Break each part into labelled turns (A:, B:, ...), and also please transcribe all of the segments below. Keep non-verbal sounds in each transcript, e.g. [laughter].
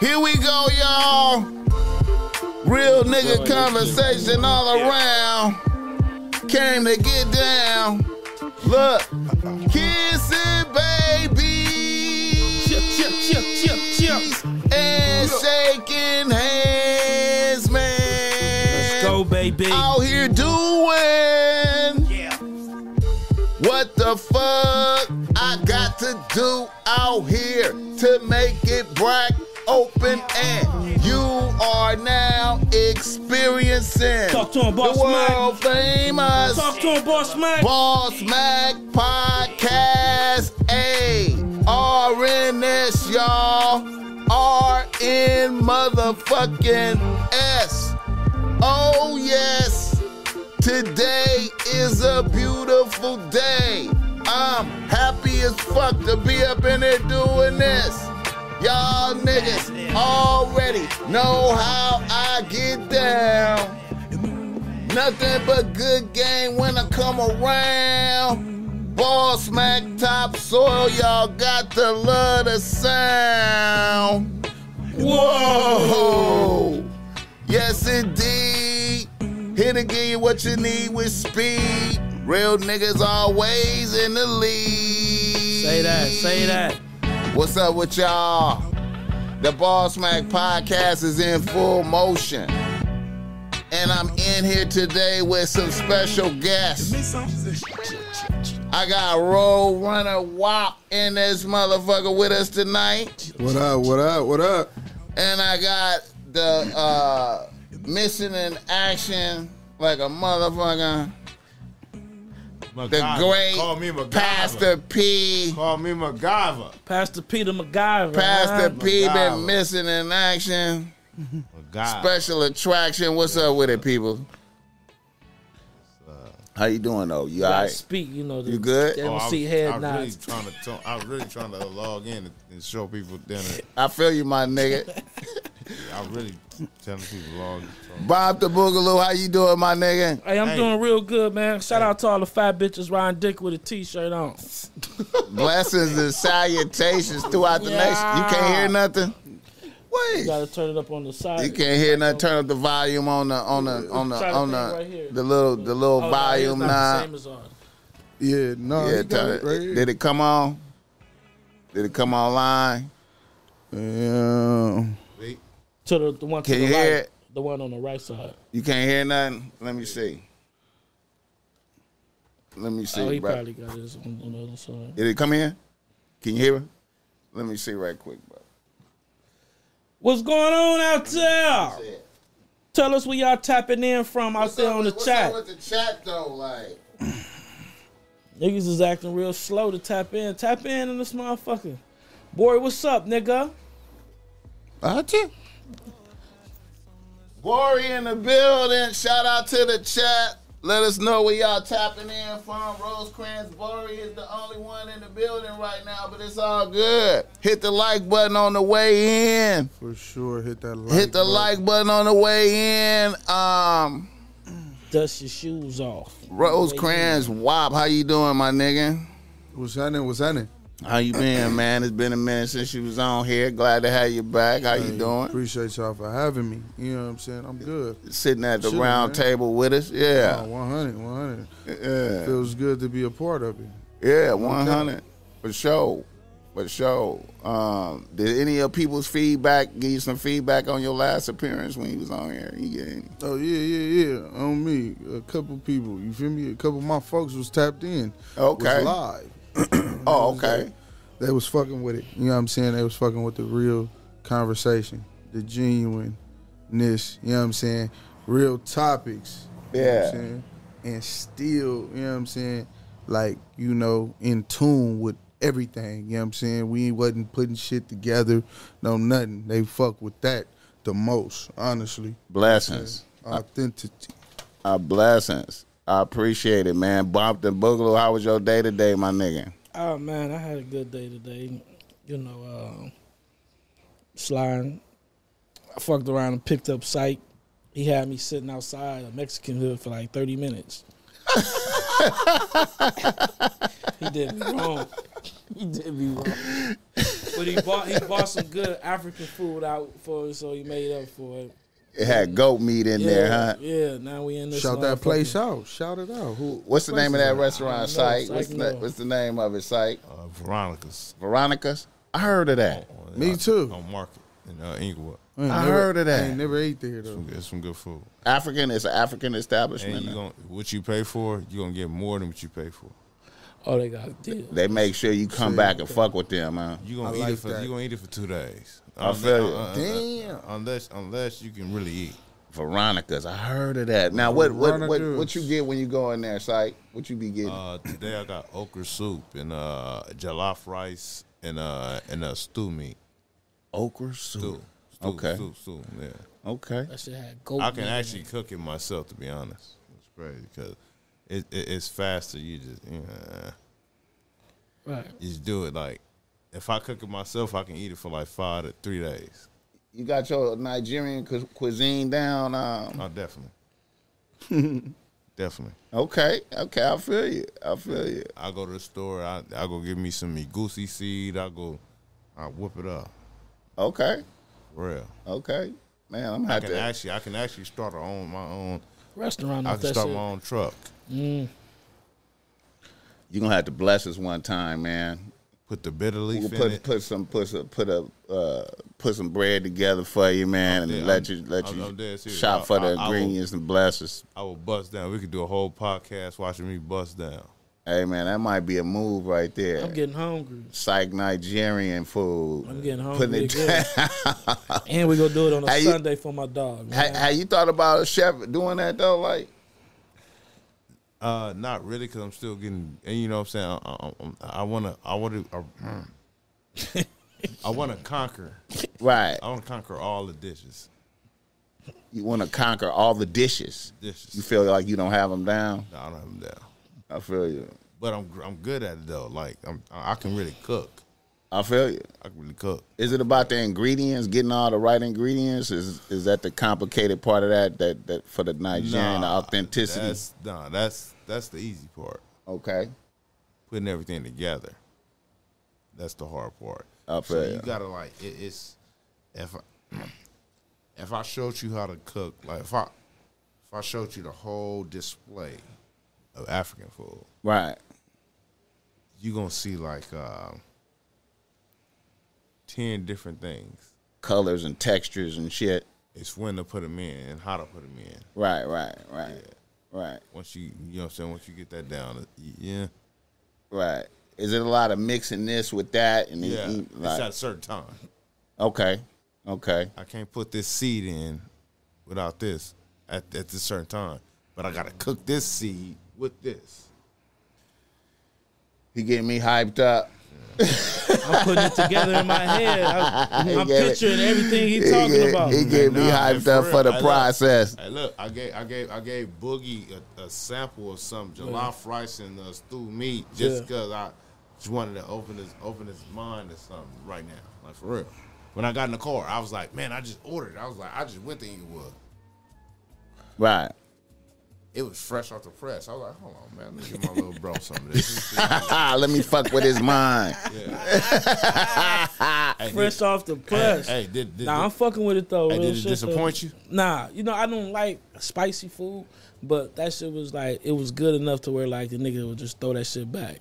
A: Here we go, y'all. Real nigga conversation all around. Came to get down. Look, kiss it, baby.
B: Chip, chip, chip, chip, chip.
A: And shaking hands, man.
B: Let's go, baby.
A: Out here doing
B: Yeah.
A: what the fuck I got to do out here to make it bright, open, and you are now experiencing
B: Talk to him, boss
A: the world famous
B: Talk to him, boss man.
A: Boss Mac Podcast. A R N S, y'all. R N motherfucking S. Oh, yes. Today is a beautiful day. I'm happy as fuck to be up in here doing this. Y'all niggas already know how I get down. Nothing but good game when I come around. Ball smack top soil, y'all got to love the sound. Whoa! Yes, indeed. Here to give you what you need with speed. Real niggas always in the lead.
B: Say that, say that.
A: What's up with y'all? The Ball Smack Podcast is in full motion. And I'm in here today with some special guests. I got Road Runner Wop in this motherfucker with us tonight.
C: What up? What up? What up?
A: And I got the uh, missing in action like a motherfucker. The
D: MacGyver.
A: great
D: Call me MacGyver.
A: Pastor P.
D: Call me MacGyver.
B: Pastor Peter MacGyver.
A: Pastor
B: huh?
A: P been
D: MacGyver.
A: missing in action.
D: MacGyver.
A: Special attraction. What's up with it, people? How you doing though? You all
B: I
A: right?
B: speak, you know. The,
A: You good?
B: They
D: Oh,
B: don't
D: I was-
B: see head
D: I was
B: nods.
D: really trying to. tone- I was really trying to log in and, and show people. Then uh,
A: I feel you, my nigga.
D: I was really telling people log. in.
A: Bob the Boogaloo, how you doing, my nigga?
B: Hey, I'm
D: Hey.
B: doing real good, man. Shout out to all the fat bitches riding dick with a t-shirt on.
A: Blessings and salutations throughout the nation. You can't hear nothing.
B: You
A: Wait,
B: gotta turn it up on the
A: you
B: side.
A: can't hear nothing. Turn up the volume on the on the on the on the the little the little
B: Oh, no,
A: volume
B: it's not the
A: now.
B: same as ours.
C: Yeah, no.
A: Yeah,
C: he got
A: turn
C: it right
A: it.
C: here.
A: Did it come on? Did it come online?
C: Yeah.
D: Wait,
B: To the, the one to
A: Can
B: the
A: you hear
B: right,
A: it?
B: the one on the right side.
A: You can't hear nothing. Let me see. Let me see,
B: oh, he
A: bro.
B: probably got his on, on the other side.
A: Did it come in? Can you hear it? Let me see right quick, bro.
B: What's going on out there? Tell us where y'all tapping in from out there on the chat.
A: with the chat though? Like,
B: Niggas is acting real slow to tap in. Tap in in this motherfucker. Boy, what's up, nigga?
A: Glory in the building. Shout out to the chat. Let us know where y'all tapping in from. Rosecrans Bory is the only one in the building right now, but it's all good. Hit the like button on the way in.
C: For sure. Hit that like.
A: Hit the
C: bro.
A: like button on the way in. Um,
B: Dust your shoes off.
A: Rosecrans Wop, how you doing, my nigga?
C: What's happening? What's happening?
A: How you been, man? It's been a minute since you was on here. Glad to have you back. How you
C: Hey,
A: doing?
C: Appreciate y'all for having me. You know what I'm saying? I'm good.
A: Sitting at the
C: Chilling,
A: round
C: man.
A: table with us.
C: Oh,
A: Yeah.
C: 100, 100.
A: Yeah.
C: Feels good to be a part of it.
A: Yeah, 100. For sure. For sure. Um, did any of people's feedback give you some feedback on your last appearance when you was on here? You get any?
C: Oh yeah, yeah, yeah. On me, a couple people. You feel me? A couple of my folks was tapped in.
A: Okay.
C: Was live.
A: Oh, okay.
C: They was fucking with it. You know what I'm saying? They was fucking with the real conversation, the genuineness. You know what I'm saying? Real topics. You know what
A: Yeah.
C: I'm saying? And still, you know what I'm saying? Like, you know, in tune with everything. You know what I'm saying? We wasn't putting shit together, no nothing. They fuck with that the most, honestly.
A: Blessings.
C: Authenticity.
A: Our Uh, blessings. I appreciate it, man. Bomped and Boogaloo, how was your day today, my nigga?
B: Oh man, I had a good day today. You know, uh, sliding. I fucked around and picked up Psych. He had me sitting outside a Mexican hood for like thirty minutes. he did me wrong. He did me wrong. But he bought he bought some good African food out for us, so he made up for it.
A: It had goat meat in
B: Yeah,
A: there, huh?
B: Yeah. Now we in this.
C: Shout that
B: motherfucking-
C: place out. Shout it out. Who?
A: What's the
C: place
A: name of
C: is
A: that restaurant,
B: I don't know,
A: Site? What's
B: Syke,
A: the,
B: no.
A: what's the name of it, Site?
D: Uh, Veronica's.
A: Veronica's? I heard of that.
D: on-
C: Me
D: out-
C: too. Mm.
D: On Market in uh, Inglewood.
C: ain't
A: I heard of that.
C: I ain't never ate there though.
D: Some, it's some good food.
A: African is an African
D: And
A: establishment.
D: you gonna, what you pay for, you're going to get more than what you pay for.
B: Oh, they got a deal.
A: they make sure you come
C: See.
A: back and fuck with them, huh?
D: You gonna
C: I
D: eat
C: like
D: it for
C: that.
D: you gonna eat it for two days.
A: I feel you.
C: Damn.
D: Unless unless you can really eat.
A: Veronica's. I heard of that. Now, what what, what
C: Veronica's.
A: what you get when you go in there, Site? What you be getting?
D: Uh, today I got okra soup and uh, jollof rice and uh and uh, stew meat.
A: Okra soup.
D: Stew. stew
A: Okay.
D: Stew, stew, Yeah.
A: Okay.
B: That shit had goat.
D: I can
B: meat.
D: actually cook it myself to be honest. It's crazy because it, it it's faster. You just you, know, uh,
B: Right.
D: you just do it like if I cook it myself, I can eat it for like five to three days.
A: You got your Nigerian cu- cuisine down. Um,
D: Oh, definitely.
A: [laughs]
D: definitely.
A: okay, okay, I feel you. I feel you.
D: I go to the store. I I go give me some goosey seed. I go, I whip it up.
A: Okay,
D: For real.
A: okay, man, I'm
D: I
A: not
D: can
A: to.
D: actually I can actually start our own my own.
B: Restaurant.
D: I
B: off
D: can
B: that
D: start
B: shit.
D: my own truck.
A: You gonna have to bless us one time, man.
D: Put the bitter leaf
A: We'll
D: in
A: put
D: it.
A: put some put some put a uh, put some bread together for you, man, and
D: dead-
A: let you let
D: I'm-
A: you
D: I'm dead serious.
A: shop
D: I-
A: for the
D: I- I will-
A: ingredients and bless us.
D: I will bust down. We could do a whole podcast watching me bust down.
A: Hey, man, that might be a move right there.
B: I'm
A: [laughs]
B: getting hungry.
A: Psych Nigerian food.
B: I'm getting hungry.
A: Putting it [laughs]
B: again. and we gonna do it on a
A: How you-
B: Sunday for my dog. Man.
A: Have, have you thought about a chef doing that though? Like,
D: Uh, not really, cause I'm still getting. And you know what I'm saying. I, I, I wanna. I wanna. I, I wanna conquer.
A: right?
D: I wanna conquer all the dishes.
A: You want to conquer all the dishes.
D: Dishes.
A: You feel like you don't have them down.
D: I don't have them down.
A: I feel you.
D: But I'm I'm good at it though. Like I'm I I can really cook.
A: I feel you.
D: I can really cook.
A: Is it about the ingredients, getting all the right ingredients? Is is that the complicated part of that that, that for the Nigerian the
D: Nah,
A: authenticity?
D: That's, nah, that's that's the easy part.
A: okay.
D: Putting everything together. That's the hard part.
A: I
D: so
A: feel
D: you
A: ya.
D: gotta like it, it's if I, [clears throat] if I showed you how to cook, like if I if I showed you the whole display of African food,
A: Right.
D: you gonna see like um, ten different things.
A: Colors and textures and shit.
D: It's when to put them in and how to put them in.
A: Right. Right. Right. Right.
D: Once you you know what I'm saying, once you get that down, it- yeah.
A: Right. Is it a lot of mixing this with that and
D: Yeah,
A: eat,
D: it's
A: like,
D: at a certain time.
A: okay, okay,
D: I can't put this seed in without this at, at this certain time. But I gotta cook this seed with this.
A: he getting me hyped up.
B: I'm putting it together in my head. I,
A: [laughs] He
B: am
A: get it.
B: picturing everything
A: He
B: he's talking
A: get-
B: about.
A: He getting me
D: Nah, man,
A: hyped
D: for
A: up
D: real.
A: for the
D: I love-
A: process.
D: Hey, look, I gave I gave I gave Boogie a, a sample of some jollof rice and uh, stew meat just
B: Yeah.
D: because I just wanted to open his open his mind to something right now, like for real. When I got in the car, I was like, man, I just ordered. I was like, I just went to Inglewood.
A: Right. [laughs]
D: It was fresh off the press. I was like, hold on, man, let me give my little bro some
B: [laughs]
D: of this.
A: Let me fuck with his
D: [laughs]
A: mind.
D: Hey, did-
B: Fresh off the press.
D: Hey, did, did,
B: nah, I'm
D: did,
B: fucking with it though.
D: hey,
B: real
D: did it
B: shit,
D: disappoint
B: though.
D: you?
B: Nah, you know I don't like spicy food, but that shit was like it was good enough to where like the nigga would just throw that
A: [laughs]
B: shit back.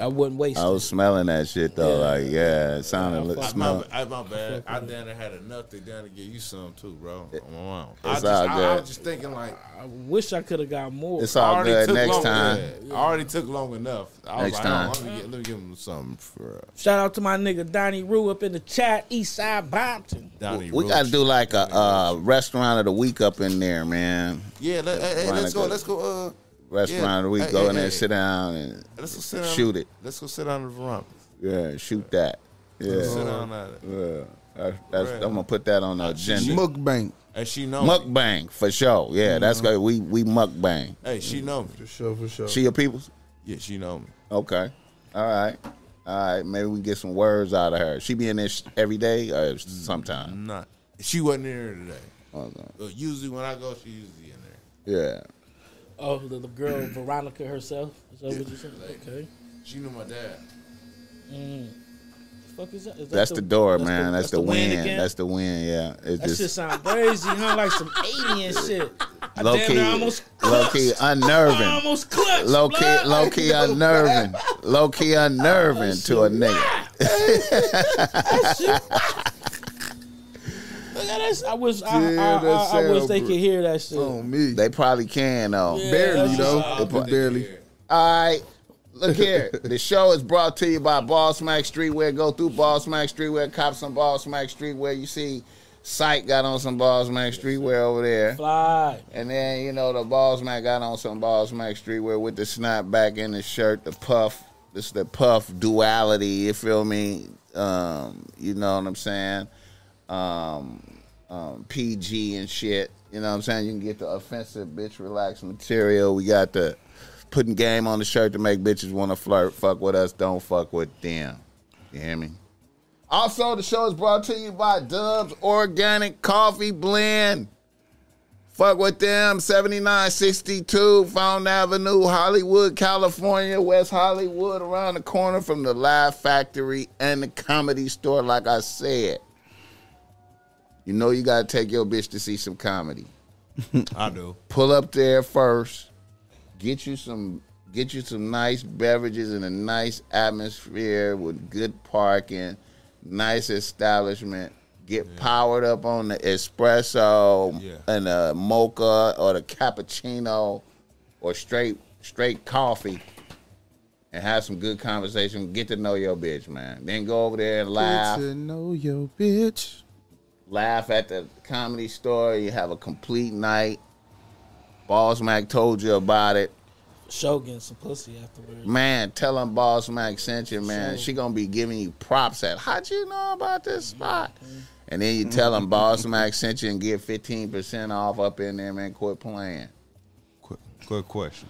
B: I wouldn't waste.
A: I
B: it.
A: was smelling that shit though.
B: Yeah.
A: Like, yeah, it sounded
B: Yeah, I
A: look
B: fuck-
D: I, my,
A: smell.
D: I, my bad. I down there had enough. They down to give you some too, bro. I'm wrong. I
A: it's
D: just,
A: all
D: I, I
A: good.
D: was just thinking like
B: I wish I could have got more.
A: It's
D: I
A: all
D: already
A: good
D: took
A: next
D: long,
A: time.
D: yeah, I already took long enough. I
A: Next
D: was like,
A: time.
D: time. let, me get, let me give him something for uh,
B: Shout out to my nigga Donnie Rue up in the chat, Eastside Bompton.
D: Donnie.
A: We gotta
D: Roach.
A: do like a uh, restaurant of the week up in there, man.
D: Yeah, let, hey, hey,
A: Run
D: let's
A: it
D: go.
A: good.
D: Let's go. Uh,
A: Restaurant
D: yeah.
A: of the week.
D: Hey,
A: go
D: hey,
A: in there,
D: hey.
A: sit down, and
D: Let's go sit down.
A: Shoot it.
D: Let's go sit down in the veranda.
A: yeah, shoot that.
D: Sit
A: Yeah,
D: down at it.
A: yeah. That's, that's,
D: Right.
A: I'm gonna put that on the agenda.
C: Mukbang.
D: And she know. me.
A: Mukbang for sure.
D: Mm-hmm.
A: Yeah, that's good. We we mukbang.
D: Hey, she know me.
C: For sure, for sure.
A: See your peoples.
D: Yeah, she know me.
A: Okay. All right. All right. Maybe we can get some words out of her. She be in this every day or
D: Mm-hmm.
A: sometime.
D: I'm not. She wasn't in here today.
A: Okay.
D: But usually when I go, she usually in there.
A: Yeah.
B: Oh, the, the girl Veronica herself. Is that what you said? Okay.
D: She knew my dad.
B: fuck is that? Is that
A: That's the door, man. that's, the, win.
B: again?
A: That's the win. Yeah, it's
B: that shit
A: just
B: sound crazy, huh? Like some
A: [laughs]
B: alien shit. I
A: low
B: damn
A: key,
B: near almost
A: low key
B: [laughs] I
A: unnerving,
B: almost clutched.
A: low key,
B: blood.
A: low key
B: [laughs]
A: unnerving, low key unnerving to a nigga.
B: Look at that shit. I wish I,
C: Dude,
B: I,
C: that
B: I, I wish
C: sound
B: they
C: good.
B: could hear that shit.
A: Oh,
C: on me.
A: They probably can though.
B: Yeah.
C: barely
B: that's
C: though.
B: just-
C: It was barely.
A: All right. Look here. the show is brought to you by Ball Smack Streetwear. Go through Ball Smack Streetwear. Cop some Ball Smack Streetwear. You see, Sight got on some Ball Smack Streetwear over there.
B: Fly.
A: And then, you know, the Ball Smack got on some Ball Smack Streetwear with the snap back in the shirt, the puff. This the puff duality, you feel me? Um, you know what I'm saying? Um, um, PG and shit. You know what I'm saying? You can get the offensive bitch relaxed material. We got the putting game on the shirt to make bitches want to flirt. Fuck with us, don't fuck with them. You hear me? Also, the show is brought to you by Dubs Organic Coffee Blend. Fuck with them, 7962 Fountain Avenue, Hollywood, California, West Hollywood, around the corner from the Live Factory and the Comedy Store, like I said. You know you gotta take your bitch to see some comedy.
D: I do.
A: Pull up there first, get you some get you some nice beverages in a nice atmosphere with good parking, nice establishment. Get powered up on the espresso
D: Yeah.
A: and the mocha or the cappuccino or straight straight coffee and have some good conversation. Get to know your bitch, man. Then go over there and
C: Get
A: laugh
C: to know your bitch.
A: laugh at the comedy store. You have a complete night. Boss Mac told you about it.
B: Show getting some pussy afterwards.
A: Man, tell him Boss Mac sent you, man.
B: Sure.
A: She gonna be giving you props at how'd you know about this spot?
D: Mm-hmm.
A: And then you tell him Boss Mac sent you and get 15% off up in there, man. Quit playing.
D: Quick, quick question.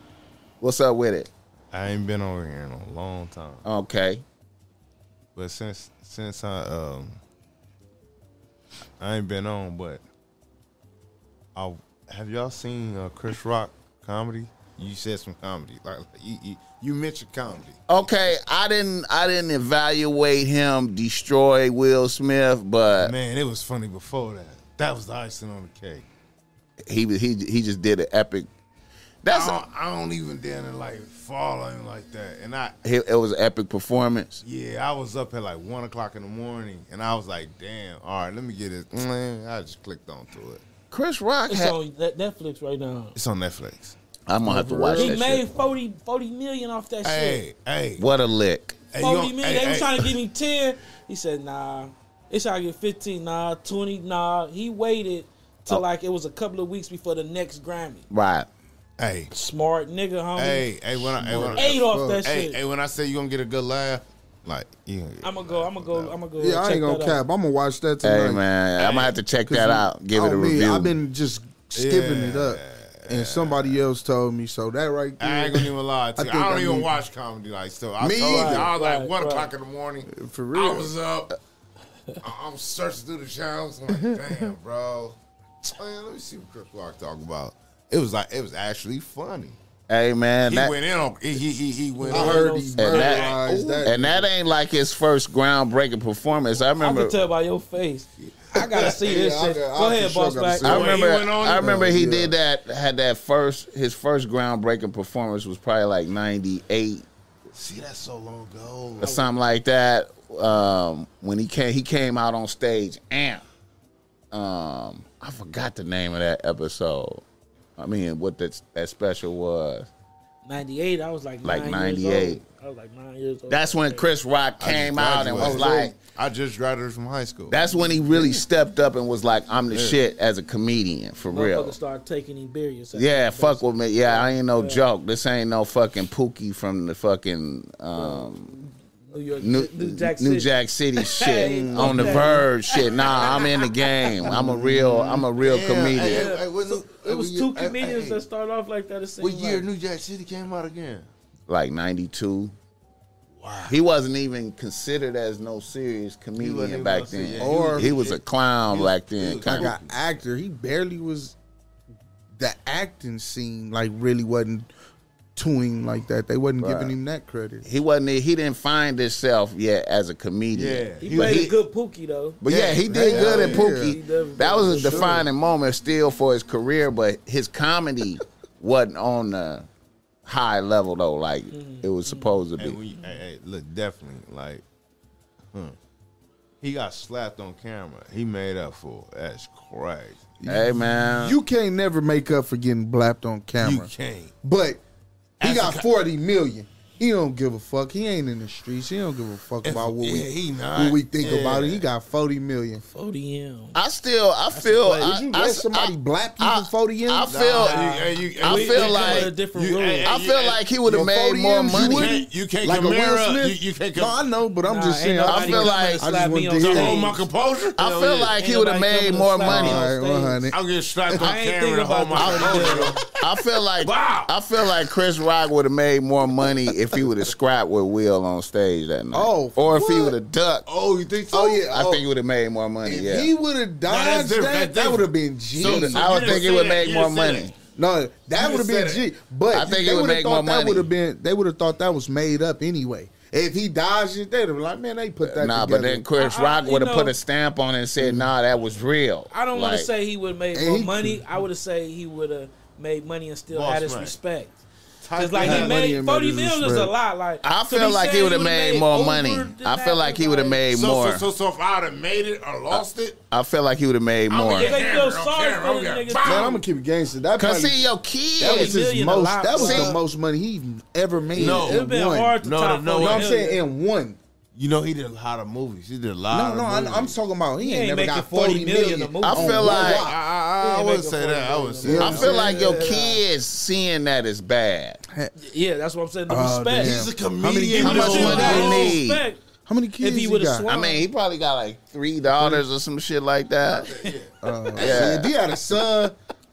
A: What's up with it?
D: I ain't been over here in a long time,
A: Okay.
D: but since since I um I ain't been on, but I have y'all seen uh, Chris Rock comedy? You said some comedy, like you, you, you mentioned comedy.
A: Okay, I didn't I didn't evaluate him destroy Will Smith, but
D: Man, it was funny before that. That was the icing on the cake.
A: he was he he just did an epic
D: I
A: that's
D: don't, I don't even dare to like follow him like that. And I,
A: he- it was an epic performance.
D: yeah, I was up at like one o'clock in the morning, and I was like, damn, all right, let me get it. Man, I just clicked onto it.
A: Chris Rock
B: It's
A: had
B: on Net- Netflix right now.
D: It's on Netflix.
A: I'm gonna have to watch
B: He
A: that
B: made
A: shit.
B: 40, 40 million off that shit.
D: Hey, hey,
A: What a lick.
D: hey, you
B: Forty
D: don't-
B: million.
D: hey,
B: they was
D: hey.
B: trying to give me ten. He said, "Nah, it's trying to get fifteen. Nah, twenty. Nah." He waited till
A: Oh.
B: like it was a couple of weeks before the next Grammy.
A: Right.
D: Hey,
B: [laughs] Smart nigga, homie.
D: hey, hey, when I, hey, when I,
B: Ate off that
D: hey,
B: shit.
D: hey, when I say you gonna get a good laugh, like, yeah,
B: I'm gonna go. I'm gonna go. I'm gonna go.
C: Yeah, I
B: check
C: ain't gonna
B: that
C: cap.
B: out.
C: I'm gonna watch that tonight.
A: Hey man, I'm gonna have to check
C: 'Cause
A: that
C: you-
A: out. Give it a
C: oh, man,
A: review.
C: I've been just skipping it up, and somebody else told me so. That right
D: I
C: there,
D: ain't gonna even lie. To
C: I
D: you. I,
C: think
D: don't
C: I
D: even
C: need-
D: watch comedy like stuff. I
C: Me
D: told you,
C: either.
D: I was like
B: Right,
D: one
B: right.
D: o'clock in the morning.
C: for real.
D: I was up. I- I'm searching through the channels. I'm like, damn, bro. Man, let me see what Chris Rock talking about. It was like it was actually funny.
A: hey man,
D: He
A: that,
D: went in on he he he, he went.
C: I
D: in.
C: heard he
B: And
A: that-
C: verbalized that.
A: and that ain't like his first groundbreaking performance. I
B: I
A: remember.
B: can tell by your face. I gotta see this
C: Yeah, I
B: shit.
C: got- I
B: Go
C: for
B: ahead,
C: sure
B: boss
C: gotta
B: back.
C: see
A: I
D: The way he
A: remember.
D: went on
A: I
D: it.
A: remember he
C: Oh, yeah.
A: did that. Had that first. His first groundbreaking performance was probably like '98
D: See, that's so long ago.
A: or something like that. Um, when he came, he came out on stage. Amp. Um, I forgot the name of that episode. I mean, what that that special was.
B: Ninety-eight. I was like
A: Like
B: nine
A: 98.
B: Years old. I was like nine years old.
A: That's when Chris Rock
D: I just
A: came out and was
D: graduated.
A: like,
D: I just graduated from high school.
A: that's when he really stepped up and was like, I'm the shit as a comedian, for real.
B: Motherfucker started taking Iberius.
A: Yeah, fuck with me. Yeah, I ain't no joke. This ain't no fucking Pookie from the fucking um,
B: New York,
A: New,
B: New, Jack
A: New
B: City.
A: Jack City shit
B: Hey,
A: on the
B: okay.
A: verge shit. Nah, I'm in the game. I'm a real. I'm a real
D: Damn,
A: comedian.
D: hey, hey, hey, wasn't-
B: It was
D: hey,
B: two
D: hey,
B: comedians
D: hey,
B: that started off like that. It seemed
D: What year
B: like.
D: New Jack City came out again?
A: Like '92.
D: Wow.
A: He wasn't even considered as no serious comedian
D: even
A: back
D: gonna say,
A: then.
D: yeah, he
A: or
D: was-
A: he was a clown
D: he was-
A: back
D: he
A: then.
D: was
A: Kind
C: like
A: of.
C: an actor. He barely was. The acting scene like really wasn't to him like that. They wasn't
A: Right.
C: giving him that credit.
A: He wasn't. He didn't find himself yet as a comedian.
D: Yeah.
B: He,
A: He-
B: played
A: he-
B: a good Pookie though.
A: But yeah,
C: Yeah.
A: he did
C: Yeah.
A: good at
C: Yeah.
B: He
A: Pookie.
B: definitely
A: That was a
B: did, for sure.
A: defining moment still for his career, but his
C: [laughs]
A: comedy wasn't on the high level though, like
C: Mm-hmm.
A: it was supposed to
D: Hey,
A: be.
D: when you, hey, hey, look, definitely, like, hmm. he got slapped on camera. He made up for. it. That's crazy.
A: Hey man,
C: You can't never make up for getting blapped on
D: You
C: camera.
D: can't.
C: But he
D: As a
C: got
D: co-
C: forty million. He don't give a fuck. He ain't in the streets. He don't give a fuck about what
D: yeah,
C: we
D: he not.
C: what we think
D: Yeah.
C: about it. He got forty million.
B: ODM.
A: I still, I feel,
C: Like,
A: I,
C: would you
A: I-
C: let somebody
A: I-
C: blap you
A: I-
C: for forty
A: I
C: million?
A: feel,
D: Hey, you- hey, you-
A: I
D: hey, you-
A: feel
D: you-
A: like-
B: a different
D: you-
B: room.
D: hey, hey,
A: I feel
D: you-
A: like he would
C: Yo,
A: have made
C: 40
A: more
C: M's, you
A: money.
D: You
C: wouldn't-
D: can't, you can't
C: Like a
D: compare
C: Will
D: us. You,
C: Smith?
D: you can't
C: No, I
D: compare.
C: know, but I'm
B: Nah,
C: just
B: ain't
C: saying.
B: nobody
C: I
A: I feel
B: coming
A: like-
B: to
A: I
C: just
B: slap
C: want
B: me
C: to
B: on
C: dig
D: To
B: stage.
C: in.
D: hold my composure.
A: I
D: Hell
A: feel
D: yeah.
A: like he
B: Ain't
A: would have
B: nobody
A: made
B: coming to
A: more
B: slap me on
A: money.
C: Alright, 100.
D: I'm getting slapped on
B: I ain't
D: camera.
B: thinking
D: to Hold
B: about
D: my
B: that.
D: composure.
A: I feel like
D: Wow.
A: I feel like Chris Rock would have made more money if he would have scrapped with Will on stage that night.
C: Oh,
A: or if he
C: what?
A: would have ducked.
D: Oh, you think so?
C: Oh yeah,
A: I
C: oh,
A: think he would have made more money.
C: If
A: yeah,
C: he would have dodged
D: different,
C: that,
D: that's
C: that would have
D: different.
C: been genius.
A: I would
D: You just
A: think it would
D: said
A: make
D: that. You
A: more
D: just said
A: money.
D: that.
C: No, that
D: You
C: would have
D: said
C: been
D: it.
C: G. But
A: I think
C: they
A: it would
C: would've
A: make
C: thought
A: more
C: that
A: money.
C: Would have been. They would have thought that was made up anyway. If he dodged it, they'd have been like, man, they put that.
A: Nah, but
C: together.
A: then Chris
B: I- I-
A: Rock
B: you
A: would have
B: know-
A: put a stamp on it and said, "Nah, that was real."
B: I don't want
A: Like,
B: to say he would have made
C: And
B: more
C: he-
B: money. I would have say he would have made money and still
D: Boss
B: had his
D: man.
B: respect.
D: Type
B: Cause like
C: had
B: he
C: money
B: made
C: and
B: forty
C: made his
B: million is a
C: respect.
B: lot. Like
A: I
B: to be
A: feel like he
B: saying
A: would have
B: would've
A: made more
B: over
A: money.
B: than
A: I
B: that
A: feel like he would have
B: was
A: made
D: so,
A: more.
D: So, so, so if I'd have made it or lost it,
A: I feel like he would have made
D: I'm
A: more.
D: gonna get
B: They feel
D: hammered on
B: sorry
D: camera.
B: for
D: I'm
B: this
D: gonna get
B: nigga.
D: bombed.
C: man, I'm gonna keep it gangster. That
A: Cause
C: probably
A: see, your
C: that was
A: kids.
C: his
B: million a
C: most.
B: lot,
C: That was
A: bro.
C: the most money he ever made.
D: No.
C: in
B: It would have been
C: one.
B: hard to
D: No,
B: top
D: no,
B: forty
C: You know what I'm
B: million.
C: saying? In one.
D: You know he did a lot of movies. He did a lot.
C: No, no,
D: of
C: I, I'm
D: movies.
C: talking about he,
B: He
C: ain't
B: ain't
C: never
B: making
C: got
B: 40
C: forty million.
B: million a movie.
A: I
C: on
A: feel
C: one
A: like-
C: watch.
D: I, I, I
B: Yeah,
D: wouldn't
B: make a
D: say
B: forty
D: that. I
B: million
D: would
B: a
D: say
C: movie.
A: I feel
C: Yeah.
A: like your kids seeing that is bad.
B: Yeah, that's what I'm saying. The
C: Oh,
B: respect.
C: damn.
D: He's a
C: How many
D: comedian.
C: kids
A: How much
C: he
B: Still
A: money
C: got?
B: had
A: he
B: his
A: need?
B: respect.
C: How many kids
B: If he
C: he
B: would've
C: got?
B: swung-
A: I mean, he probably got like three daughters or some shit like that.
C: Uh,
A: Yeah.
C: If he had a son,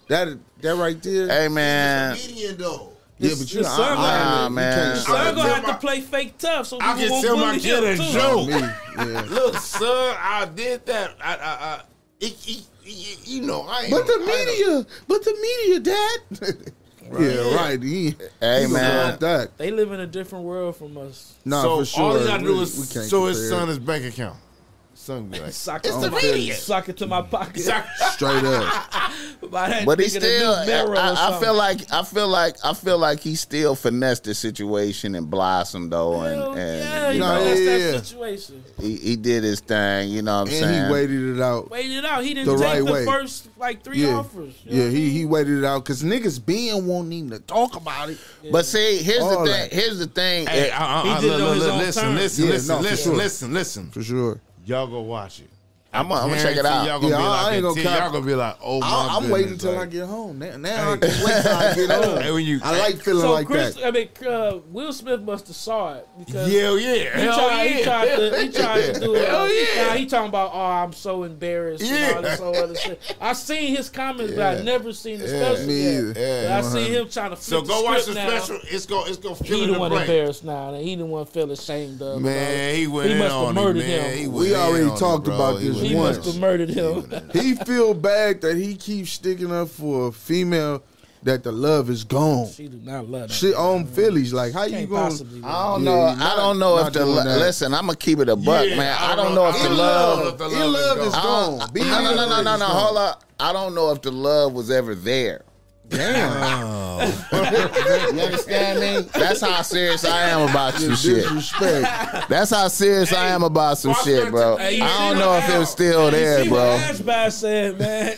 C: that that right there.
A: Hey man,
D: Comedian though.
C: yeah,
B: his-
C: but you,
B: his
C: I-
B: son
A: got-
C: I- you
A: Nah,
C: can't
A: man.
C: say
B: So I'm
D: I
B: gonna
D: tell
B: have
D: my-
B: to play fake tough so people
D: I can
B: won't
D: tell
B: bully
D: my kid
B: him
D: a
B: too.
D: joke.
C: me. Yeah.
D: [laughs] Look, son, I did that. I, I, I, it, it, it, you know, I ain't.
C: But the
D: I ain't-
C: media, but the media, Dad. [laughs] Yeah, right. He,
A: Hey,
C: he gonna
A: man.
C: want that.
B: They live in a different world from us.
C: Nah,
D: so
C: for sure.
D: all he gotta do
C: We-
D: is
C: we can't
D: show his
C: compare.
D: son his bank account. Son be like,
B: Sock
D: It's
B: it
D: the
B: to my-
D: radio.
B: Sock it to my pocket.
C: straight up.
B: By that
A: but he
B: nigga that
A: still.
B: do Mero or
A: I, I
B: something.
A: feel like I feel like I feel like he still finessed the situation and blossomed though,
B: Hell
A: and,
B: yeah,
A: and
B: you
A: you
C: Nah,
B: know,
A: know
B: that's
C: yeah, yeah.
B: that situation.
A: he, he did his thing. You know what I'm
C: [laughs] And
A: saying?
C: he waited it out.
B: Waited it out. He didn't
C: The
B: take
C: right
B: the
C: way.
B: first like three
C: Yeah,
B: offers. you know
C: yeah.
B: what I
C: He
B: mean?
C: he waited it out because niggas being won't even to talk about it.
A: But see, here's
C: All
A: the thing.
C: that.
A: Here's the thing.
D: [laughs] hey, I, I,
B: He
D: I,
B: did it
D: look,
B: on
D: look,
B: his
D: look,
B: own
D: listen,
B: term.
D: listen,
C: Yeah,
D: listen,
C: no, for
D: listen,
C: sure.
D: listen, listen.
C: For sure.
D: Y'all go watch it.
A: I'm gonna- I'm gonna check it out.
D: Y'all gonna
C: Yeah,
D: be
C: I- I
D: like,
C: ain't gonna
D: "T-
C: cap-
D: y'all gonna be like, oh my
C: I, I'm
D: goodness,
C: waiting until I
D: like,
C: get home. Now, now I can wait till I [laughs] get home.
D: Hey, when you-
C: I like feeling
B: so
C: like
B: Chris,
C: that.
B: I mean, uh, Will Smith must have saw it because
D: Hell yeah,
B: he,
D: hell
B: tried,
D: yeah.
B: he tried to
C: [laughs]
B: he tried to do it.
D: Hell yeah.
B: Nah, he talking about oh I'm so embarrassed and all this whole other shit. I seen his comments, but I never seen the special.
C: me
B: yet.
C: either.
B: But
D: Yeah.
B: I seen him trying to flip
D: [laughs] So
B: the
D: go watch the
B: script now.
D: special. It's gonna, it's gonna
B: He
D: fill in
B: the one
D: the blank.
B: embarrassed now. and He the one feel ashamed of. about
D: Man,
B: it.
D: he went
B: He
D: in
B: must have
D: on him,
B: murdered
D: man.
B: him.
D: He
B: We
D: went in
C: already
D: on him,
C: talked
D: bro.
C: about
D: He
C: this
D: went
B: He
D: in
C: once.
B: must
D: on
B: have murdered [laughs] him.
C: he feel bad that he keeps sticking up for a female that the love is gone.
B: she do not love him.
C: Shit on Phillies. Like how you
B: Can't
C: going?
B: possibly.
A: I don't
C: Yeah,
A: know.
C: he's not-
A: I don't know
C: not
A: if the
C: doing
A: lo-
C: that.
A: listen. I'm gonna keep it a buck,
D: Yeah,
A: man. I don't know if the
C: In
A: love.
C: love,
D: The
C: in
D: love
C: love
D: is
C: is
D: gone.
C: gone.
A: I don't-
C: Be
A: no, no,
C: in
A: no, no,
C: love
A: no,
C: is
A: no.
C: gone.
A: Hold up. I don't know if the love was ever there. Damn. you understand me? That's how serious I am about some shit.
C: Disrespect.
A: That's how serious I am about some shit, bro.
D: Hey,
A: I don't
D: you see
A: know
D: what
A: if it was
D: hell?
A: still there,
B: see what
A: bro.
B: Ashby said, man. [laughs]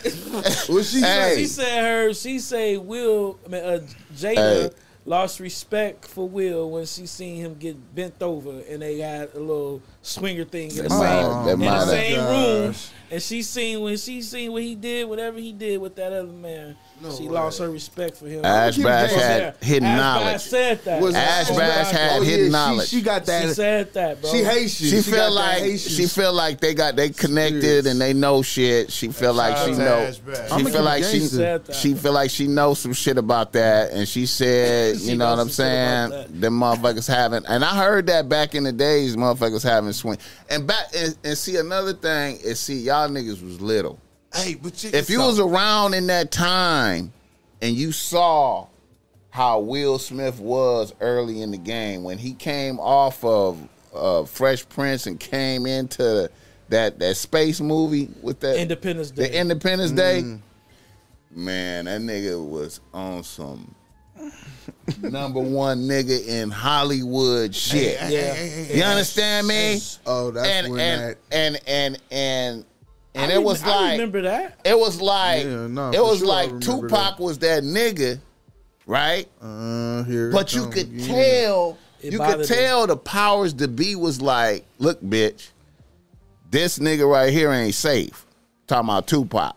C: what she
A: Hey.
B: she said her. She said Will. I mean, uh, Jada
A: Hey.
B: lost respect for Will when she seen him get bent over, and they had a little swinger thing in the
A: That
B: same,
A: might- that
B: in the
A: might-
B: same room.
C: Gosh.
B: And she seen when she seen what he did, whatever he did with that other man. she lost her respect for him.
A: Ash
C: keep
A: Bash
C: going.
A: had hidden
B: Ashby
A: knowledge.
B: said that.
C: Was-
A: Ash
C: Oh,
A: Bash
C: yeah,
A: had
C: she-
A: hidden knowledge.
C: She, got that.
B: She
C: She,
B: said that, bro.
C: Haitian.
A: She,
C: got that
A: feel like
C: Haitian
A: she feel like they got they connected and they know shit. She feel like
D: Shout
A: she
D: out to
A: know.
D: Ash Bash.
A: She
C: I'ma
A: feel like
C: keep
A: she
C: it
B: gangsta.
A: she feel like she knows some shit about that, and she said,
B: She
A: you know what I'm
B: knows some shit about
A: saying? Them motherfuckers having, and I heard that back in the days, motherfuckers having swing. And back and, and see another thing is see y'all niggas was little.
D: Hey, but check
A: If
D: this
A: you
D: out.
A: was around in that time, and you saw how Will Smith was early in the game when he came off of uh, Fresh Prince and came into that that space movie with that
B: Independence Day.
A: the Independence Day. Man, that nigga was on some number one nigga in Hollywood shit.
B: Yeah.
A: You understand me?
C: Oh, that's
A: and,
C: when
A: and,
C: that.
A: and and and and
B: I
A: it was
B: rem- I
A: like
B: remember that.
A: it was like
C: Yeah, no,
A: it
C: for
A: was
C: sure I
A: like
C: remember
A: Tupac
C: that.
A: was that nigga, right?
C: Uh, here it
A: But you
C: come
A: could
C: again.
A: tell,
B: It
A: you could
B: bothered me.
A: tell the powers to be was like, look, bitch, this nigga right here ain't safe. Talking about Tupac.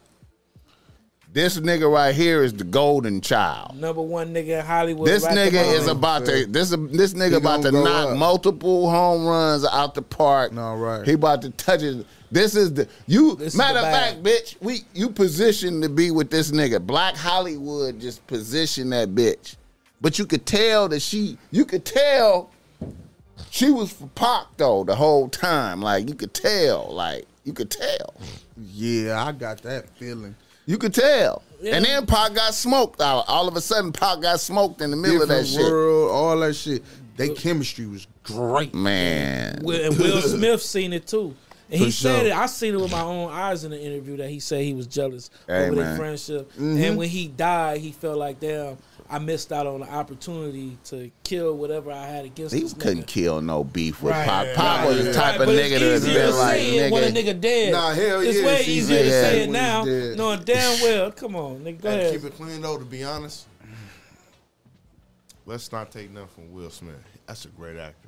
A: This nigga right here is the golden child.
B: Number one nigga in Hollywood.
A: This
B: right
A: nigga
B: tomorrow.
A: is about to this this nigga
C: He
A: about
C: gonna
A: to
C: grow
A: knock
C: up.
A: multiple home runs out the park.
C: No, right.
A: He about to touch it. This is the you
B: This is
A: matter
B: the
A: of fact,
B: bag.
A: bitch. We you positioned to be with this nigga. Black Hollywood just positioned that bitch. But you could tell that she you could tell she was for Pac though the whole time. Like you could tell. Like you could tell.
C: Yeah, I got that feeling.
A: You could tell.
B: Yeah.
A: And then Pac got smoked out. All of a sudden Pac got smoked in the middle of that
C: Different
A: shit.
C: world, all that shit. They chemistry was great.
A: Man.
B: [laughs] Will, and Will Smith seen it too. And
C: For
B: he said
C: sure.
B: it. I seen it with my own eyes in the interview that he said he was jealous
A: Hey, man.
B: over
A: Mm-hmm.
B: their friendship. And when he died, he felt like, damn, I missed out on the opportunity to kill whatever I had against
A: He
B: this
A: couldn't
B: nigga.
A: kill no beef with
B: Right.
A: Pop. Pop was the type
B: Right,
A: of
B: but
A: nigga
B: it's
A: that's
B: easier
A: been
B: to
A: like,
B: say it when a
A: nigga,
B: nigga dead.
C: Nah, hell
B: it's
C: yeah,
B: way
C: it's
B: easier to
A: easier
B: say
C: when
B: it
C: he's
B: now,
C: dead.
B: knowing
C: [laughs]
B: damn well. Come on, nigga, go
D: And
B: ahead.
D: keep it clean though. To be honest, let's not take nothing from Will Smith. That's a great actor.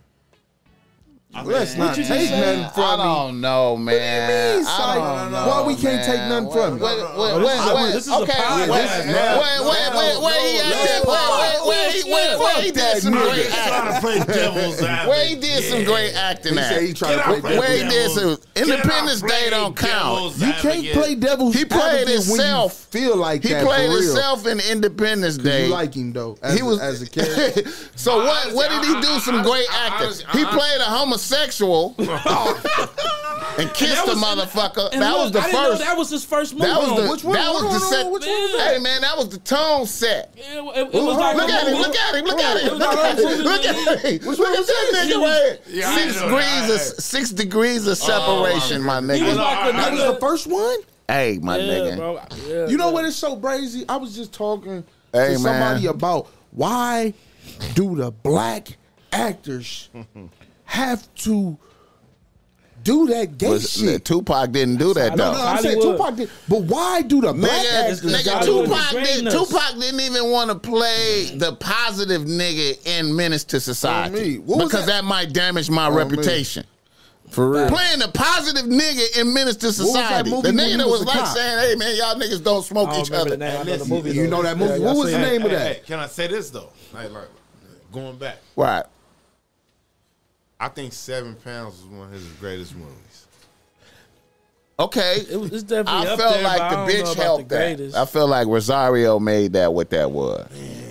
C: Let's not
A: you
C: take
A: just said?
C: nothing from
A: I
C: me.
A: don't know, man.
C: mean,
A: I
C: son?
A: don't know,
C: Why we can't take
A: man.
C: nothing
A: Wait,
C: from you?
A: wait, wait,
B: this
A: wait,
B: is a-
A: wait.
B: this is a
A: Okay, wait,
B: podcast. This is
A: wait,
B: not-
A: wait, wait, wait, he
C: no,
A: acted-
C: no,
A: wait, wait, wait,
B: no,
A: wait, wait, he
B: fuck
A: did some great acting.
D: Trying to play devil's advocate.
A: Where he did some great acting
C: He
A: at.
C: said he tried to
D: Get
C: play
D: out,
C: devil.
A: Where he
D: Devil.
A: did some
D: Can I
A: Independence Day
D: play
A: don't count.
D: devil's
C: You can't
D: advocate?
C: play devil's
A: He played
C: advocate when you
A: himself.
C: feel like
A: He
C: that,
A: played
C: for real.
A: himself in Independence Day.
C: You like him though. As,
A: he was
C: as a [laughs] character.
A: [laughs] so
D: I
A: what?
D: honestly-
A: What did he
D: I-
A: do?
D: I-
A: Some
D: I-
A: great
D: I
A: acting.
D: honestly-
A: he
D: I-
A: played a homosexual and kissed
B: That
A: a
B: was-
A: motherfucker.
B: and
A: That
B: look,
A: was the
B: I didn't know
A: first.
B: That was his first movie.
A: That was the.
C: Which one?
A: That was
C: Hold
A: the
C: on, hold on,
A: set.
C: which
B: one was that?
A: Hey man, that was the tone set.
B: It, it, it was like
A: Look at him! Look at him! Look at him! Look at him! Look at him! Look at
C: [laughs]
A: that nigga right here.
D: Yeah, I
A: Six
D: know that.
A: degrees of six degrees of separation, my
B: He
A: nigga.
B: was like a
D: That
C: That was the
B: nigga.
C: first one.
A: Hey, my
B: Yeah,
A: nigga.
B: bro. Yeah,
C: You know what is so crazy? I was just talking
A: Hey,
C: to somebody
A: man.
C: about why do the black actors have to do that gay
A: Was-
C: shit?
A: Tupac didn't do that
C: No,
A: though.
C: no, I'm saying
B: Hollywood.
C: Tupac did, but why do the black
A: Nigga,
C: actors?
A: nigga
C: gotta do
A: Tupac,
C: that?
A: did,
B: Greatness.
A: Tupac didn't even want to play the positive nigga in Menace to Society
C: me? What was
A: because that?
C: that?
A: might damage my
C: me.
A: reputation.
C: for real.
A: Playing the positive nigga in Menace to
C: was that
A: Society,
C: movie
A: the
C: when
A: nigga
C: he
A: that was,
C: was a
A: like
C: cop?
A: saying, "Hey man, y'all niggas don't smoke
B: I don't
A: each
B: remember
A: other."
B: the name. I know the
D: Listen,
B: movie.
C: you
B: though.
C: know that movie?
B: Yeah,
C: What
B: I
C: was
B: seen
C: the
B: it.
C: name of
D: Hey,
C: that?
D: hey, can I say this though? Like, like going back,
A: Right.
D: I think Seven Pounds was one of his greatest movies.
A: Okay.
B: It was, it's definitely
A: I
B: up
A: felt
B: there,
A: like
B: but I don't
A: the
B: know
A: bitch
B: about
A: helped
B: the
A: that.
B: greatest.
A: I felt like Rosario made that what that was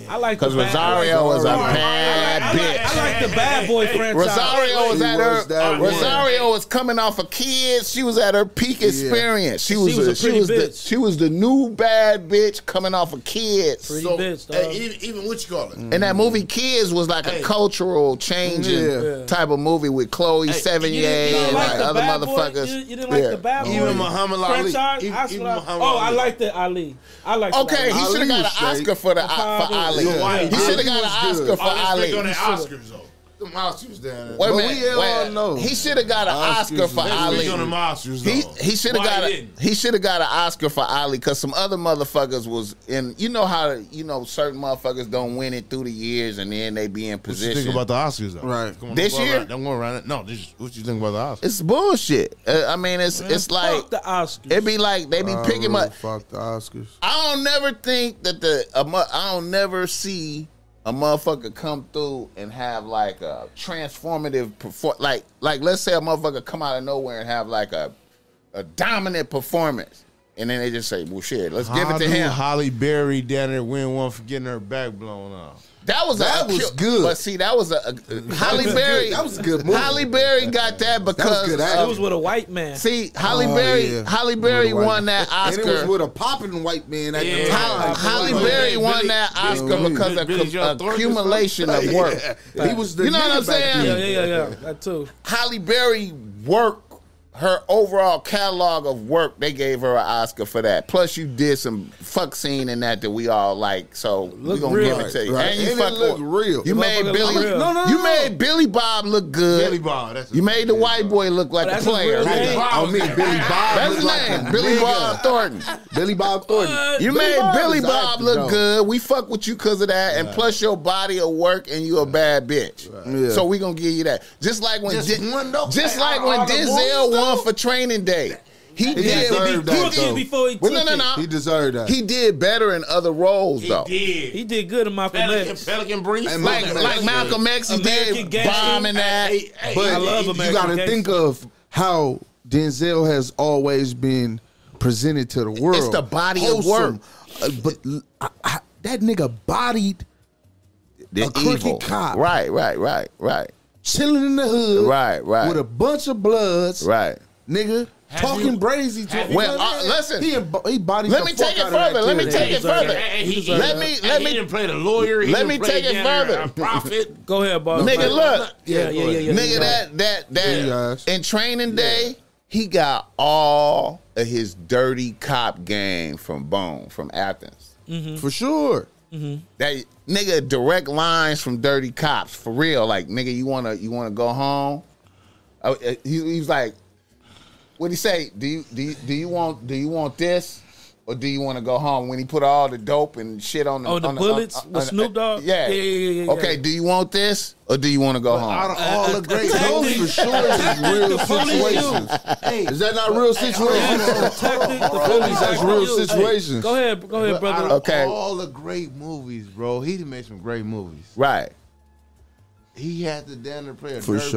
B: I like
A: because
B: the bad-
A: Rosario was a
B: I like-
A: bad
B: I like,
A: bitch.
B: I like the bad boy franchise.
A: Rosario was
C: She
A: at
C: was
A: her.
C: that
A: Rosario was coming off of kids. She was at her peak experience. She was.
B: was a
A: she
B: pretty
A: was the.
B: bitch.
A: She was the new bad bitch coming off of kids.
B: Pretty
D: So,
B: bitch, dog.
D: hey, even, even what you call it?
A: And that movie Kids was like a
D: Hey.
A: cultural changing
C: Yeah.
A: type of movie with Chloe
B: You didn't- you
A: Sevigny
B: didn't
A: and
B: like
A: like
B: the
A: other
B: bad boy-
A: motherfuckers.
B: You, you didn't like
A: Yeah.
B: the bad boy.
D: Even Muhammad Ali.
B: franchise.
D: Even-
B: I swear
D: even
B: I-
D: Muhammad
B: oh, I
D: Ali.
B: like the Ali. I like.
A: Okay, he
C: Ali
A: should have got an
C: was straight.
A: Oscar for the
B: Muhammad
A: for Ali.
B: Ali.
D: Yeah. Yeah.
A: He should have
D: Ali
A: got an
C: was good.
A: Oscar for
D: Oh, let's
A: Ali.
D: pick on the Oscars though. The Oscars down
A: Wait a
D: there.
C: But
A: minute.
C: we all
A: wait.
C: know.
A: He should have got an
C: Oscars
A: Oscar for
C: is-
D: Let's
A: Ali.
D: pick on the Oscars though.
A: He he should have
D: Why
A: got
D: he
A: a,
D: didn't?
A: he should have got an Oscar for Ali because some other motherfuckers was in you know how you know certain motherfuckers don't win it through the years and then they be in
D: What you think
A: position.
D: about the Oscars though?
C: Right.
D: Come on,
A: This
D: don't go
A: year?
D: around- don't go around it. No, this, what you think about the Oscars?
A: it's bullshit. Uh, I mean, it's it's like
B: fuck the Oscars.
A: it be like they be
C: I
A: picking
C: really
A: up.
D: Oh.
C: Fuck the Oscars.
A: I don't never think that the a mu- I don't never see a motherfucker come through and have like a transformative perform like like let's say a motherfucker come out of nowhere and have like a a dominant performance and then they just say well shit let's give it to him
D: Holly Berry down there win one for getting her back blown off.
A: That was
C: That
A: a,
C: was good.
A: But see, that was a, a Holly
C: was
A: Berry.
C: good. That was a good movie.
A: Holly Berry got that because
C: good
A: of-
C: acting.
B: It was with a white man.
A: see Holly
C: Oh,
A: Berry.
C: yeah.
A: Holly Berry
C: With a
A: won that
C: [laughs] And it was
A: Oscar.
C: with a popping white man at the
D: Yeah.
C: time.
A: Holly,
C: Like,
A: Holly
D: Billy-
A: Berry
D: Billy-
A: won that
D: Billy-
A: Oscar
C: Billy-
A: because of
D: Billy Joe Thornton or
A: accumulation of work.
C: [laughs] Yeah. He was the
A: You know what
C: nigga
A: I'm
C: back
A: saying?
C: then.
B: yeah, yeah, yeah, yeah. That too.
A: Holly Berry work her overall catalog of work. They gave her an Oscar for that. Plus, you did some fuck scene in that that we all like. So we
B: Look
A: gonna
B: real.
A: give it to you.
C: Right.
A: And you
C: And it
A: fuck
C: look real.
A: You
C: The
A: made
B: motherfucker
A: Billy.
B: look real.
A: No,
B: No,
A: no,
B: no,
A: You made Billy Bob look good.
D: Billy Bob. That's his
A: You made the
D: name.
A: white Oh, boy look like a
B: That's his
A: player.
B: real
A: Right.
B: name.
C: I mean, Billy Bob.
A: That's
C: looked
A: his
C: like
A: name,
C: a
A: Billy
C: nigga.
A: Bob Thornton.
C: Billy Bob Thornton.
A: You made
C: Uh, Bob
A: Billy
C: is
A: Bob
C: acting,
A: look
C: though.
A: good. We fuck with you because of that, and plus your body of work, and you a bad bitch.
C: Yeah.
A: So we gonna give you that. Just like when
D: Just
A: Di-
D: one, though?
A: just
D: Like,
A: like when
D: all the
A: Denzel
D: movies,
A: won
D: though?
A: for Training Day. He, did.
C: deserved
A: He,
C: that,
A: did-
C: though.
B: Before he
A: Well, no,
B: took
A: no,
B: it.
A: no.
C: He deserved that.
A: He did better in other roles though.
D: He did.
B: He did good in Malcolm
D: Pelican,
B: X.
D: Pelican Brief.
C: And
A: Like
C: Malcolm
A: like Malcolm X, he
B: American
A: did
B: Gangster.
A: bombing that.
D: Hey, hey,
C: But
B: I love
C: you
B: American
C: got to
B: Gangster.
C: think of how Denzel has always been presented to the world.
A: the body of work.
C: Uh, but l- I- I- that nigga bodied
A: The
C: a crooked cop.
A: Right, right, right, right,
C: chilling in the hood,
A: Right, right.
C: with a bunch of bloods,
A: right.
C: nigga,
D: Have
C: talking
D: you-
C: brazy to
D: have
C: him.
D: you-
A: Well, uh, listen.
C: he, embo- he bodied.
A: Let
C: the
A: me
C: fuck
A: take it
C: out of that
A: further. Let me
C: kid.
A: take it
B: deserved
A: further.
B: that.
D: Hey, he-
A: Let
D: he-
A: me-
D: hey,
A: let
D: he
A: me-
D: didn't play the lawyer. He
A: let
D: didn't
A: me
D: play
A: take it
D: down there
A: further.
D: A
A: [laughs]
D: prophet.
B: Go ahead, boss.
A: Nigga, look.
B: Yeah, yeah, yeah, yeah.
A: Nigga,
B: yeah.
A: that that that
C: Yeah, guys.
A: in training day, he got all of his dirty cop game from Bone from Athens.
C: for sure.
A: That nigga direct lines from dirty cops for real. Like nigga, you wanna you wanna go home? Oh, uh, He, he was like, what he say? Do you do you, do you want do you want this? Or do you want to go home when he put all the dope and shit on the
B: On Oh, the bullets with Snoop Dogg?
A: Yeah.
B: Yeah, yeah, yeah, yeah,
A: Okay,
B: yeah.
A: do you want this or do you want to go home?
C: Out of all the great, those for sure is real
B: The police
C: situations. Is that not real situations?
B: Tactic, the
C: Phillies, that's
B: tactic
C: real
B: you- hey,
C: situations.
B: Go ahead, go ahead,
D: Out of
B: brother.
A: Okay.
D: all the great movies, bro, he done made some great movies.
A: Right.
D: He had to down there play a
C: For
D: dirtbag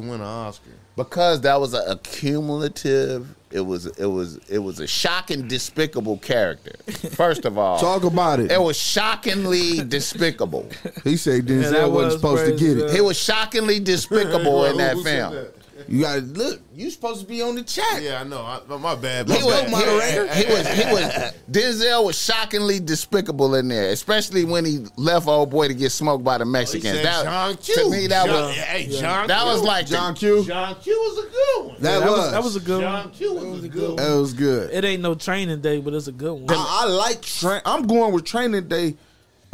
D: to win an Oscar.
A: because that was a, a cumulative it was it was it was a shocking despicable character first of all
C: [laughs] Talk about it.
A: it was shockingly despicable
C: He said Denzel
B: that
C: wasn't
B: was
C: supposed to
B: crazy,
C: get it.
A: he was shockingly despicable in that
D: Who said
A: film
D: that?
C: You gotta look. You supposed to be on the chat.
D: Yeah, I know. I, my bad.
A: he
D: my
A: was,
D: bad.
A: he, he was he was Denzel was shockingly despicable in there, especially when he left old boy to get smoked by the
D: He
A: Mexicans.
D: said
A: that
D: John Q.
A: to me that
D: John,
A: was
D: hey, John
A: that
D: Q.
A: was like the-
C: John Q.
D: John Q was a good one.
C: that,
B: That
C: was,
B: was that was a good
D: John
B: one.
D: Q was, a good one.
C: that was good.
B: It ain't no training day, but it's a good one.
C: I, I like train. I'm going with Training Day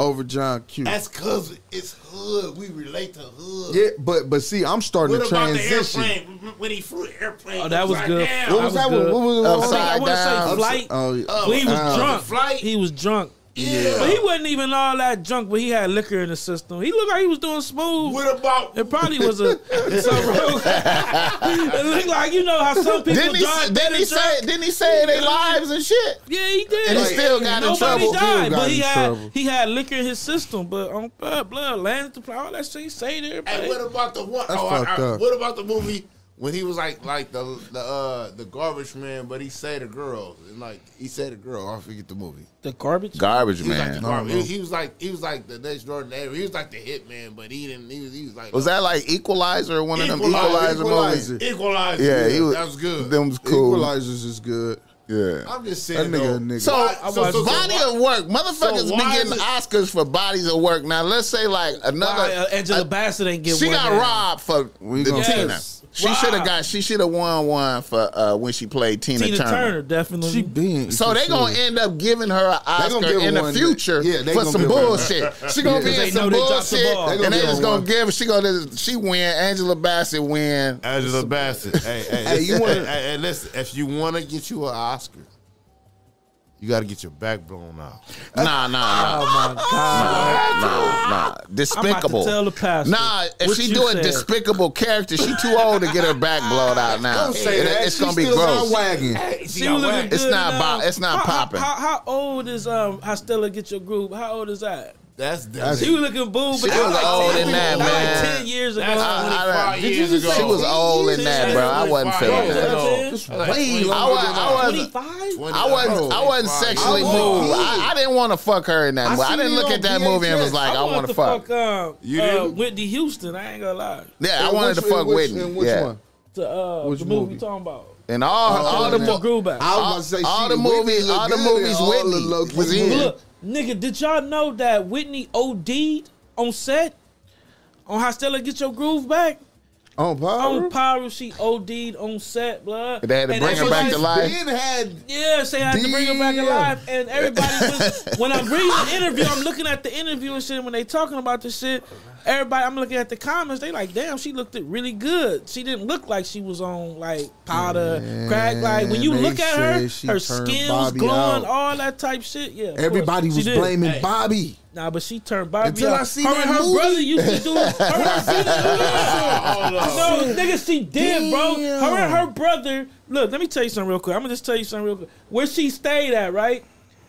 C: over John Q.
D: That's cause it's hood. We relate to hood.
C: yeah, but but see, I'm starting
D: What
C: to
D: about
C: transition.
D: the airplane when he flew the airplane?
B: Oh, that was
D: Like,
B: good.
D: damn.
C: What was that one?
B: good.
C: What was
A: Upside
C: what was
B: I
C: that?
B: want to
A: down.
B: say flight.
C: Oh, yeah.
B: but he was
C: Uh,
B: drunk.
D: flight?
B: He was drunk.
D: Yeah.
B: But he wasn't even all that drunk, but he had liquor in the system. He looked like he was doing smooth.
D: What about
B: It probably
A: [laughs]
B: was a. so, bro, it looked like you know how some people
A: didn't he,
B: drive.
A: didn't he
B: and drunk.
A: say didn't he say their lives and shit?
B: Yeah, he did.
A: And he still got in
B: Nobody
A: trouble.
B: died,
C: Still got
B: but he
C: in
B: had
C: trouble.
B: he had liquor in his system. But on blood, blood, lands the all that shit. He say to everybody.
D: Hey, what about the one?
C: That's
D: oh, I-
C: fucked
D: I-
C: up.
D: What about the movie when he was like, like the the uh, the garbage man, but he say the girl, and like he said the girl. I forget the movie.
B: the garbage.
A: Garbage
D: He was like the
A: man.
D: garbage. He, he was like he was like the next door neighbor. He was like the hit man, but he didn't. He was, he was like
A: Was that like Equalizer or one of them
D: Equalizer,
A: Equalizer movies?
C: Equalizer.
D: Equalizer.
A: Yeah, he was.
D: that was good.
A: Them was cool.
C: Equalizers is good.
A: Yeah.
D: I'm just
C: That
D: saying.
C: nigga, a
D: though,
C: nigga.
A: So,
D: Why- so- so- so
A: body
D: why-
A: of work, motherfuckers be
D: so why
A: getting
D: is it-
A: Oscars for bodies of work. Now let's say like
B: Why, uh,
A: another.
B: Angela
A: uh,
B: Bassett ain't get
A: she
B: one.
A: got
B: now.
A: robbed for
C: We
A: the
C: gonna-
A: Tina.
B: Yes.
A: She should have
B: Robbed.
A: got. She should have won one for uh, when she played Tina,
B: Tina
A: Turner.
B: Turner, definitely.
C: she being
A: So they gonna end up giving her an
C: They gonna
A: Oscar
C: give her
A: in the
C: one that-
A: future
C: yeah, they
A: for
C: gonna
A: some
C: give her-
A: bullshit. She gonna
C: Yeah.
A: be
B: They
A: in some
B: know they dropped the
A: bullshit,
B: ball. They
A: and
C: gonna
A: they
C: give
A: just
C: her
A: gonna
C: one.
A: give. She gonna she win. Angela Bassett
C: [laughs]
A: win.
D: Angela Bassett. Hey, hey,
C: Hey, you
D: listen,
C: wanna-
D: hey, hey, listen, if you want to get you an Oscar, you got to get your back blown out.
A: Nah, nah, nah.
B: Oh my god!
A: Nah, nah. Despicable.
B: tell the pastor
A: Nah, if
B: what
A: she
B: you
A: do a
B: said.
A: despicable character, she too old to get her back blowed out now.
C: Don't say
A: It-
C: that.
A: It's
C: She
A: gonna be
C: still
A: gross.
C: Not wagging.
B: She was looking
A: It's
B: good
A: not
B: now.
A: bo- it's not
B: How- how-
A: popping.
B: How, how old is um? How Stella get your groove? How old is that?
D: That's that's
B: She was looking boo, but
A: She was
B: like
A: old
B: 10
A: in that,
B: like
A: man.
B: ten years ago.
D: That's
A: I- I-
D: 25
A: did
B: you
D: years
B: just
D: ago.
B: say
A: She was old in that, bro. I wasn't feeling that.
B: That's
D: Like,
A: Way-
D: 20
A: I wa- I wa-
B: Twenty five.
A: I wasn't. I wasn't
D: 25.
A: sexually
B: I was.
A: moved. I, I didn't want to fuck her in that. movie. I
B: seen
A: didn't
B: it
A: look
B: on
A: at that movie and was
B: VHS.
A: like, I,
B: wanted
A: want
B: to
A: to fuck.
B: um,
D: You
B: uh,
D: didn't?
B: Whitney Houston. I ain't gonna lie.
A: Yeah, I
C: In
A: wanted
C: which-
A: to fuck
C: in which-
A: Whitney.
C: in which
A: yeah,
C: one?
B: To uh,
C: Which
B: the movie,
C: movie?
B: we talking about?
A: and all all the
B: All the
A: mo-
B: Gruber.
C: I
A: All-
C: was about to say,
A: all
C: she-
A: the
C: Whitney
A: movies-
C: look
A: all the
C: good in
A: movies
C: all the
A: Whitney
C: low-key
A: was in.
C: movies.
B: Look, nigga, did y'all know that Whitney OD'd on set on How Stella Get Your Groove Back?
C: On power.
B: On Pyro, she OD'd on set, blood.
A: They had to
B: And
A: bring her back
B: everybody-
A: to life. [laughs]
C: Ben had
B: Yeah, say I had to bring her back
C: Damn.
B: alive. And everybody
C: [laughs]
B: was when I'm reading the interview, I'm looking at the interview and shit. and When they talking about this shit, everybody, I'm looking at the comments. They like, damn, she looked it really good. She didn't look like she was on like powder, crack. Like when you
C: Man,
B: look
C: they
B: at her,
C: said she
B: her
C: turned
B: skills
C: Bobby
B: glowing,
C: out.
B: all that type shit. Yeah, of course.
C: everybody
B: She
C: was
B: did.
C: blaming
B: Hey,
C: Bobby.
B: Nah, but she turned Bobby
C: Until
B: out.
C: I seen
B: her
C: that
B: and her
C: movie.
B: brother used to do
C: [laughs]
B: her and her brother. no, nigga, she did, bro. Her and her brother. Look, let me tell you something real quick. I'm gonna just tell you something real quick. Where she stayed at, right?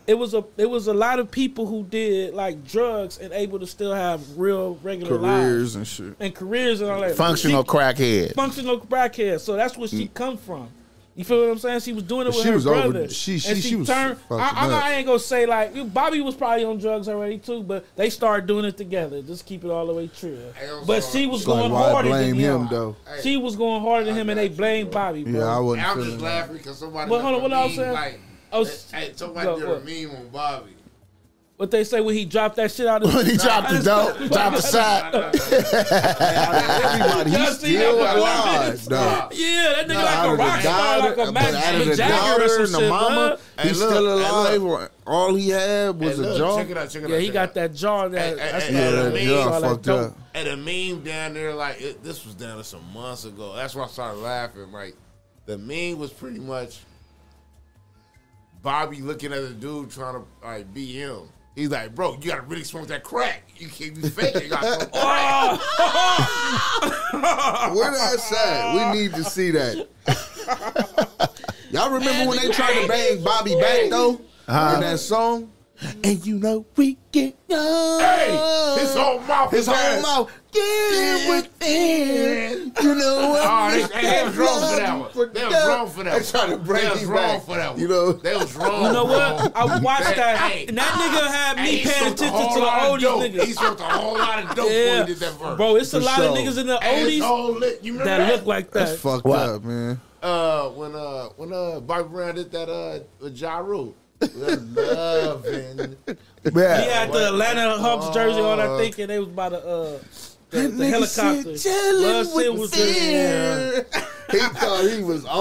B: It was a it was a lot of people who did like drugs and able to still have real regular lives
C: Careers and shit.
B: and careers and all that.
A: Functional
B: she,
A: crackhead.
B: functional crackhead. So that's where she come from. You feel what I'm saying? She was doing it with
C: she
B: her
C: was over-
B: brother.
C: she- she-
B: and
C: she was
B: I,
C: fucking
B: I,
C: up.
B: I ain't gonna say like Bobby was probably on drugs already too, but they started doing it together. Just keep it all the way true.
D: I'm
B: But
D: sorry.
B: she was
C: It's like
B: going
C: why
B: harder
C: blame
B: than
C: him
B: him.
C: though?
B: She was going harder than him, and they blamed Bobby. Bro.
C: Yeah, I wasn't
D: I'm
C: feeling
D: just
C: that.
D: laughing because somebody.
B: Well, hold on,
D: left a
B: what I was
D: meme,
B: saying?
D: Like,
B: I was-
D: hey, somebody
B: Look,
D: did
B: what?
D: a meme on [laughs] Bobby.
B: But they say when he dropped that shit out of
A: When he dropped the dope, dropped the
D: Nah,
A: shot.
D: nah, nah,
C: Everybody,
B: Y'all
C: he
B: seen
C: still
B: that?
C: alive. though.
D: nah.
B: Yeah, that nigga
C: out
B: like a
C: of the
B: rock star,
C: daughter,
B: like a
C: but out of
B: Mac
C: the
B: Jagger
C: daughter
B: or
C: and
B: some
C: the
B: shit.
C: mama,
B: bruh.
D: Hey,
C: he's
D: look,
C: still
D: hey,
C: alive. All he had
D: Hey,
C: was a
D: look,
C: jaw.
D: Check it out. Check it out.
B: Yeah, he
D: check it
B: got
D: out.
B: that jaw. in That
D: Hey, hey,
B: that's
D: hey,
C: Yeah,
B: what
D: that
B: it
C: that
B: is,
D: jaw
B: all
C: jaw
B: that
C: fucked
B: dope.
C: up.
D: And a meme down there, like it, this was down there some months ago. That's why I started laughing. Like the meme was pretty much Bobby looking at the dude trying to like be him. He's like, bro, you gotta really smoke that crack. You can't be faking. You gotta
C: [laughs]
D: smoke crack.
C: Where that's at? We need to see that. Y'all remember when they tried to bang Bobby back though in that song? And you know we get young.
D: Hey, his whole mouth.
C: His
D: is
C: whole
D: ass.
C: mouth. Get within. You know what?
D: Oh, they, hey, they was wrong for that one. They was wrong
C: [laughs]
D: for that one.
C: They tried to break
D: They was
C: him
D: wrong
C: back.
D: for that one.
C: You know?
D: they was wrong.
B: You know what? I watched that,
D: Hey,
B: and that nigga had
D: Hey,
B: me
D: he
B: paying
D: smoked a
B: attention
D: whole
B: to the
D: lot of dope.
B: oldies
D: He
B: niggas.
D: smoked a whole lot of dope when he did that
B: Yeah,
D: verse.
B: bro, it's a
C: For
B: lot of
C: sure.
B: niggas in the
D: Hey, it's
B: oldies
D: all lit. You remember
B: that look like
C: That's
B: that.
C: fucked
A: What?
C: up, man.
D: uh, when uh when uh Bobby Brown did that uh with Ja Rule.
B: [laughs]
D: Loving.
B: He
A: Yeah.
B: had the Atlanta Hawks jersey on,
C: Uh,
B: I think, and they was by the uh, the, the helicopter. Blood shit was in-
C: He thought he was
B: Look, I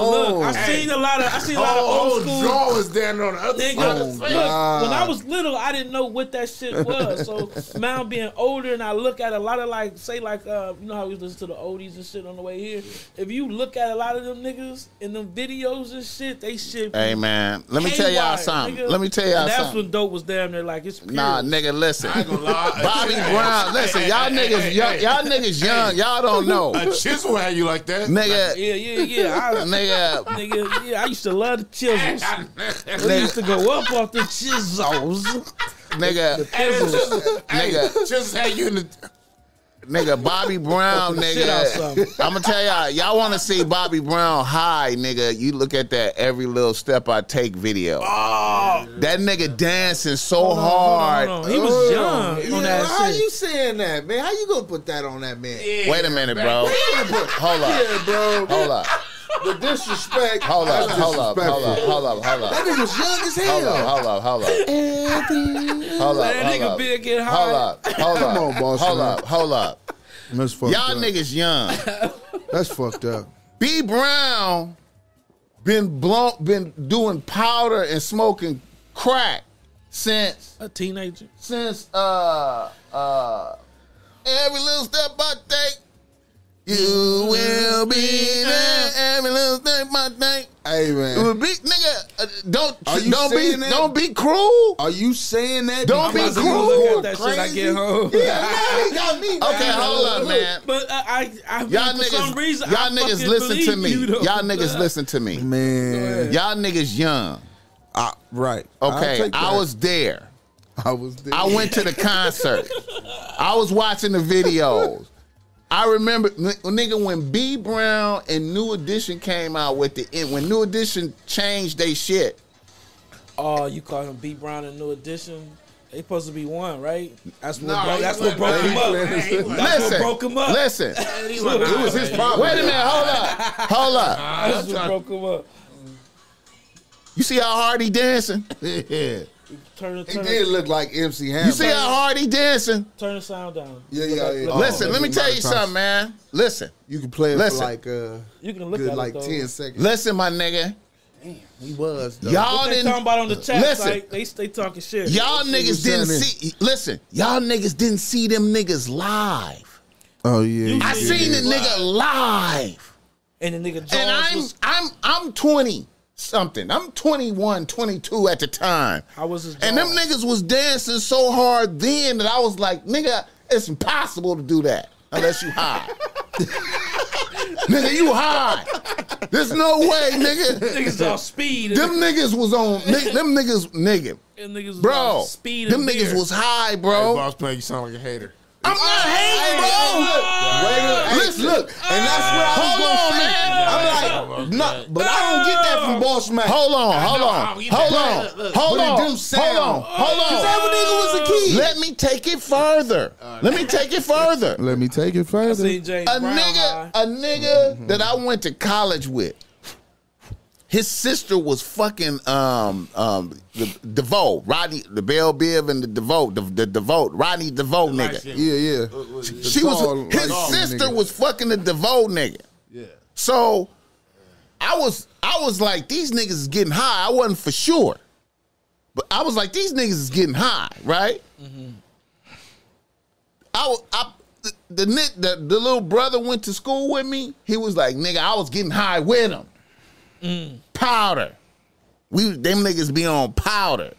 C: on.
B: seen a lot of I seen a lot of
D: Oh,
B: old
D: old
B: school
D: Jaw was down there on the other
B: Nigga,
D: side Oh,
B: look,
A: Oh,
D: of the face.
B: when I was little, I didn't know what that shit
A: [laughs]
B: was. So now being older, and I look at a lot of like, say like, uh, you know how we listen to the oldies and shit on the way here. If you look at a lot of them niggas in them videos and shit, they shit.
A: Hey man, let me tell y'all
B: haywire,
A: something.
B: nigga.
A: Let me tell y'all
B: And that's
A: something.
B: when dope was damn near like it's pure.
A: Nah, nigga, listen.
D: I ain't gonna lie.
A: [laughs] Bobby
D: Hey,
A: Brown,
D: hey,
A: listen,
D: hey,
A: y'all
D: hey,
A: niggas,
D: hey,
A: young,
D: hey,
A: y'all niggas young, y'all don't know,
D: A chisel had you like that. [laughs]
A: nigga,
B: Yeah, yeah, yeah.
A: [laughs]
B: I,
A: nigga.
B: nigga, yeah, I used to love the chisels. They used to go up off the chisels.
A: Nigga, nigga,
D: Just had you in the.
A: nigga,
B: [laughs]
A: Bobby Brown,
B: Shit out something.
A: nigga. I'm gonna tell y'all, y'all want to see Bobby Brown high, nigga? You look at that every little step I take video. that nigga dancing so hard.
B: Oh. Hold on, hold on. He was young on that
C: Oh. how
B: shit.
C: you saying that, man? How you gonna put that on that man?
A: Wait a minute, bro. Hold up,
C: Yeah, bro.
A: hold up,
C: The disrespect.
A: hold up,
C: That's
A: hold up, hold up,
C: disrespectful.
A: hold up, hold up.
C: That nigga was young as
A: Hold up,
C: hell.
A: hold up, hold up. Hold up,
B: that
A: hold
B: nigga
A: up.
B: big and high.
A: Hold up, hold up,
C: Come on, boss,
A: hold
C: man.
A: up, hold up.
C: That's fucked
A: Y'all niggas young.
C: That's fucked up.
A: B Brown been blown, been doing powder and smoking crack since
B: A teenager.
A: since uh uh every little step I take. You will be there every little step I take.
C: Hey
A: It
C: man,
A: would be, nigga, uh, don't
C: Are you
A: don't be
C: saying that?
A: don't be cruel.
C: are you saying that?
A: Don't be
C: because he was
A: cruel.
B: Look
C: going
B: at that shit. I
C: crazy?
B: get home.
C: Yeah, man, he got
A: [laughs]
C: me.
A: Okay,
C: man.
A: hold up, man.
B: But uh, I, I mean,
A: Y'all
B: for some
A: niggas,
B: reason, I
A: y'all niggas
B: fucking
A: listen to
B: believe
A: me.
B: you, though.
A: Y'all niggas listen to me.
C: Man,
A: Y'all niggas young.
C: I- right? I'll
A: Okay,
C: take
A: I
C: that.
A: was there.
C: I was there.
A: I
C: [laughs]
A: went to the concert. I was watching the videos. I remember, n- nigga, when B Brown and New Edition came out with the end, when New Edition changed they shit.
B: Oh, you call him B Brown and New Edition? They supposed to be one, right? That's what
D: Nah,
B: broke,
D: he
B: that's what
D: wasn't
B: broke him
D: right.
B: up.
D: He wasn't.
B: That's
A: listen,
B: what broke him up.
A: listen.
D: He wasn't right.
E: It was his problem.
A: Wait a minute, hold up, hold up.
B: That's what broke him up.
A: You see how hard he dancing?
D: yeah.
B: Turn the
C: He
B: turn,
C: did look like MC Hammer.
A: You see how hard he dancing?
B: turn the sound down.
C: Yeah, yeah, yeah.
A: Listen,
C: Oh,
A: let me
C: that's
A: tell you
C: another time.
A: something, man. Listen,
C: You can play it
A: Listen.
C: for like uh,
B: You can look
C: good
B: at
C: like
B: it though.
C: ten seconds.
A: listen, my nigga.
C: He was though.
A: Y'all
B: What they
A: didn't.
B: talking about on the chat?
A: Listen.
B: like, they they talking shit.
A: Y'all
C: was
A: niggas didn't
C: saying
A: see. Listen, y'all niggas didn't see them niggas live.
C: Oh yeah.
B: You
A: I
B: Yeah,
A: seen the nigga live,
B: And the nigga Jones
A: and I'm
B: was,
A: I'm I'm twenty something. I'm 21, 22 at the time,
B: how was his
A: and them
B: jaws?
A: niggas was dancing so hard then that I was like, nigga, it's impossible to do that unless you high. [laughs] nigga, you high. There's no way, nigga.
B: niggas all speed.
A: Them niggas was on. ni- Them niggas, nigga,
B: and niggas was
A: bro.
B: all speed.
A: Them
B: and
A: niggas
B: beer.
A: was high,
D: Hey,
A: bro.
D: boss play, you sound like a hater.
A: I'm not hating, bro.
C: Hey,
A: Listen, look,
C: And that's where I was
A: Hold
C: gonna
A: on,
C: say.
A: man.
C: I'm like, no, but I don't get that from Boss Mac.
A: hold on, hold on,
D: I don't get
A: hold
D: that.
A: on,
D: Look, look.
A: hold
C: But it
A: on,
C: do sound.
A: hold on, hold
C: That
A: on.
C: nigga was a kid.
A: Let me take it further. Let me take it
C: [laughs]
A: further.
C: Let me take it
B: I
C: further.
B: seen James
A: A
B: Brown
A: nigga,
B: high.
A: a
C: Mm-hmm.
A: nigga that I went to college with. His sister was fucking um um the DeVoe, Rodney the Bell Biv and the DeVoe, the, the DeVoe, Rodney DeVoe
D: Like
A: nigga.
D: shit.
C: Yeah, yeah.
A: She was
C: Tall,
A: his
C: light skinned
A: sister
C: nigga.
A: was fucking the DeVoe nigga.
D: Yeah.
A: So I was I was like, these niggas is getting high. I wasn't for sure. But I was like, these niggas is getting high, right? Mm-hmm. I, wa- I the, the ni- the the little brother went to school with me. He was like, nigga, I was getting high with him. Powder. We them niggas be on powder.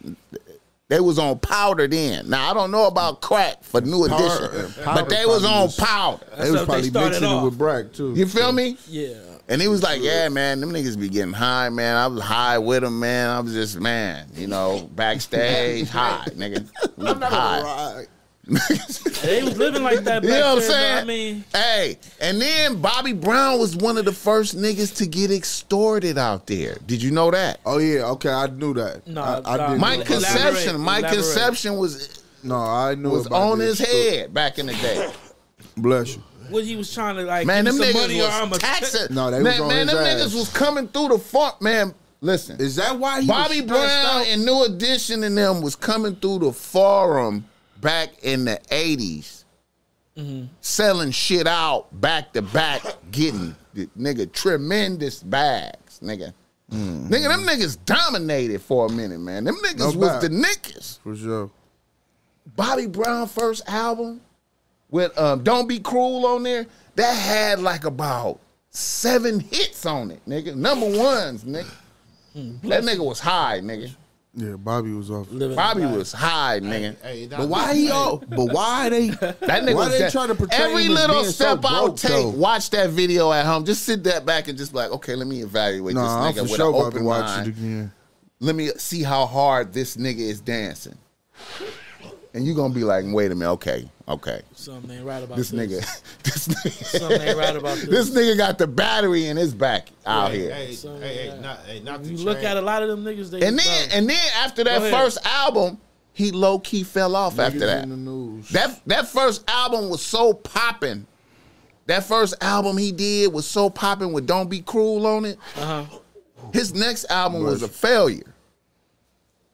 A: They was on powder then. Now I don't know about crack for new
C: Powder- uh,
A: edition,
C: powder
A: but they was
C: probably
A: on
C: was-
A: powder.
C: They
B: how
C: was
B: they
C: probably
B: started
C: mixing
B: off.
C: it with Brack too.
A: You feel me?
B: Yeah.
A: And he was like, "Yeah, man, them niggas be getting high, man. I was high with him, man. I was just, man, you know,
C: [laughs]
A: backstage high, nigga. We high. [laughs]
C: Right.
B: They was living like that.
A: You
B: Back
A: know what I'm
B: then, though.
A: saying?
B: I mean,
A: hey, and then Bobby Brown was one of the first niggas to get extorted out there. Did you know that?
C: Oh yeah, okay, I knew that.
B: No,
C: I, I
B: no.
C: didn't
A: My
C: know about
B: Conception.
C: that.
A: conception, my
B: Elaborate.
A: conception was
C: No, I knew
A: was
C: about
A: on
C: this.
A: his head back in the
B: [laughs]
A: day.
C: Bless you.
B: what he was trying to like.
A: Man,
B: give
A: them
B: me some
A: niggas
B: money or I'm a
A: was taxing.
C: No, they
A: man,
C: was on
A: man,
C: his
A: them
C: ass.
A: niggas was coming through the front, man. Listen,
C: Is that why he
A: Bobby
C: was stressed
A: Brown
C: out?
A: and New Edition and them was coming through the forum back in the 80s, selling shit out back to back, getting the nigga tremendous bags, nigga. Nigga, them niggas dominated for a minute, man. Them niggas
C: No
A: was
C: doubt.
A: the niggas.
C: for sure.
A: Bobby Brown first album with um, "Don't Be Cruel" on there that had like about seven hits on it, nigga. Number ones, nigga. That nigga was high, nigga.
C: Yeah, Bobby was off.
B: living
A: Bobby
B: life.
A: was high, nigga.
D: Hey, that-
C: But why he all? But why they?
A: [laughs] That nigga
C: why
A: was
C: they
A: that-
C: trying to portray
A: every
C: him as
A: little
C: being so
A: step I'll
C: broke,
A: take.
C: though?
A: Watch that video at home. Just sit that back and just like, okay, let me evaluate
C: Nah, I'm
A: this nigga
C: for
A: with
C: sure
A: an
C: about to
A: open
C: watch it
A: mind.
C: again.
A: Let me see how hard this nigga is dancing. And you gonna be like, wait a minute, okay, okay.
B: Something ain't right about
A: This
B: this,
A: nigga, [laughs] this
B: Something ain't
A: nigga,
B: right
A: [laughs]
B: about
A: this
B: this.
A: nigga got the battery in his back out
E: Hey,
A: here.
E: hey,
B: So,
E: hey,
B: yeah.
E: hey, not, hey, not
B: You
E: to
B: look
E: change.
B: at a lot of them niggas. They
A: And
B: was
A: then,
B: like,
A: and then after
B: Go
A: that
B: ahead.
A: first album, he low key fell off after
C: Niggas
A: that.
C: in the news.
A: That that first album was so popping. That first album he did was so popping with "Don't Be Cruel" on it.
B: uh-huh.
A: His next album was a failure.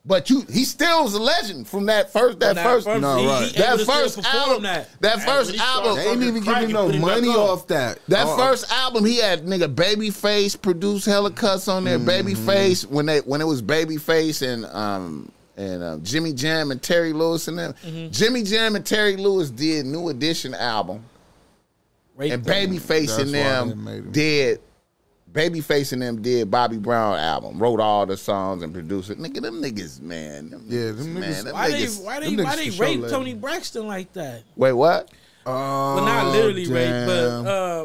A: But you, he still was a legend from that first. That
B: Now,
A: first.
C: No,
B: he-
C: right.
B: he
A: that
B: able to still
A: first
B: perform
A: album. That,
B: That.
A: first
D: when he started,
A: album.
C: They ain't even
D: Crack
C: giving
D: it,
C: no
D: put it back
C: money
D: on.
C: off that.
A: That
C: Uh,
A: first album, he had nigga Babyface produce hella cuts on
C: Mm-hmm.
A: there. Babyface when they when it was Babyface and um and um, Jimmy Jam and Terry Lewis and them.
B: Mm-hmm.
A: Jimmy Jam and Terry Lewis did New Edition album
B: Rape
A: and
B: them.
A: Babyface
C: That's
A: and
C: why they made
A: them
C: 'em.
A: did. Babyface and them did Bobby Brown album, wrote all the songs and produced it. Nigga, them niggas, man. Them
C: Yeah, them
A: man,
C: niggas-
A: them
B: Why they
A: niggas-
B: why they
C: them
B: why
C: niggas
B: they
C: for sure
B: rape
C: lazy.
B: Tony Braxton like that?
A: Wait, what?
C: Oh,
B: Well, not literally rape,
C: damn.
B: but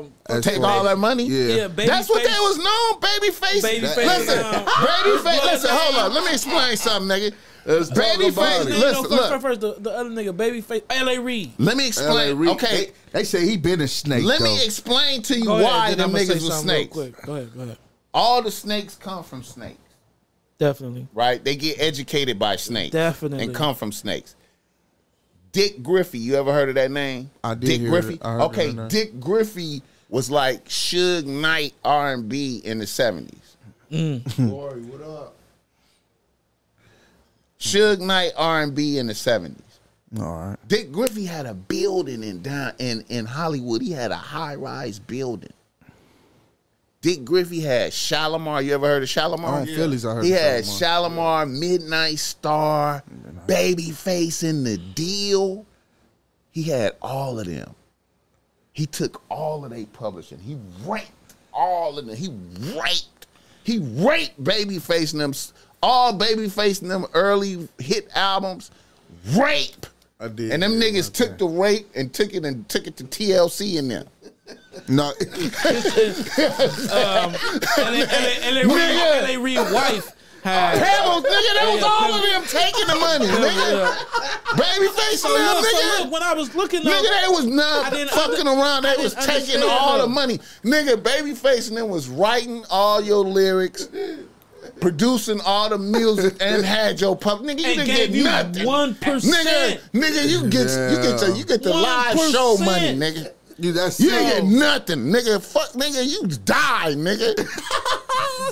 B: um,
C: That's
A: uh, Take
C: why-
A: all that money?
C: Yeah.
B: yeah, baby
A: That's what
B: face,
A: they was known, babyface.
B: Babyface,
A: Listen,
B: um,
A: babyface.
B: blood
A: Listen, hold
B: name.
A: on. Let me explain something, nigga. Let's talk
D: Babyface
A: about
D: did
A: it.
D: no
A: Listen,
B: first,
A: look.
B: first, the, the other nigga, Babyface, L.A. Reid.
A: Let me
C: LA
A: explain.
C: Reid,
A: okay,
C: They, they say he been a snake.
A: let
C: though.
A: me explain to you
B: Go ahead,
A: why
B: then
A: them
B: I'ma say
A: niggas was
B: something real
A: snakes.
B: quick. Go ahead, go ahead.
A: All the snakes come from snakes.
B: [laughs] Definitely.
A: right? They get educated by snakes.
B: Definitely.
A: And come from snakes. Dick Griffey, you ever heard of that name?
C: I did
A: Dick
C: hear-
A: Griffey.
C: I heard
A: okay,
C: of that.
A: Dick Griffey was like Suge Knight R and B in the seventies.
D: Corey, what up?
A: Suge Knight R and B in the seventies.
C: All right.
A: Dick Griffey had a building in down in, in Hollywood. He had a high rise building. Dick Griffey had Shalimar. You ever heard of Shalimar?
C: On Phillies, I heard
A: He
C: of
A: had Shalimar,
C: Shalimar.
A: Midnight Star, Babyface in the deal. He had all of them. He took all of their publishing. He raped all of them. He raped. He raped Babyface and them. All Babyface and them early hit albums. Rape.
C: I did.
A: And them
C: hear
A: niggas
C: about
A: took the rape and took it and took it to TLC in there.
C: that. No,
B: Um, L.A. Reid, L.A. Reid wife had. Oh,
A: Pebbles, nigga, that was
B: Yeah,
A: all of them taking the money, nigga. Babyface
B: So
A: and them,
B: look, Oh, so
A: nigga.
B: look, when I was looking up,
A: Nigga, they was not
B: didn't
A: fucking around. They was
B: didn't
A: taking
B: understand,
A: all the
B: though.
A: money. Nigga, Babyface and them was writing all your lyrics, producing all the [laughs] music, and had your pub. Nigga, you
B: and
A: didn't
B: gave
A: get
B: you
A: nothing.
B: one
A: Nigga,
B: percent.
A: nigga, you get you get the you get the live show
B: 1%.
A: money, nigga.
C: [laughs] you that's
A: You didn't
C: so-
A: get nothing, nigga. Fuck, nigga, you die,
B: [laughs]
A: nigga.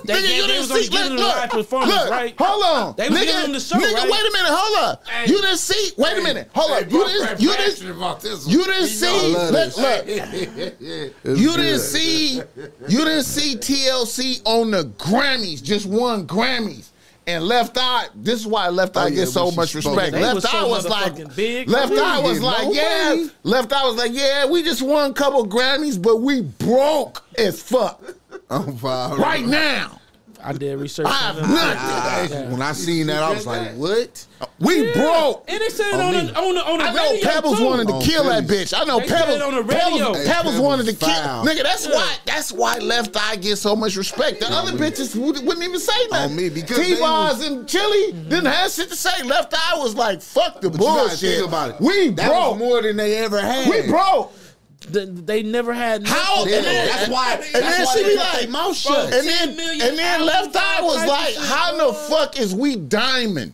B: They,
A: nigga,
B: they,
A: you
B: they
A: didn't
B: was only
A: see.
B: giving
A: Look,
B: them the live
A: look,
B: performance,
A: look,
B: right?
A: Hold on,
B: They was
A: nigga.
B: giving them the show,
A: nigga,
B: right?
A: wait a minute. Hold up.
B: Hey.
A: You didn't see. Wait a minute. Hold up. You didn't. You didn't.
D: About this one.
A: You didn't
C: I
A: see. Look,
C: love this.
A: look.
C: It's
A: You
C: good.
A: didn't see. You didn't see TLC on the Grammys. Just won Grammys. And Left Eye, this is why Left Eye
C: yeah,
A: gets so
C: we should
A: much
C: spoke
A: respect.
B: They
A: Left
B: was so
A: Eye was
B: motherfucking
A: like,
B: big.
A: Left
B: We
A: Eye was
C: didn't
A: like,
C: know
A: yeah.
C: money.
A: Left Eye was like, yeah. We just won a couple Grammys, but we broke as fuck
C: I'm fine.
A: right now.
B: I did research.
A: I have
B: on them.
A: nothing.
C: [laughs] When I seen that, I was like, "What?"
A: We broke.
B: And they said it on the on the on the
A: I know
B: radio
A: Pebbles
B: too.
A: wanted to
C: Oh,
A: kill that
C: Phillies.
A: bitch. I know
B: They said
A: Pebbles.
B: it on the radio.
A: Pebbles,
B: Hey,
A: Pebbles
C: Pebbles
A: wanted to
C: foul.
A: kill. Nigga, that's why. That's why Left Eye gets so much respect. The other bitches wou- wouldn't even say nothing.
C: me, because they
A: T-Bars and Chili didn't have shit to say. Left Eye was like, "Fuck the
C: But you gotta
A: bullshit."
C: think about it.
A: We
C: That
A: broke.
C: was more than they ever had.
A: we broke.
B: Th- They never had nothing.
A: How?
C: Yeah,
A: And then-
C: that's why.
A: And
C: That's
A: then
C: why
A: she
C: they
A: be
C: kept
A: like,
C: their mouth shut.
A: And
B: 10
A: then,
B: million
A: and then Left
B: albums,
A: Eye was
B: all
A: like,
B: types of shit.
A: how the fuck is we diamond?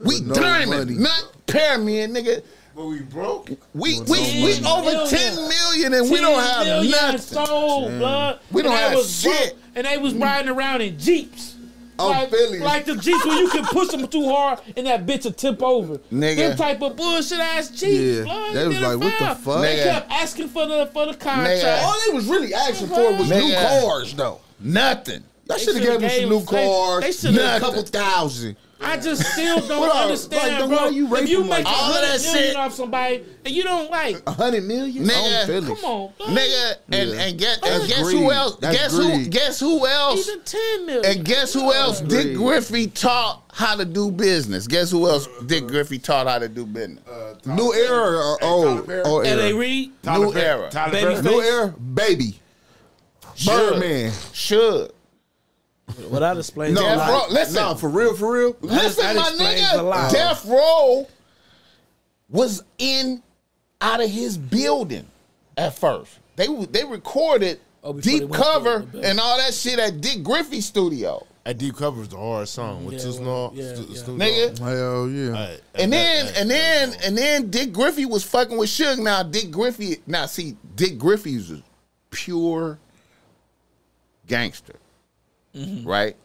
A: We
C: With no
A: diamond,
C: money.
A: not pyramid, nigga.
D: But we broke.
A: We we,
B: no
A: we
B: money.
A: over
B: Hell
A: ten
B: yeah.
A: million and we don't have nothing.
B: Soul, blood.
A: We don't
B: And they
A: have
B: was
A: shit.
B: broke, and they was riding around in jeeps.
C: Oh,
B: like,
C: Phillies.
B: like the jeeps where you can push them too hard and that bitch will tip over.
A: Nigga.
B: Them type of bullshit ass jeeps.
C: Yeah.
B: blood,
C: They
B: you
C: was
B: did a
C: like, what the
B: foul.
C: fuck?
B: They
A: Nigga.
B: kept asking for the for the contract.
A: Nigga.
C: All they was really asking for was new
A: Nigga.
C: cars, though.
A: Nothing.
C: Y'all
B: They
C: should have
B: shoulda
C: gave them some
B: gave-
C: new
B: they-
C: cars.
B: they shoulda-
C: a couple thousand.
B: I just still don't
C: What up? Like,
B: understand,
C: then
B: bro.
C: why you
B: if
C: raping
B: you
C: like
B: make
C: that? Oh,
A: All of that
B: a
A: shit-
B: million off somebody and you don't like,
C: A hundred million?
A: Nigga.
C: I'm finished.
B: come on, blood.
A: Nigga, and, and, get, and
C: That's
A: guess
C: greed.
A: who else?
C: That's
A: guess who
C: greed.
A: guess who else?
B: even ten million.
A: And guess who else Dick
C: greed.
A: Griffey taught how to do business? Guess who else Dick Griffey taught how to do business?
C: New era or old?
D: Tyler
C: Old
B: L.A.
C: era.
B: Reid,
A: New era.
D: Tyler
B: Baby
D: Perry.
B: Face.
C: New era, baby.
A: Should.
C: Birdman.
A: Should.
B: without explaining,
C: No,
A: Death
C: like,
A: Row. Listen.
C: no, for real, for real.
A: Listen,
B: that
A: my
B: explains a
A: nigga,
B: lot.
A: Death Row was in out of his building at first. They they recorded
B: Oh, before they
A: deep
B: went to
A: cover
B: the building.
A: and all that shit at Dick Griffey's studio.
F: That deep cover is the hard song with
B: Yeah,
F: two
B: well,
F: snor,
B: yeah,
F: stu-
B: yeah.
F: Snoop
A: Nigga.
F: Dogg.
C: Hell
D: Uh,
C: yeah.
F: Hey,
A: And
F: hey,
A: then
F: hey,
A: and then and then Dick Griffey was fucking with Suge. Now Dick Griffey now see Dick Griffey's a pure gangster.
B: Mm-hmm.
A: Right?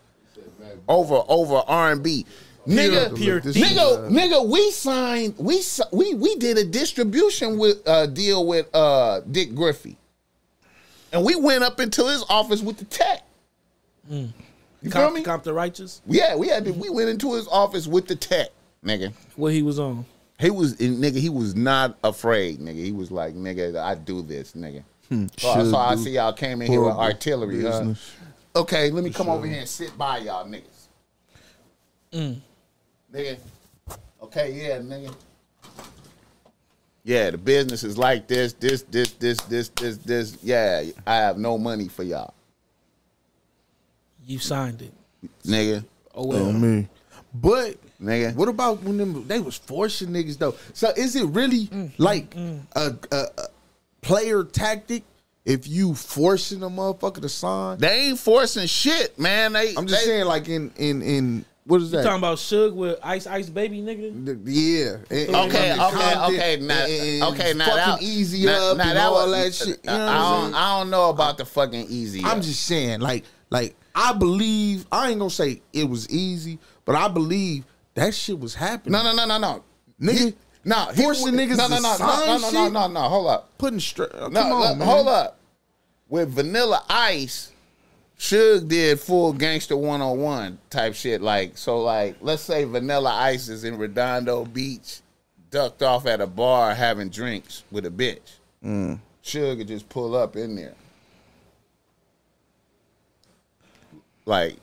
A: Over over R and B. Nigga,
C: Pure D.
A: nigga, nigga, we signed, we si- we we did a distribution with uh, deal with uh, Dick Griffey, and we went up into his office with the tech. You feel me?
B: Comp, Compton Righteous,
A: Yeah, we had to, we went into his office with the tech, nigga.
B: what he was on.
A: He was and nigga. He was not afraid, nigga. He was like, nigga, I do this, nigga. Oh,
C: Hmm, should
A: so I
C: do.
A: see y'all came in here with
C: Horrible
A: artillery. huh?
C: business.
A: Okay, let me come over here and sit by y'all niggas.
B: Mm.
A: Nigga. Okay, yeah, nigga. Yeah, the business is like this, this, this, this, this, this, this. Yeah, I have no money for y'all,
B: You signed it.
A: nigga.
B: Oh well.
C: On me. But
A: Nigga.
C: what about when them, they was forcing niggas though? So is it really like A, a, a player tactic if you forcing a motherfucker to sign?
A: They ain't forcing shit, man. They
C: I'm just
A: they-
C: saying, like in in in what is that?
B: Talking about Suge with Ice Ice Baby nigga.
C: The- Yeah. And- and
A: Okay,
C: fucking
A: okay,
C: Compton
A: okay, now,
C: and- and
A: okay, now
C: fucking
A: that,
C: easy
A: now-
C: up
A: now
C: and
A: that
C: all
A: was-
C: that shit. You know what
A: I
C: I'm
A: don't,
C: saying?
A: I don't know about the fucking easy.
C: I'm
A: up.
C: just saying, like, like I believe I ain't gonna say it was easy, but I believe that shit was happening.
A: no, no, no, no, no,
C: Nigga,
A: He- no, he
C: forcing
A: w-
C: niggas
A: No, no,
C: to
A: no,
C: sign
A: no, no, no,
C: shit?
A: no, no, no. Hold up,
C: putting straight. No,
A: no,
C: come on,
A: look,
C: man.
A: hold up. With Vanilla Ice, Suge did full gangster one on one type shit. Like so, like let's say Vanilla Ice is in Redondo Beach, ducked off at a bar having drinks with a bitch.
C: Mm.
A: Suge could just pull up in there. Like,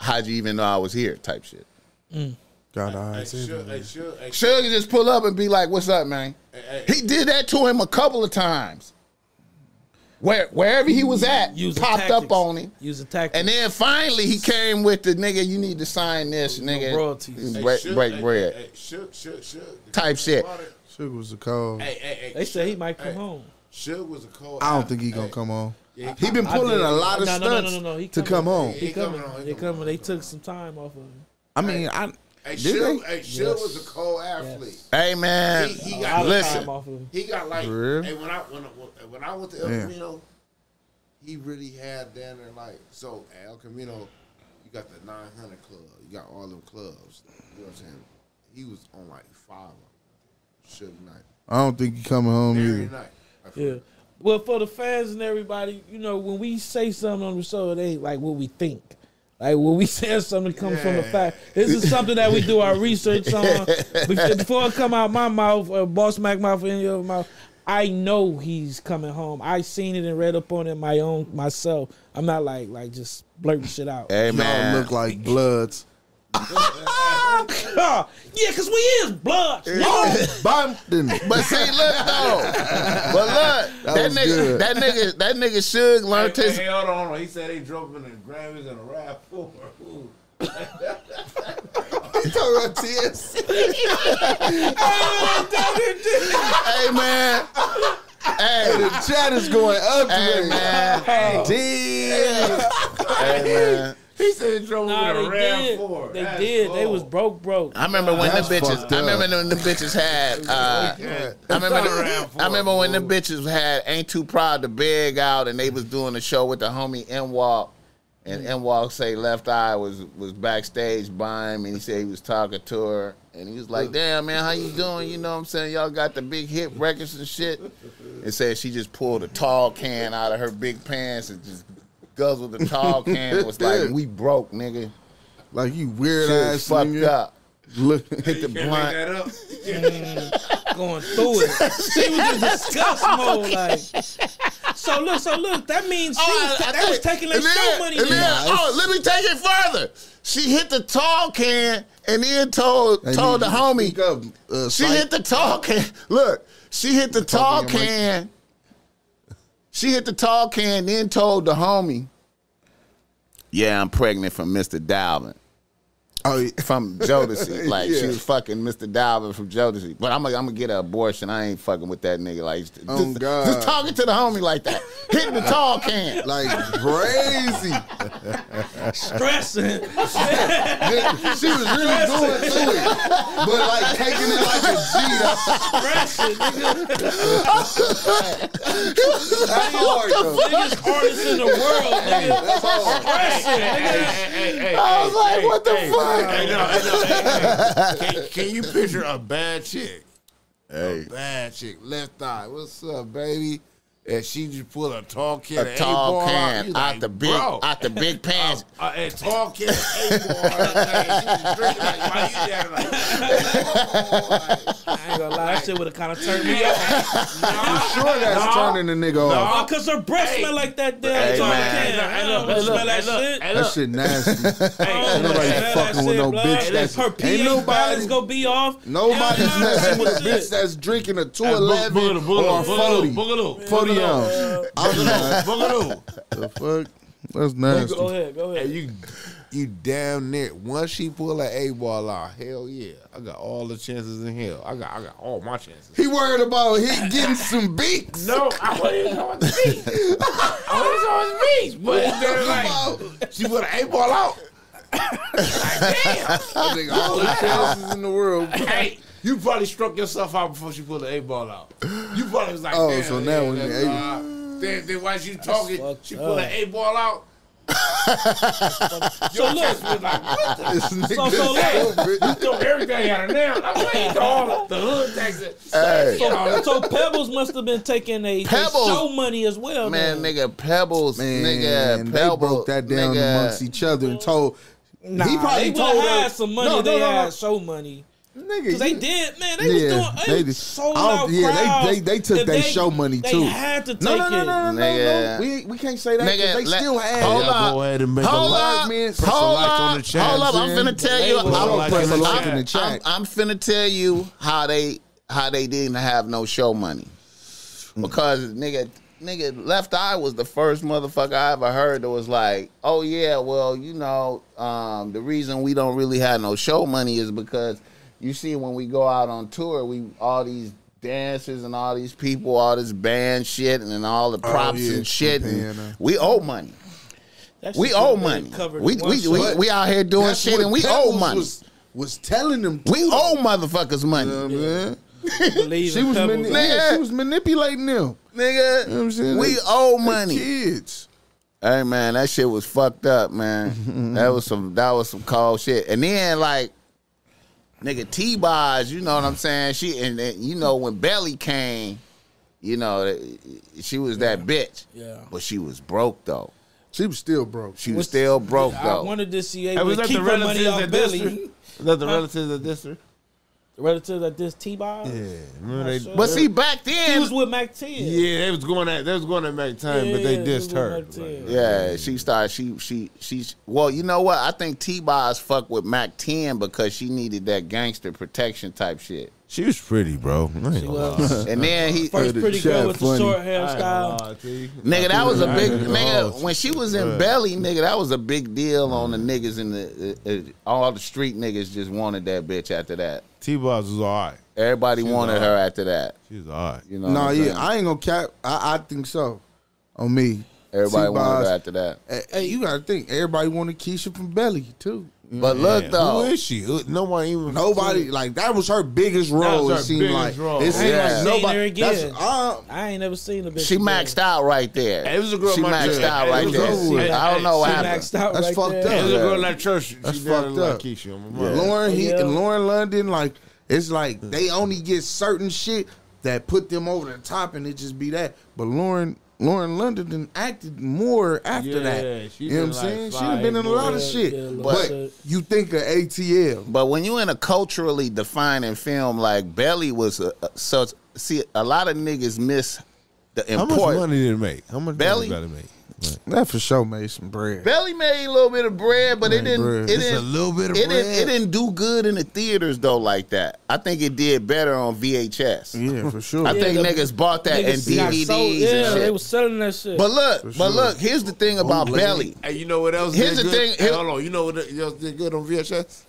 A: how'd you even know I was here? Type shit.
C: Got eyes.
D: Suge, hey, Suge, hey,
A: Suge could just pull up and be like, "What's up, man?"
D: hey, hey,
A: He did that to him a couple of times. Where wherever he was at,
B: Use
A: popped up on him.
B: Use a tactic.
A: And then finally he came with the nigga, you need to sign this, nigga.
B: royalties.
D: hey,
A: Break,
D: Suge,
A: break
D: hey,
A: bread.
D: hey, hey, Suge, Suge, Suge.
A: Type shit.
C: Sugar was a call.
D: Hey, hey, hey,
B: they said he
D: Suge,
B: might come
D: hey,
B: home.
D: Suge was a cold.
C: I don't think he gonna
D: hey,
C: come on.
D: yeah,
C: He been
B: I
C: pulling
B: did.
C: a lot of
B: No,
C: stunts
B: no, no, no, no, he
C: to
B: coming.
C: come on.
D: He
B: They coming.
D: coming on, he
B: They
D: coming
B: coming. They took some time off of him.
C: I mean, I
D: Hey,
C: did
D: Suge,
C: they?
D: hey, Suge was a cold athlete.
A: Hey man,
D: He, he
B: A lot
D: got
B: of
A: listen,
B: time off of him.
D: He got like
C: For real?
D: hey, when I when I, when I went to El
C: Damn.
D: Camino, he really had down there like so at El Camino, you got the nine hundred club, you got all them clubs. You know what I'm saying? He was on like five of them. Suge night,
C: I don't think he coming home
D: Barry
C: either.
D: night.
B: Yeah. Well, for the fans and everybody, you know, when we say something on the show, it ain't like what we think. Like when we [laughs] say something that comes from the fact, this is something that we do our research on. Bef- Before it come out my mouth, or Boss Mac mouth, or any other mouth, I know he's coming home. I seen it and read up on it my own myself. I'm not like like just blurting shit out.
A: hey
C: Y'all
A: man,
C: look like [laughs] bloods.
B: [laughs] Ah, yeah, cause we is blood. Y'all-
C: [laughs] Bumpton.
A: but see, look though, but look, that,
C: was
A: nigga,
C: good.
A: that nigga, that nigga Suge
D: Hey,
A: learned
D: hey,
A: his.
D: hey, hold on, hold on. He said they drove him in the Grammys and a rap four. Ooh.
A: Hey man, hey,
C: [laughs] The chat is going up
A: hey
C: today.
A: man,
C: Damn.
A: hey man.
D: He said they drove
B: Nah,
D: him in
B: they
D: a rap
B: did.
D: four.
B: They
D: That's
B: did. They
D: cold.
B: was broke, broke.
A: I remember when the
C: That's
A: bitches.
C: fucked
A: I
C: up.
A: remember when the bitches had. Uh, I remember. The, I remember when the bitches had "Ain't Too Proud to Beg" out, and they was doing a show with the homie N Walk, and N Walk say Left Eye was was backstage by him, and he said he was talking to her, and he was like, "Damn man, how you doing? You know what I'm saying? Y'all got the big hit records and shit." And said she just pulled a tall can out of her big pants and just guzzled the tall can. Was like, "We broke, nigga.
C: Like you weird
A: Shit
C: ass
A: is fucked
C: nigga.
A: up."
C: Look, hit the
D: Can't make
C: blunt.
D: that up.
B: going through it. She was in disgust mode, like. So look, so look, that means she was,
A: Oh, I- I
B: that was
A: think-
B: taking that
A: and
B: show
A: then-
B: money.
A: and
B: then.
A: then- oh, let me take it further. She hit the tall can and then told
C: Hey,
A: told the
C: you
A: homie.
C: speak up, uh,
A: She
C: psych.
A: hit the tall can. Look, she hit the tall
C: talking in my-
A: can. She hit the tall can, then told the homie. Yeah, I'm pregnant from Mr. Dalvin.
C: Oh, yeah. [laughs]
A: From Jodeci. Like she
C: Yeah.
A: was fucking Mr. Dalvin from Jodeci. But I'm gonna I'm get an abortion. I ain't fucking with that nigga. Like just,
C: Oh, God.
A: just talking to the homie like that. Hitting the tall can.
C: like
A: [laughs]
C: crazy.
B: Stressing. [laughs]
C: she was really going to it, but like taking it like a G. That's
B: Stressing. Nigga,
A: [laughs]
C: hard though.
B: biggest artist in the world, nigga.
C: That's hard.
B: Stressing, nigga.
A: I was like, what the fuck?
D: Hey, no, hey, no, hey, hey. Can, can you picture a bad chick?
A: Hey.
D: A bad chick, left eye. What's up, baby? And she just pulled a tall kid,
A: A tall can out the big out the big [laughs] pants.
D: Uh, and tall kid, eight ball. Like, drinking like, why you there? Like,
B: I ain't gonna lie, that shit would have kind of turned me off.
C: Sure, that's turning the nigga off.
B: Oh, cause her breath smell like that damn
A: Hey,
B: tall
A: man.
B: can. I don't wanna smell that shit.
D: hey,
C: That
B: [laughs]
C: shit nasty.
B: I don't wanna
C: nobody
B: smell that
C: fucking with
B: shit,
C: no
B: blood.
C: bitch that's-
B: her
C: ain't
B: pH
C: nobody-
B: balance gonna be off.
C: Nobody's
B: Hell no,
C: messing with a
B: shit.
C: bitch that's drinking a 211
D: Boogaloo, boogaloo,
C: or a
D: boogaloo,
C: 40.
D: boogaloo,
C: 40 ounce.
D: boogaloo, boogaloo.
C: The fuck? That's
B: You
C: nasty.
B: go ahead, go
D: Hey,
B: ahead.
D: you you damn near once she pull an A ball out, hell yeah. I got all the chances in hell. I got I got all my chances.
C: He worried about he getting some
B: [laughs]
C: beaks.
D: No, I wasn't on
G: [laughs]
D: the beach. I wasn't on the beach, but they're like she put an A ball out. Like, damn. I think all the chances in
B: [laughs]
D: the world. Hey, you probably struck yourself out before she pulled an A ball out. You probably was like,
C: Oh,
D: damn,
C: so
D: yeah,
C: now when
D: that's
C: the A-
D: all right. then, then why she talking?
B: fucked
D: She pulled an
B: up.
D: A ball out.
B: So look,
D: It's like, what the
C: This
B: so
C: nigga
B: so look.
D: You throw everything at her now. I'm waiting all the hood taxes.
A: Hey.
D: So,
B: So Pebbles must have been taking a they
A: Pebbles.
B: show money as well.
A: Man,
B: then.
A: nigga, Pebbles,
C: Man,
A: nigga,
C: they
A: Pebbles,
C: broke that down
A: nigga.
C: amongst each other and told.
B: Nah,
C: he probably
B: they would've
C: told her
B: had some money.
C: No, no,
B: they
C: no,
B: had
C: no.
B: show money.
C: Nigga,
B: 'Cause they
C: you-
B: did, man. They
C: Yeah,
B: was doing. They,
C: did.
B: was sold
C: I don't-
B: out
C: yeah, they-
B: crowds.
C: they- they took
B: If
C: they show money, too.
B: They had to take
C: No, no, no,
B: it.
C: no, no, no,
A: Nigga.
C: no. We we can't say that. 'cause
A: Nigga,
C: they
A: let-
C: still had.
A: Hold
G: Y'all
A: up.
G: go ahead and make a
A: Hold
G: like,
A: up.
G: man. Press a
A: Hold
G: like
A: up.
G: on the chat.
A: Hold up. I'm
C: Saying-
A: finna tell
B: They
A: you.
B: was-
A: I'm-
C: I'm
G: Like
C: gonna press a
G: in the
C: like
G: chat.
C: in the
A: I'm,
C: chat.
A: I'm finna tell you how they how they didn't have no show money
C: Mm.
A: because nigga nigga left eye was the first motherfucker I ever heard that was like oh yeah well you know um, the reason we don't really have no show money is because you see when we go out on tour we all these dancers and all these people all this band shit and, then all the props
C: Oh, yeah,
A: and shit
C: yeah,
A: and
C: I know.
A: we owe money
B: That
A: we
B: shit
A: owe
B: could've been
A: money
B: covered
A: we
B: in one
A: we, we
B: shot.
A: we out here doing
C: That's
A: shit
C: what
A: and we owe
C: Pebbles
A: money.
C: Was, was telling them.
A: We owe motherfuckers money.
C: You know what I'm saying?
B: Believe
C: She
B: in
C: was,
B: Pebbles.
C: mani-
A: man.
C: yeah, she was manipulating them.
A: nigga.
C: You know what I'm saying?
A: We
C: They-
A: owe
C: they
A: money.
C: Kids.
A: Hey man, that shit was fucked up, man.
B: [laughs]
A: that was some that was some cold shit. And then like nigga T Boz, you know what I'm saying? She and, and you know when Belly came, you know, she was that bitch.
B: Yeah.
A: But she was broke though.
C: She was still broke.
A: She was still broke
B: I
A: though.
B: wanted to see
G: Hey,
B: able
G: was
B: to
G: that
B: keep
G: the
B: her money
G: relatives
B: off
G: that dissed her?
B: Billy.
G: Was that the relatives that dissed her?
B: Relatives at this T bar.
G: Yeah, remember they?
B: sure.
A: but see back
B: He
A: then
B: was with Mac Ten.
G: Yeah, they was going at they was going at Mac time, but they
B: Yeah,
G: dissed
B: they
G: her.
B: was going at Mac
A: Yeah, she started. She she she. Well, you know what? I think T Boz fucked with Mac Ten because she needed that gangster protection type shit.
G: She was pretty, bro.
B: She was
A: And then he
B: first
C: the
B: pretty girl
C: chat
B: with the
C: funny.
B: short hairstyle.
A: Nigga, that was a big
G: Yeah.
A: nigga when she was in Belly, nigga. That was a big deal on the niggas in the uh, uh, all the street niggas just wanted that bitch after that.
G: T Boss was all right.
A: Everybody wanted her after that.
G: She was all right.
A: You know,
C: No, nah,
A: what I'm
C: yeah,
A: saying?
C: I ain't gonna cap. I, I think so. On me,
A: everybody wanted
C: T-Boz.
A: her after that.
C: Hey, hey, you gotta think. Everybody wanted Keisha from Belly too.
A: But look
G: Man,
A: though,
G: who is she? Who- Nobody even
C: Nobody like that was her biggest role.
G: her
C: it seemed
G: biggest
C: like
G: role.
C: it seemed
A: Yeah.
C: like
A: Seen
C: nobody.
B: her
C: That's,
B: again.
C: uh,
B: I ain't never seen a bitch.
A: she maxed out right there.
G: Hey, it was a girl
A: she
G: in my
A: maxed
G: church.
A: out
G: Hey,
A: right
G: it was over
A: there.
G: with.
A: I don't know what
B: She
A: happened.
B: maxed out.
C: That's
B: right
C: fucked
B: there.
G: There was a
A: Yeah.
G: girl in that church.
C: That's
G: she dated
C: fucked
G: like
C: up.
G: Keisha on my mother.
C: Lauren Heath
B: Yeah.
C: and Lauren London, like it's like they only get certain shit that put them over the top, and it just be that. But Lauren. Lauren London done acted more after
G: Yeah,
C: that.
G: she
C: You know what
G: been
C: I'm
G: like
C: saying? She
G: five,
C: done been in a lot of
B: yeah,
C: shit.
B: yeah, a lot
C: but
B: of shit.
C: you think of ATL.
A: But when you in a culturally defining film like Belly was a, a, such, see a lot of niggas miss the
G: How much
A: importance.
G: money did it make? How much
A: Belly?
G: money did it make? Like,
C: That for sure made some bread.
A: Belly made a little bit of bread, but it
C: Made
A: didn't.
C: bread.
A: It
C: Just
G: It's a
A: didn't.
G: little bit of
A: it
G: bread.
A: didn't, it didn't do good in the theaters though like that. I think it did better on VHS.
C: Mm. Yeah, for sure.
A: I think
B: the-
A: niggas bought that
B: Niggas
A: and
B: got
A: DVDs
B: sold-
A: and
B: Yeah,
A: shit.
B: they was selling that shit.
A: but look,
C: sure.
A: but look, here's the thing about
C: Bootleg.
A: Belly.
G: Hey, you know what else?
A: Here's
G: did
A: the
G: good?
A: thing-
G: Hey,
A: here-
G: hold on. You know what else did good on VHS?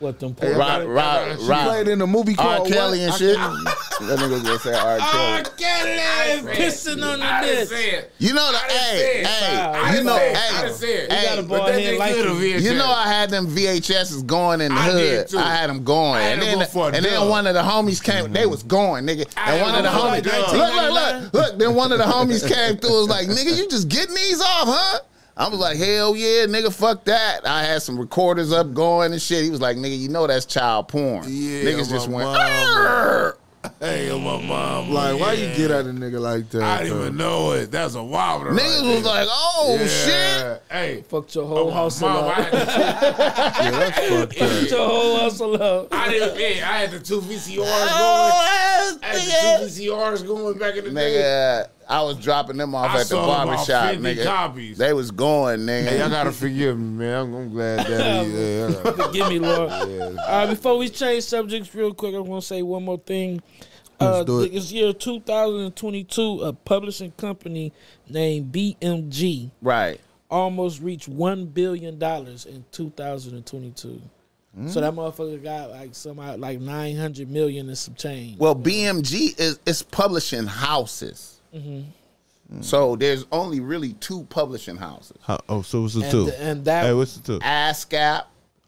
B: what them poor.
A: Rob, Rob,
C: She
A: Rob,
C: played in a movie
A: R.
C: called
A: Kelly
C: what?
A: and
C: I
A: shit.
C: can't-
A: That nigga was gonna say R. Kelly.
B: Kelly pissing on the
D: I didn't
B: bitch.
D: say it.
A: You know the
D: done
A: hey,
D: said,
B: I
A: hey, you
D: done
A: know,
D: said, I done
A: hey,
D: said.
B: You got
A: hey.
B: a ball
D: that
B: head
D: did
B: like
D: good
B: you.
D: on VHS.
A: You know I had them VHSs going in the
D: I did
A: hood.
D: too.
A: I had them going,
G: had
A: and
G: them
A: then,
G: going for a
A: and then
G: dub. Mm-hmm.
A: one of the homies came. They was going, nigga.
D: I
A: And
D: had
A: one of the
D: them
A: homies,
D: going
A: look,
D: like
A: look, look, look. Then one of the homies came through. Was like, nigga, you just getting these off, huh? I was like, hell yeah, nigga, fuck that. I had some recorders up going and shit. He was like, nigga, you know that's child porn.
G: Yeah,
A: Niggas just
G: my
A: went.
G: mama.
A: "Arr!"
G: Hey, on my mom.
C: Like, why you get at a nigga like that?
G: I didn't
C: though?
G: even know it. That's a wild one. right
A: Niggas was
G: there.
A: like, oh shit.
G: Hey,
B: Fucked your whole house
G: mom, I
B: up.
G: had,
C: Yeah, that's fucked
B: [laughs]
C: up.
B: Fucked your whole hustle up.
G: I, didn't, hey, I had the two VCRs going. I
A: Oh,
G: had
A: nigga.
G: the two VCRs going back in the day.
A: Nigga, I was dropping them off
G: I
A: at the
G: sold about
A: barbershop,
G: 50
A: nigga.
G: copies.
A: They was going, nigga.
G: Hey, y'all gotta forgive me, man. I'm, I'm glad that he, yeah, I
B: [laughs]
G: gotta-
B: Forgive me, Lord. All right, before we change subjects real quick, I want to say one more thing. Uh,
C: Let's do it.
B: It's year 2022. A publishing company named BMG
A: Right.
B: almost reached one billion dollars in 2022.
A: Mm.
B: So that motherfucker got like somehow like 900 million and some change.
A: Well, BMG is it's publishing houses.
B: Mm-hmm.
A: So there's only really two publishing houses:
D: How, oh, so what's the
B: and,
D: two?
B: th- and that
D: hey, what's the two?
A: ASCAP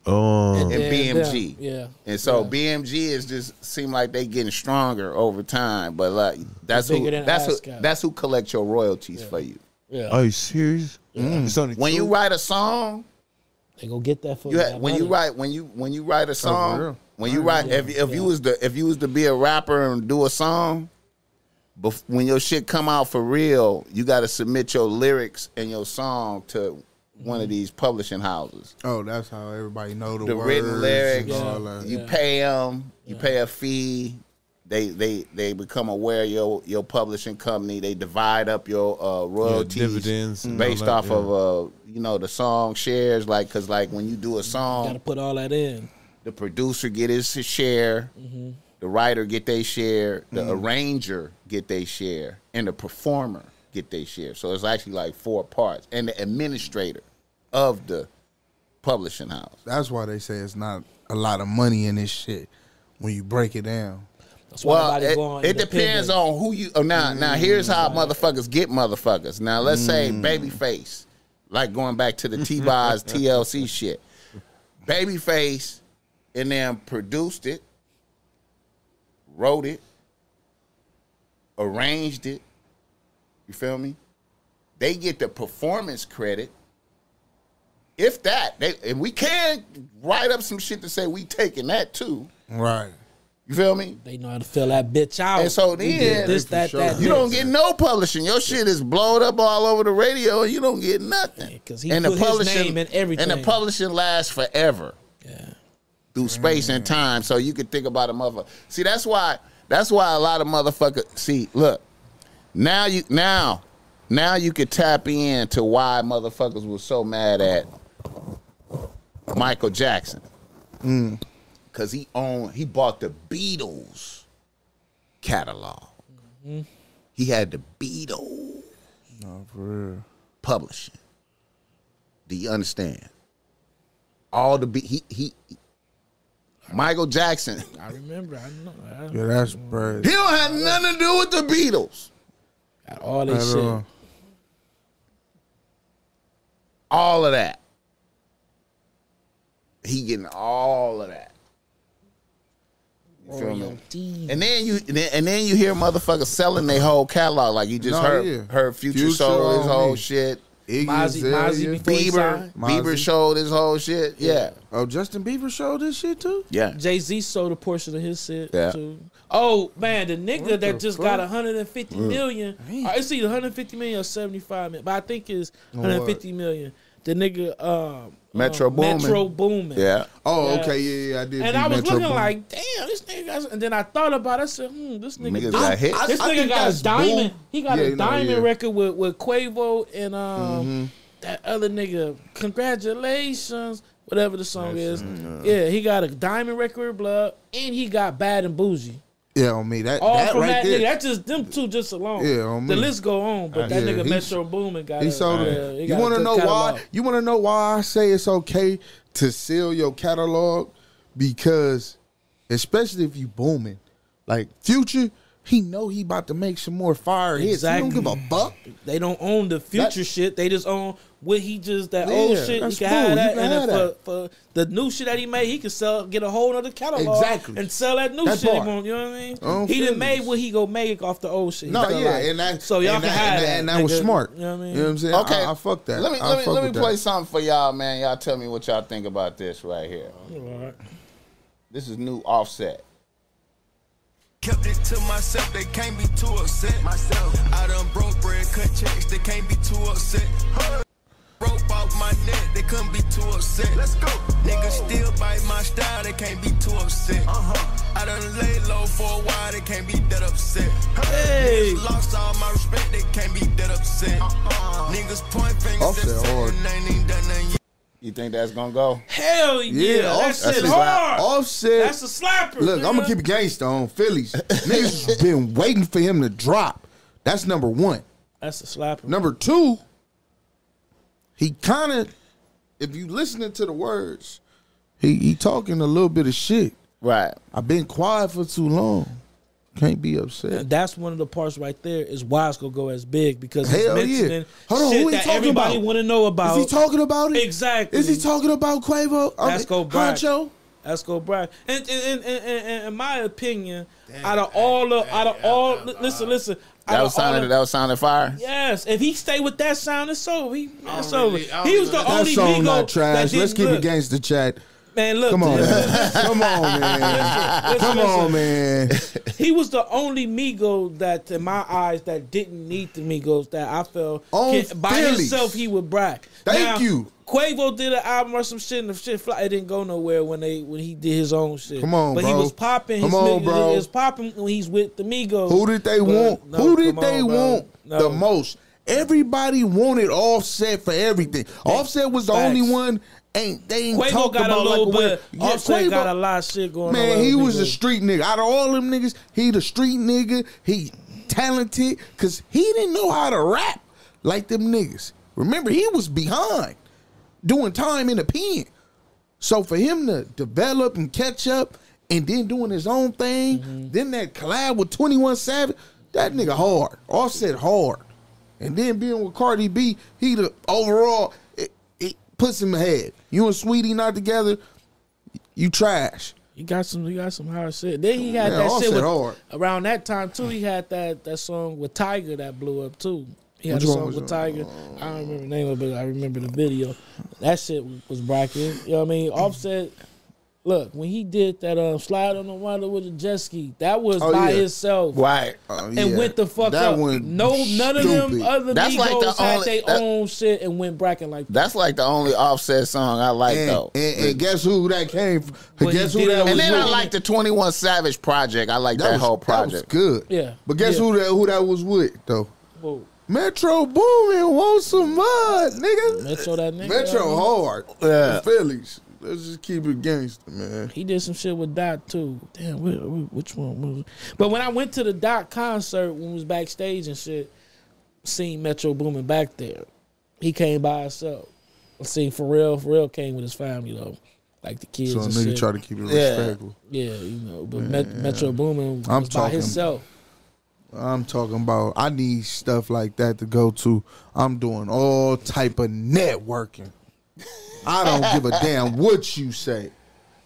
D: Oh,
A: and
B: yeah,
A: BMG.
B: yeah, yeah.
A: And so
B: Yeah.
A: BMG is just seem like they getting stronger over time, but like that's who
B: Bigger than
A: that's who
B: ASCAP.
A: that's who collect your royalties for you.
B: yeah.
D: are you serious? Mm. It's only
A: When
D: two?
A: you write a song,
B: they gonna get that for
A: you
B: you.
A: ha- when you write when you when you write a song,
D: Oh, real?
A: when you write if if you was to if you was to be a rapper and do a song, bef- when your shit come out for real, you got to submit your lyrics and your song to one
D: Mm-hmm.
A: of these publishing houses.
C: Oh, that's how everybody know the,
A: The
C: words
A: written lyrics,
C: and all
D: Oh,
C: that.
A: you pay them, you pay a fee. They they they become aware of your your publishing company. They divide up your uh, royalties
D: dividends and
A: based
D: all
A: off
D: that, yeah.
A: of uh you know the song shares. Like because like when you do a song,
B: gotta put all that in.
A: the producer get his share, the writer get their share, the arranger get their share, and the performer get their share. So it's actually like four parts, and the administrator of the publishing house.
C: That's why they say it's not a lot of money in this shit when you break it down.
B: That's why
A: Well,
B: everybody
A: it,
B: going
A: it depends
B: independent. Mm.
A: on who you. Oh, now, now here's how motherfuckers get motherfuckers. Now let's say Babyface, like going back to the T
B: [laughs]
A: Boz TLC shit. Babyface, and then produced it, wrote it, arranged it. You feel me? They get the performance credit. If that, they and we can write up some shit to say we taking that too.
C: Right.
A: You feel me?
B: They know how to fill that bitch out.
A: And so
B: We
A: then-
B: did this,
A: For
B: that,
C: sure.
B: that.
A: You don't get no publishing. Your shit is blown up all over the radio, and you don't get nothing.
B: Yeah, 'cause he put his name in everything.
A: And the publishing lasts forever
B: Yeah.
A: through space and time. So you could think about a motherfucker. See, that's why. That's why a lot of motherfuckers. See, look. Now you now, now you could tap in to why motherfuckers were so mad at Michael Jackson. Cause he owned he bought the Beatles catalog. He had the Beatles
C: No, Oh, for real.
A: publishing. Do you understand? All the be- he he Michael Jackson. [laughs]
B: I remember. I know. I
C: Yeah, that's bad.
A: He don't have nothing to do with the Beatles.
B: got all this
C: Not at all.
B: shit.
A: All of that. He getting all of that. You feel me?
B: Royalty.
A: And then you and then, and then you hear motherfuckers selling their whole catalog like you just
C: No,
A: heard
C: yeah.
A: heard Future,
C: Future
A: sold his
C: on
A: whole
C: me.
A: shit.
C: Iggy
B: Mozzie- Mozzie
C: Azalea.
B: before he
A: Bieber
B: signed.
A: Bieber
C: Mozzie.
A: showed his whole shit. Yeah.
C: Oh, Justin Bieber showed this shit too.
A: Yeah.
B: Jay Z sold a portion of his shit
A: Yeah.
B: too. Oh man, the nigga that
C: the
B: just got 150
A: Mm.
B: million. Uh, It's either 150 million or 75 million, but I think it's 150 million. The nigga um,
A: Oh, Metro
B: um,
A: Boomin.
B: Metro Boomin.
A: Yeah.
C: Oh,
B: Yeah.
C: okay, yeah, yeah, I did.
B: And
C: see
B: I was
C: Metro
B: looking
C: Boomin.
B: like, damn, this nigga. Got, and then I thought about. it. I said, hmm, this nigga.
A: Niggas
B: dope.
A: got hit.
B: this
C: I
B: nigga
C: think
B: got a
C: that's
B: diamond.
C: Boom.
B: He got
C: Yeah,
B: a
C: no,
B: diamond
C: yeah. Mm-hmm.
B: record with with Quavo and um that other nigga. Congratulations, whatever the song is. Yeah, he got a diamond record with Blood, and he got Bad and Bougie.
C: yeah, on me. That
B: All
C: that
B: from
C: right
B: that
C: there.
B: nigga. That's just them two just alone.
C: Yeah, on
B: the
C: me.
B: list go on, but that
C: Yeah,
B: nigga
C: he-
B: Metro Boomin got.
C: He
B: a-
C: sold
B: yeah,
C: it.
B: he
C: You
B: got a
C: want to
B: good
C: know
B: catalog.
C: why? You want to know why I say it's okay to sell your catalog because, especially if you booming, like Future, he know he about to make some more fire hits. He
B: Exactly.
C: don't give a fuck.
B: They don't own the future shit. They just own what he just that old
C: Yeah,
B: shit. He
C: that's
B: can
C: cool.
B: have
C: You
B: that,
C: can
B: and
C: have
B: then for, for the new shit that he made, he can sell get a whole other catalog
C: Exactly.
B: and sell that new
C: That
B: shit. he
C: part.
B: want, you know what I mean?
C: don't
B: he
C: feel
B: done made
C: this.
B: what he go make off the old shit.
C: No,
B: So,
C: yeah,
B: like,
C: and that
B: so y'all
C: and
B: can
C: that,
B: have
C: and
B: that,
C: and that was
B: nigga.
C: smart.
B: You know what I mean?
C: I'm saying?
A: Okay,
C: I, I fuck that.
A: Let me
C: I
A: let me
C: fuck
A: let me
C: with that.
A: play something for y'all, man. Y'all tell me what y'all think about this right here.
B: Alright.
A: This is new offset.
H: Kept it to myself, they can't be too upset. Myself, I done broke bread, cut checks, they can't be too upset. Broke off my neck, they couldn't be too upset. Let's go. Niggas still bite my style, they can't be too upset. Uh huh. I done laid low for a while, they can't be that upset.
B: Hey.
H: Niggas lost all my respect, they can't be that upset. Niggas point fingers
C: Offset
H: and say,
C: hard.
H: "Ain't even done nothing yet."
A: You think that's gonna go?
B: Hell yeah, that
C: Offset.
B: shit
C: is
B: hard.
C: Offset.
B: That's a slapper.
C: Look, I'm gonna
B: nigga.
C: keep it gangsta
A: [laughs]
C: on Phillies. Niggas been waiting for him to drop. That's number one.
B: That's a slapper.
C: Number two, he kind of, if you listening to the words, he he talking a little bit of shit.
A: Right.
C: I've been quiet for too long. Can't be upset.
B: That's one of the parts right there is why it's gonna go as big because he's
C: Hell yeah.
B: mentioning
C: Hold on,
B: shit
C: who he
B: that
C: talking
B: everybody
C: about?
B: want to know about.
C: Is he talking about it?
B: Exactly.
C: Is he talking about Quavo? I
B: Let's
C: mean,
B: go back.
C: Honcho?
B: Let's go, Brian. And and, and, and, and- and in my opinion, out of all of out of all, li- listen, listen. out
A: That was
B: of all
A: sounding.
B: of-
A: That was sounding fire.
B: Yes, if he stay with that sound, it's over. He, it's
I: really-
B: over.
I: I don't
B: He was the
I: really-
C: That
B: only
C: song
B: Migo
C: not trash.
B: that
C: Let's
B: didn't
C: keep
B: look.
C: it gangsta chat.
B: Man, look,
C: Come on,
B: listen,
C: man. Come on, man.
B: [laughs] listen,
C: Come
B: listen.
C: on, man.
B: He was the only Migo that, in my eyes, that didn't need the Migos that I felt
C: On
B: can- by
C: Phillies.
B: himself he would brack.
C: Thank you.
B: Quavo did an album or some shit and the shit fly. It didn't go nowhere when they when he did his own shit.
C: Come on,
B: but he
C: bro.
B: was popping.
C: Come
B: his
C: on,
B: niggas-
C: bro.
B: It was popping when he's with the Migos.
C: Who did they
B: But
C: want?
B: no,
C: Who did
B: come
C: they
B: on, bro.
C: want
B: No.
C: the most? Everybody wanted Offset for everything. Offset was the
B: Facts.
C: only one. Ain't they ain't
B: Quavo
C: talked
B: got a
C: about like
B: little
C: way-
B: bit.
C: Yeah,
B: Offset
C: Quavo-
B: got a lot of shit going on.
C: Man,
B: with
C: he was
B: Migos.
C: a street nigga. Out of all them niggas, he the street nigga. He talented because he didn't know how to rap like them niggas. Remember, he was behind doing time in the pen. So for him to develop and catch up and then doing his own thing, then that collab with 21 Savage, that nigga hard. Offset hard. And then being with Cardi B, he the overall, it, it puts him ahead. You and Sweetie not together, you trash.
B: He got some. He got some hard shit. Then he had
C: Yeah,
B: that
C: Offset
B: shit with,
C: hard.
B: around that time too. He had that that song with Tiger that blew up too. He had
C: Which
B: a
C: one
B: song
C: was
B: with
C: it?
B: Tiger. I don't remember the name of it, but I remember the video. That shit was bracket. You know what I mean? Offset. Look, when he did that um, slide on the water with the jet ski, that was
C: Oh,
B: by
C: yeah.
B: itself.
A: Right.
C: Oh,
B: And
C: yeah.
B: went the fuck
C: That
B: up.
C: went
B: No, none of them
C: stupid.
B: other
A: That's
B: Migos
A: like the
B: had
A: only-
B: their
A: that-
B: own shit and went bracket like that.
A: That's like the only Offset song I like
C: And,
A: though.
C: and- and guess who that came from?
B: But
C: guess
B: he
C: who
B: did
C: that
B: that
C: was?
A: and then
C: with?
A: I like the Twenty One Savage project. I like that,
C: was-
A: whole
C: That was
A: project.
C: good.
B: Yeah.
C: But guess
B: Yeah.
C: who that who that was with though?
B: Whoa.
C: Metro Boomin wants some mud, nigga.
B: Metro that nigga.
C: Metro
B: you know what I mean?
C: hard.
A: Yeah.
C: The Phillies. Let's just keep it gangster, man.
B: He did some shit with Dot too. Damn, wh- wh- which one? was it? But when I went to the Dot concert, when we was backstage and shit, seen Metro Boomin back there. He came by himself. I seen Pharrell. Pharrell came with his family though, like the kids
C: So a
B: and
C: nigga
B: shit.
C: try to keep it
A: Yeah.
C: respectful.
B: yeah, you know. But Met- Metro Boomin was
C: I'm
B: by
C: talking-
B: himself.
C: I'm talking about I need stuff like that to go to. I'm doing all type of networking. I don't give a damn what you say.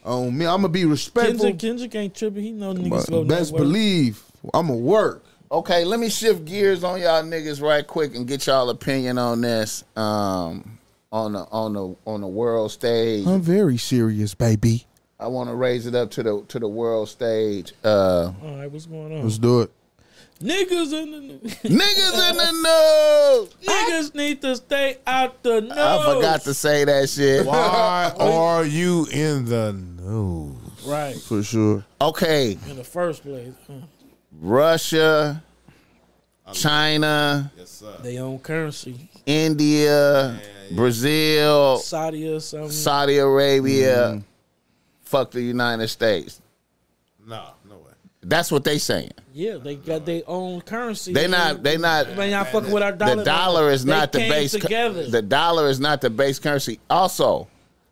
C: On me, I'm gonna be respectful.
B: Kendrick, Kendrick ain't tripping. He know niggas
C: But
B: slow.
C: best
B: network.
C: believe I'm gonna work.
A: Okay, let me shift gears on y'all niggas right quick and get y'all opinion on this. Um, on the on the on the world stage,
C: I'm very serious, baby.
A: I want to raise it up to the to the world stage. Uh,
B: All right, what's going on?
C: Let's do it.
B: Niggas in the
A: niggas in the news.
B: [laughs] niggas need to stay out the nose.
A: [laughs] I forgot to say that shit.
D: Why are you in the news?
B: Right
C: For sure.
A: Okay,
B: in the first place. Huh.
A: Russia, China,
D: Yes, sir.
B: They own currency.
A: India, Brazil,
B: Saudi or something.
A: Saudi Arabia, fuck the United States.
D: Nah, no way.
A: That's what they saying.
B: yeah, they got their own currency.
A: They not. They not.
B: Man, y'all fucking with our dollar.
A: The dollar is
B: They
A: not the
B: came
A: base. cu-
B: Together.
A: The dollar is not the base currency. Also,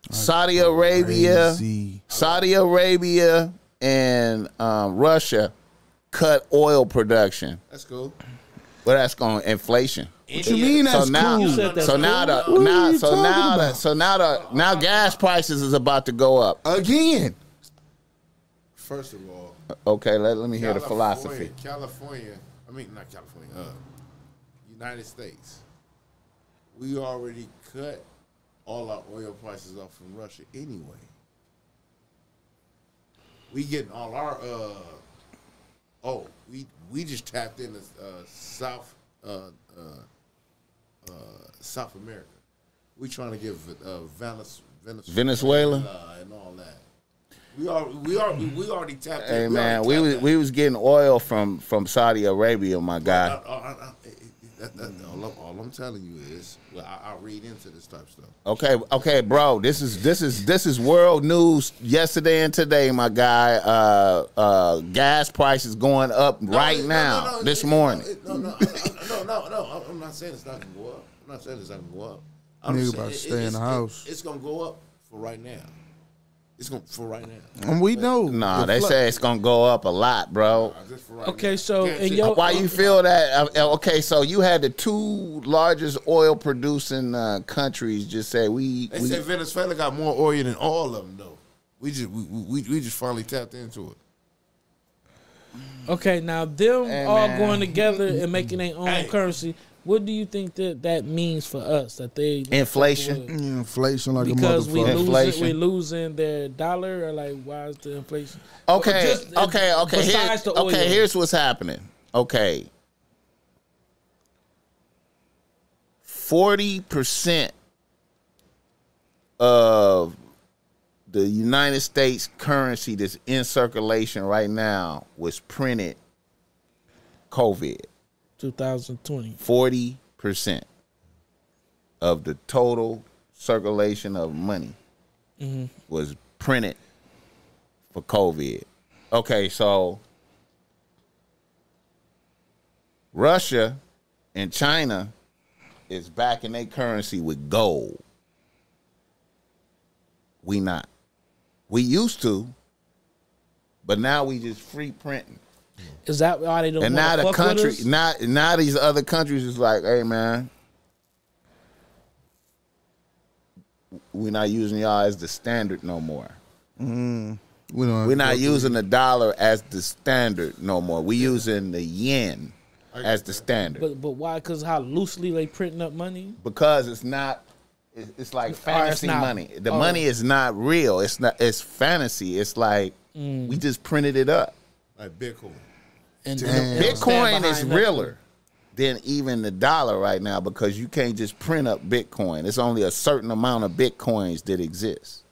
A: Saudi Arabia,
C: Crazy.
A: Saudi Arabia, and um, Russia cut oil production.
I: That's cool.
A: Well, that's going inflation.
C: What you mean
A: So
C: that's
A: now,
C: cool?
B: You said that's
A: so now the
C: What are
A: now
C: you
A: so
C: talking
A: now the
C: about?
A: so now the now gas prices is about to go up.
C: Again.
I: First of all,
A: Okay, let, let me hear the
I: California-
A: philosophy.
I: California, I mean not California, uh, United States. We already cut all our oil prices off from Russia anyway. We getting all our uh oh we we just tapped into uh, South uh, uh, uh, South America. We trying to give uh, Venez-
A: Venezuela?
I: uh, and all that. We are we are we already tapped. in.
A: Hey
I: already
A: man, we
I: tapped
A: was
I: in.
A: we was getting oil from from Saudi Arabia, my guy.
I: Uh, uh, uh, uh, That, that, all, I'm, all I'm telling you is, well, I, I read into this type of stuff.
A: Okay, okay, bro. This is this is this is world news yesterday and today, my guy. Uh uh gas prices going up right
I: No, no,
A: now,
I: no, no,
A: this
I: it- it-
A: morning.
I: it- No, no, I- I- no, no, no. I'm- I'm not saying it's not gonna go up. I'm not saying it's not gonna go up. I'm
C: Nigga
I: just saying
C: about to
I: it-
C: stay in
I: it's-
C: the
I: it-
C: house.
I: It's gonna go up for right now. It's gonna for right now.
C: And we know.
A: nah,
C: the
A: they
C: flush-
A: say it's gonna go up a lot, bro.
I: Just for right
B: Okay,
I: now.
B: so in
I: Guaranteed.
B: your
A: Why you feel that? Uh, Okay, so you had the two largest oil producing uh, countries just say we,
I: They
A: we
I: said Venezuela got more oil than all of them though. We just we, we, we just finally tapped into it.
B: Okay, now them all
A: man.
B: going together and making their own currency. What do you think that that means for us? That they
A: inflation.
C: Yeah, inflation like
B: because
C: a
B: we
C: motherfucker.
B: losing
A: Inflation.
B: we losing their dollar or like why is the inflation?
A: Okay,
B: Or just-
A: okay, okay. Here-
B: Besides the oil,
A: okay, here's what's happening. Okay. 40% of the United States currency that's in circulation right now was printed COVID.
B: 2020.
A: 40% of the total circulation of money was printed for COVID. Okay, so Russia and China is backing their currency with gold. We not. We used to, but now we just free printing
B: Is that why they don't
A: and now
B: want to
A: the
B: fuck with
A: country,
B: us?
A: now now these other countries is like, hey man, we're not using y'all as the standard no more.
C: We don't
A: We're not using the dollar as the standard no more. We're using the yen as the standard
B: But but why? Because how loosely they printing up money?
A: because it's not. it- It's like fantasy
B: Oh, not-
A: money. The
B: oh.
A: money is not real. It's not. It's fantasy. It's like
B: Mm.
A: we just printed it up.
I: Like Bitcoin.
B: And
C: Damn.
B: they don't stand
A: Bitcoin is
B: behind that.
A: realer than even the dollar right now because you can't just print up Bitcoin. It's only a certain amount of Bitcoins that exist.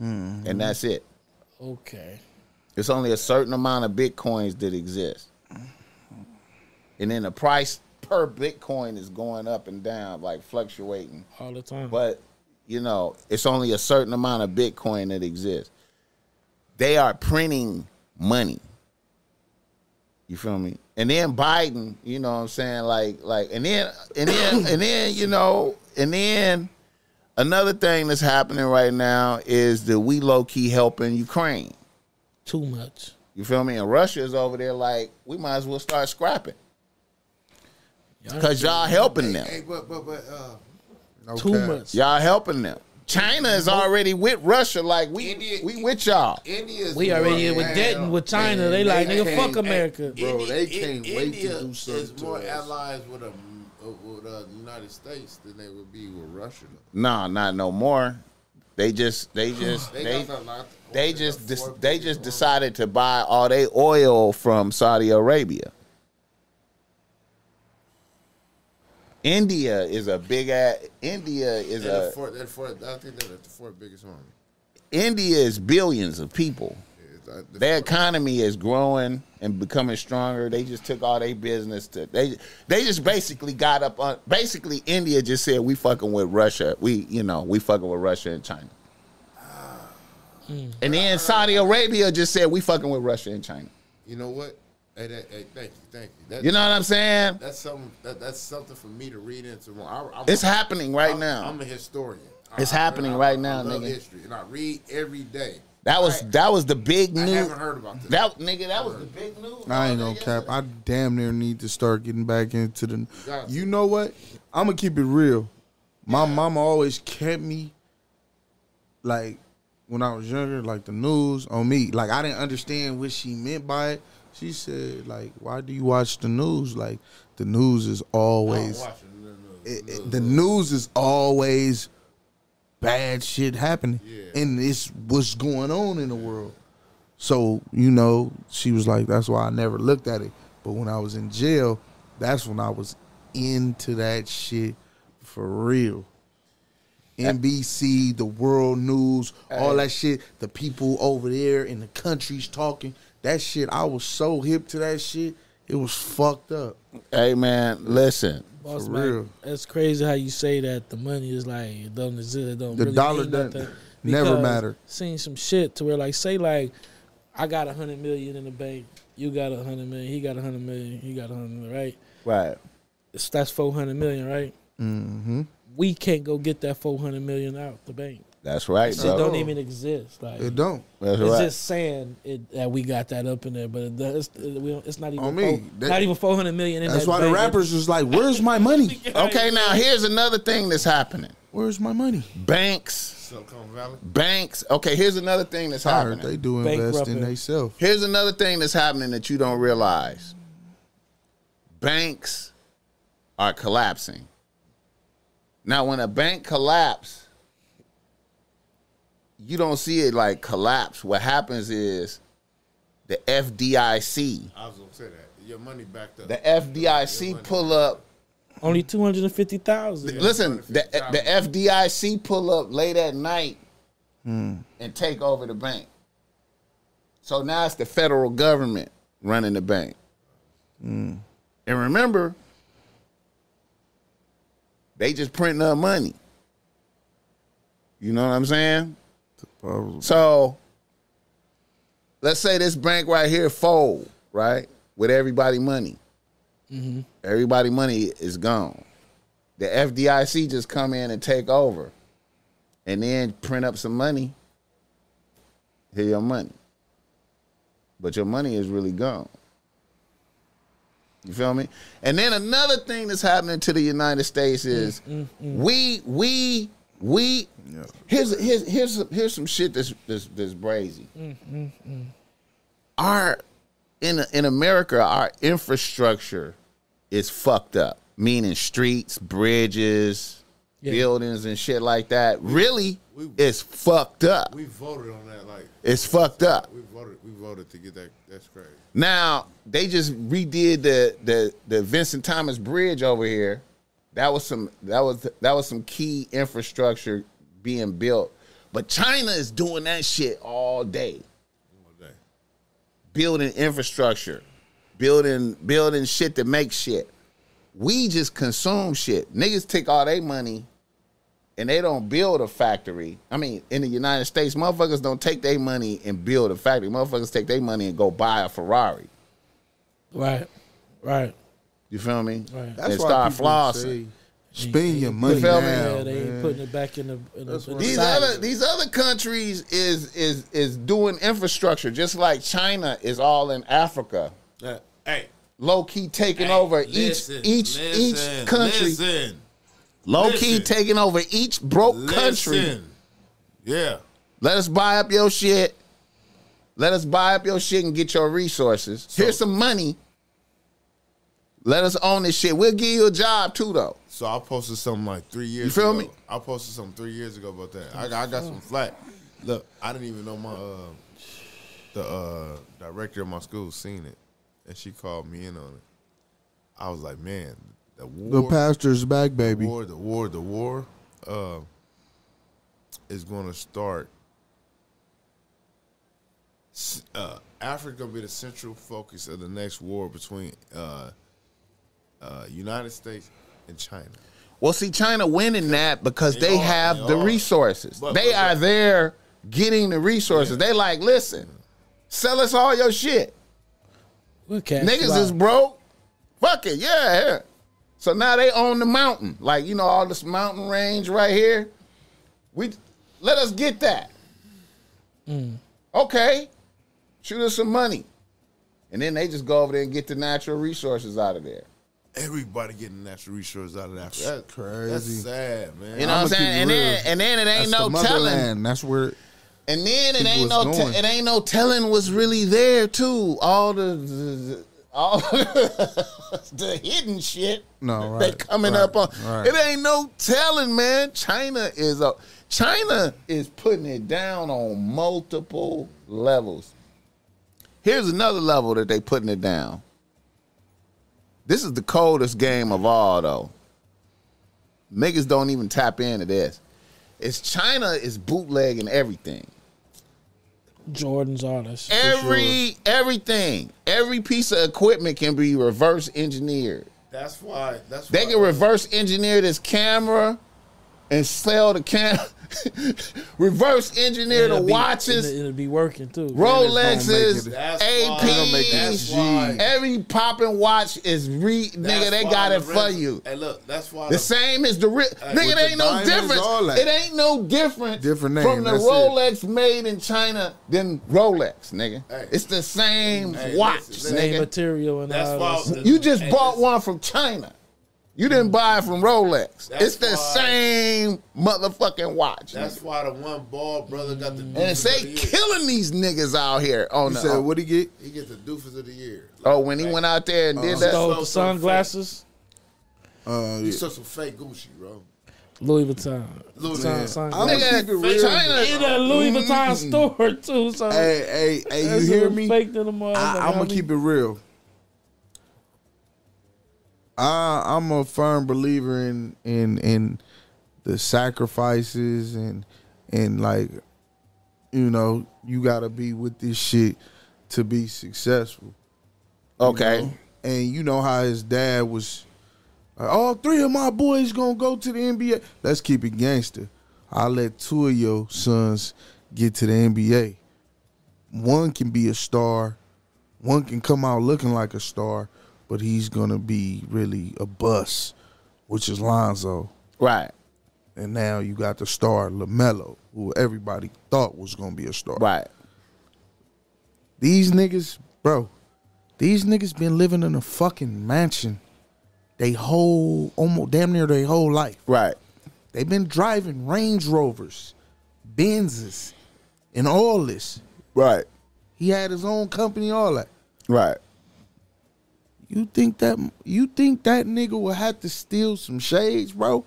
B: Mm-hmm.
A: And that's it.
B: Okay.
A: It's only a certain amount of Bitcoins that exist. And then the price per Bitcoin is going up and down, like fluctuating.
B: All the time.
A: But, you know, it's only a certain amount of Bitcoin that exists. They are printing money. You feel me? And then Biden, you know what I'm saying? Like, like, and then, and then, and then, you know, and then another thing that's happening right now is that we low key helping Ukraine.
B: Too much.
A: You feel me? And Russia is over there like, we might as well start scrapping. Because y'all helping them.
I: Hey, but but but uh,
C: No
B: Too
C: cap.
B: much.
A: Y'all helping them. China is already with Russia. Like we
I: India-
A: we with y'all.
I: India's
B: We
I: the
B: already
I: one-
B: here with
I: Man,
B: Denton with China. They like nigga fuck America.
C: Bro, they can't wait to
I: India
C: do something
I: is
C: to
I: more
C: us.
I: allies with a, with uh, the United States than they would be with Russia. though.
A: Nah, not no more. They just they just
I: They,
A: they
I: got a lot.
A: they just
I: they got
A: dis-
I: four
A: they
I: billion
A: just
I: more-
A: decided to buy all they oil from Saudi Arabia. India is a big ass. India is
I: They're the
A: a
I: four- they're the four- I think they're the fourth biggest army.
A: India is billions of people.
I: It's, uh, the
A: Their
I: fourth-
A: economy is growing and becoming stronger. They just took all their business to they. They just basically got up on. Basically, India just said we fucking with Russia. We you know we fucking with Russia and China.
B: Hmm.
A: And then Saudi Arabia just said we fucking with Russia and China.
I: You know what? Hey, that, hey, thank you, thank you. That,
A: You know what I'm saying?
I: that's something. That, that's something for me to read into. more. I, I'm,
A: It's happening right
I: I'm-
A: now.
I: I'm a historian.
A: It's
I: I- I-
A: happening
I: I-
A: right
I: I
A: now,
I: love
A: nigga.
I: History, and I read every day.
A: That was
I: I-
A: that was the big
I: I
A: news.
I: haven't heard about this.
A: That nigga, that was the big news.
C: I ain't gonna cap. I damn near need to start getting back into the. You know what? I'm gonna keep it real. My mama always kept me, like when I was younger, like the news on me. Like I didn't understand what she meant by it. She said, like, why do you watch the news? Like the news is
I: Oh,
C: always it- it- the news is always bad shit happening, and it's what's going on in the world. So you know, she was like, "That's why I never looked at it." But when I was in jail, that's when I was into that shit for real. NBC, the world news, all that shit, the people over there in the countries talking, that shit, I was so hip to that shit, it was fucked up.
A: Hey man, listen.
B: Boss
C: For
B: man,
C: real.
B: It's crazy how you say that the money is like it don't exist. It don't
C: The
B: really
C: dollar
B: mean
C: doesn't-
B: nothing.
C: never
B: Because
C: matter.
B: Seen some shit to where like say like I got a hundred million in the bank. You got a hundred million. He got a hundred million. He got a hundred million. Right.
A: Right.
B: It's, that's four hundred million. Right. Mm-hmm. We can't go get that four hundred million out the bank.
A: That's right,
B: It
A: bro.
B: don't even exist. Like
C: It don't.
A: That's
B: it's
A: right.
B: just saying it, that we got that up in there, but it does, it, we don't, it's not even
C: On
B: four-
C: me, that-
B: not even four hundred million. In
C: That's
B: that
C: why the
B: bank.
C: rappers is like, "Where's
B: [laughs]
C: my money?
A: okay, now here's another thing that's happening.
C: Where's my money?"
A: Banks,
I: Silicon Valley.
A: banks. Okay, here's another thing that's
C: Tired.
A: happening.
C: They do invest in
B: Bankrupting.
C: themselves.
A: Here's another thing that's happening that you don't realize. Banks are collapsing. Now, when a bank collapse, you don't see it like collapse. What happens is the FDIC,
I: I was gonna say that your money backed up.
A: the FDIC pull up
B: only two hundred and fifty thousand.
A: Listen, the, the FDIC pull up late at night and take over the bank. So now it's the federal government running the bank. And remember, they just printing up money. You know what I'm saying? So let's say this bank right here fold, right? With everybody money. Everybody money is gone the FDIC just come in and take over, and then print up some money. Here your money, but your money is really gone. You feel me? And then another thing that's happening to the United States is we we we here's here's here's some, here's some shit that's that's, that's brazy. Our in in America, our infrastructure is fucked up, meaning streets, bridges,
B: Yeah.
A: buildings, and shit like that. Really, it's fucked up.
I: We voted on that. Like
A: It's fucked up.
I: we voted. We voted to get that. That's crazy.
A: Now they just redid the the the Vincent Thomas Bridge over here. That was some that was that was some key infrastructure being built. But China is doing that shit all day.
I: One day.
A: Building infrastructure, building building shit to make shit. We just consume shit. Niggas take all their money and they don't build a factory. I mean, in the United States, motherfuckers don't take their money and build a factory. Motherfuckers take their money and go buy a Ferrari.
B: Right, right.
A: You feel me?
B: Right.
A: and start
C: people
A: flossing.
C: say, Spend your money
A: You feel
C: now.
A: me?
B: Yeah, they ain't
C: man.
B: putting it back in the. In the, in the
A: These
B: side.
A: other these other countries is is is doing infrastructure just like China is all in Africa.
I: Uh, hey,
A: Low key taking over
I: listen,
A: each each
I: listen,
A: each country.
I: Listen,
A: Low key
I: listen.
A: taking over each broke country.
I: listen. Yeah,
A: Let us buy up your shit. Let us buy up your shit and get your resources. Here's some money. Let us own this shit. We'll give you a job too though.
I: So I posted something like three years.
A: feel
I: ago.
A: me?
I: I posted something three years ago about that. I got, I got some flack. Look, I didn't even know my uh, the uh, director of my school seen it, and she called me in on it. I was like, man, the
C: The
I: war,
C: pastor's back, baby.
I: war, the war, the war, uh, is going to start. S- Uh, Africa gonna be the central focus of the next war between uh, uh, United States and China.
A: Well, see, China winning that because they,
I: They are,
A: have
I: they
A: the
I: are.
A: resources.
I: But-
A: they
I: but-
A: are there getting the resources. They like, listen, sell us all your shit.
B: We'll cash
A: Niggas
B: you out.
A: is broke. Fuck it, yeah, yeah. So now they own the mountain, like you know all this mountain range right here. We let us get that.
C: Mm.
A: Okay, shoot us some money, and then they just go over there and get the natural resources out of there.
I: Everybody getting natural resources out of Africa. That's That's
C: crazy.
I: sad, man.
A: You know
C: I'ma
A: what I'm
C: keep
A: saying?
C: it
A: And then,
C: real.
A: and then it
C: That's
A: ain't
C: the
A: no telling.
C: motherland. That's where
A: And then it
C: People
A: ain't
C: was
A: no te-
C: going.
A: it ain't no telling was really there too. All the, the- all [laughs] the hidden shit
C: No,
A: that
C: right,
A: coming
C: right,
A: up on.
C: right.
A: It ain't no telling, man. China is a China is putting it down on multiple levels. Here's another level that they putting it down. This is the coldest game of all though. Niggas don't even tap into this. It's China is bootlegging everything.
B: Jordans, all that shit.
A: Every everything, every piece of equipment can be reverse engineered.
I: That's why. That's
A: They
I: why
A: can reverse engineer this camera and sell the cam. [laughs] reverse engineer the
B: It'll be-
A: watches,
B: It'll, it'll be working too.
A: Rolexes,
I: That's why- It'll make it That's
A: APs.
I: why-
A: Every popping watch is re
I: that's
A: nigga. They
I: why
A: got
I: the
A: it for
I: rent-
A: you.
I: Hey, look, that's why.
A: The
I: The
A: same as the real nigga. It
C: the
A: ain't no
C: diamonds, all
A: difference.
C: that.
A: It ain't no difference
C: Different name,
A: from the
C: that's it.
A: Rolex made in China than Rolex, nigga.
I: Hey.
A: It's the same
I: Hey,
A: watch,
I: listen,
B: Same
A: nigga.
B: material and
I: that's
B: all
I: why.
B: that.
A: You just
I: hey,
A: bought
I: listen,
A: one from China. You didn't buy it from Rolex.
I: That's
A: it's the
I: why-
A: same motherfucking watch.
I: That's
A: nigga.
I: why the one ball brother got the.
A: Mm. And it's
I: doofus of
A: they
I: the year.
A: killing these niggas out here on
C: You
A: the.
C: said what he get?
I: He gets the doofus of the year.
A: oh, when he went out there and did that.
B: Stole
I: so
B: the sunglasses,
C: Uh,
I: He
C: yeah.
I: took some fake Gucci, bro.
B: Louis Vuitton.
I: Louis
B: Sun-
I: Vuitton.
C: I'm
B: sunglasses.
C: gonna
A: Nigga,
C: keep it real.
A: China. Mm-hmm.
B: In a Louis Vuitton store too. So
C: Mm-hmm. Hey, hey, hey!
B: that's
C: You hear
B: what
C: me?
B: Faked in the mall.
C: I, I'm gonna keep it real. I I'm a firm believer in in in the sacrifices and and like you know you gotta be with this shit to be successful.
A: Okay.
C: And you know how his dad was. like, All three of my boys gonna go to the NBA. Let's keep it gangster. I let two of your sons get to the NBA. One can be a star. One can come out looking like a star, but he's gonna be really a bust, which is Lonzo.
A: Right.
C: And now you got the star Lamelo, who everybody thought was gonna be a star.
A: Right.
C: These niggas, bro, these niggas been living in a fucking mansion. They whole almost damn near their whole life.
A: Right.
C: They've been driving Range Rovers, Benzes, and all this.
A: Right.
C: He had his own company, all that.
A: Right.
C: You think that you think that nigga will have to steal some shades, bro?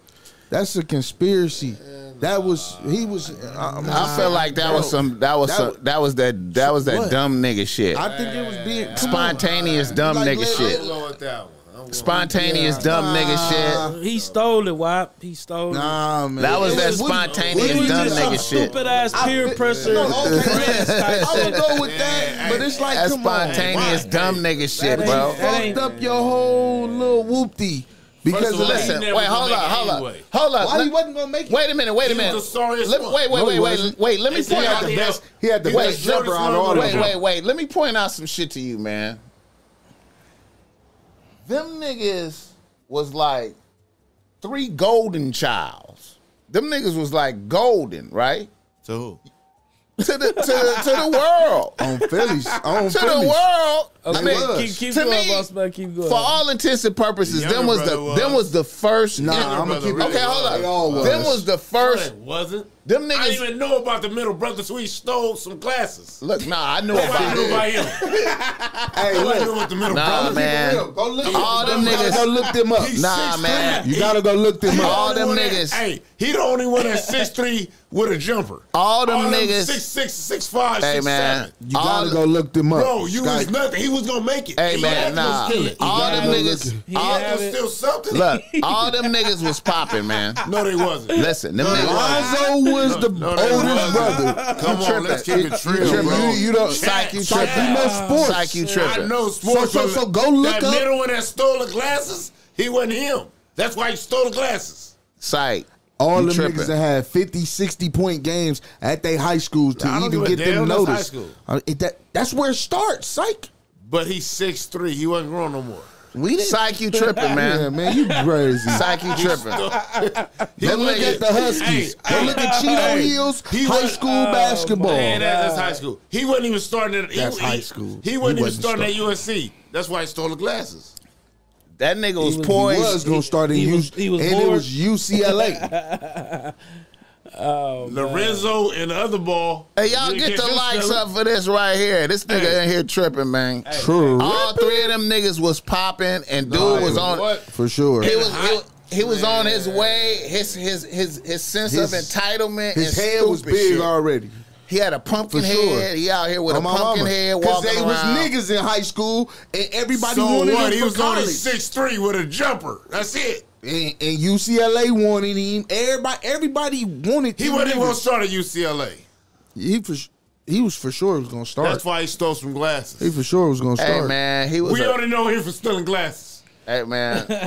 C: That's a conspiracy. That was he was. uh, I,
A: I feel like that was some that was
C: that
A: some,
C: was-
A: that was that that was that
C: What?
A: dumb nigga shit.
C: I think it was being
A: Spontaneous dumb
C: Like,
A: nigga
C: let-
I: I'm
A: shit.
I: going with that one. I'm going
A: Spontaneous dumb nigga shit.
B: He stole it, Wop. He stole it.
C: Nah, man.
A: That was
C: It
A: that
C: what-
A: spontaneous
C: what do you
A: dumb
C: just-
A: nigga
C: uh,
A: shit.
B: Stupid ass peer pressure.
C: No, okay.
B: friends type
C: I would
B: shit.
C: go with that, but it's like
A: That
C: come on,
A: spontaneous dumb nigga shit,
B: ain't-
A: bro.
B: that
C: fucked
B: ain't-
C: up your whole little whoopty because
G: First of all,
C: listen,
A: Listen,
G: never
A: wait,
G: gonna
A: hold
G: make
A: up,
G: it
A: hold up,
G: anyway.
A: hold up.
C: why he
A: Let-
C: wasn't gonna make it?
A: Wait a minute, wait a
G: was
A: minute.
G: the sorriest
A: Let-
G: one.
A: Wait, wait,
C: No,
A: wait,
C: he
A: wait,
C: wasn't.
A: wait. Let me
G: He
A: point
G: had
A: out
G: the
A: the
G: best-
C: he had the
G: he was
C: best
G: the shortest
C: jumper out of
G: one
C: all
G: on
C: of
A: Wait,
G: the
C: them.
A: wait, wait. Let me point out some shit to you, man. Them niggas was like three golden childs. Them niggas was like golden, right?
D: To who?
A: To the to, to the world.
C: on [laughs] Phillies, on
A: To the
C: Phillies.
A: world. I
B: Okay,
A: mean,
B: keep, keep
A: to
B: going,
A: me,
B: boss man. Keep going.
A: for all intents and purposes,
G: Younger
A: them was the
G: brother was.
A: them was the first.
C: Nah,
A: Younger
C: I'm gonna
A: brother
C: keep it.
G: really
A: Okay, hold
G: was.
A: up.
C: They all was.
A: Them was the first.
G: It wasn't.
A: Them niggas.
G: I didn't even know about the middle brother, so he stole some glasses.
A: Look, nah, I knew
G: Nobody
A: about
G: knew
A: it. [laughs]
G: about him.
C: Hey,
G: Nobody
C: look,
G: knew about the middle
A: Nah,
G: brother.
A: man.
C: go look.
A: All them
C: You gotta
A: niggas-
C: go look them up.
A: Nah, man.
C: You gotta go look them
G: the
C: up.
A: All
G: only
A: them
G: one
A: niggas.
G: That, hey, he the only one at six three with a jumper.
A: All them niggas-
G: Six six six five.
A: Hey,
G: six,
A: man.
G: seven.
C: You gotta
A: All-
C: go look them up.
G: Bro, you
C: Sky-
G: was nothing. He was gonna make it.
A: Hey
G: he
A: man, nah. All them
C: gotta go
A: niggas,
C: look.
B: He
A: all,
B: had
G: There's
B: it.
G: still something.
A: look, all them niggas was popping, man.
G: No, they wasn't.
C: [laughs]
A: Listen, them niggas.
C: Lonzo was the
G: no, they
C: oldest
G: wasn't.
C: brother.
I: Come on, let's keep it
C: You,
I: real, bro.
C: you, you don't
G: Psych, you
C: Psych,
G: tripping.
C: you know sports.
A: Psych, you
G: I
A: tripping.
G: know sports.
C: So- so- so go look
G: that
C: up-
G: middle one that stole the glasses. He wasn't him. That's why he stole the glasses.
A: Psych.
C: All
A: You
C: them
A: tripping.
C: niggas that had 50, 60 point games at their high schools to
G: I don't
C: even
G: give a
C: get them
G: damn, that's high
C: noticed.
G: school.
C: Uh, it- that, that's where it starts, psych.
G: But he's six three. He wasn't grown no more.
C: We didn't.
A: Psych, [laughs] you tripping,
C: Yeah,
A: man.
C: man, you crazy.
A: Psych, you tripping.
C: Don't look at the Huskies.
G: Hey,
C: Don't
G: hey,
C: look at Cheeto
G: hey.
C: Heels.
G: He
C: high
G: was-
C: school basketball.
G: Man, that- that's high school. He wasn't even starting at he-
C: That's
G: he-
C: high school.
G: He
C: He
G: wasn't even
C: wasn't
G: starting at USC. That's why he stole the glasses.
A: That nigga was
B: was-
C: he was
A: poised.
C: gonna start in
B: he was-
C: U-
B: he was
C: and it
B: bored.
C: was UCLA.
G: Oh, Lorenzo and the other ball.
A: Hey, y'all
G: You
A: get
G: can't
A: the
G: do
A: likes
G: nothing.
A: up for this right here. This nigga in here tripping, man.
C: True,
A: All three of them niggas was popping, and dude was on.
G: What?
C: for sure.
A: He was. He, was- he was on his way. His his his his sense
C: His-
A: of entitlement.
C: His
A: and
C: head was
A: stupid
C: big
A: shit.
C: already.
A: He had a pumpkin
C: For sure.
A: head. He out here with
C: On
A: a
C: my
A: pumpkin
C: mama.
A: head walking
C: they
A: around.
C: was niggas in high school, and everybody
G: So
C: wanted
G: what?
C: him
G: He
C: for
G: was
C: college.
G: only six three with a jumper. That's it.
C: and, and UCLA wanted him. Everybody, everybody wanted.
G: He
C: them
G: wasn't even gonna
C: niggas.
G: start at UCLA.
C: He for su- he was for sure was gonna start.
G: That's why he stole some
C: He
G: glasses.
C: for sure was gonna
A: Hey
C: start.
A: man, he was.
G: We
A: a-
G: already know him for stealing glasses.
A: Hey man,
C: This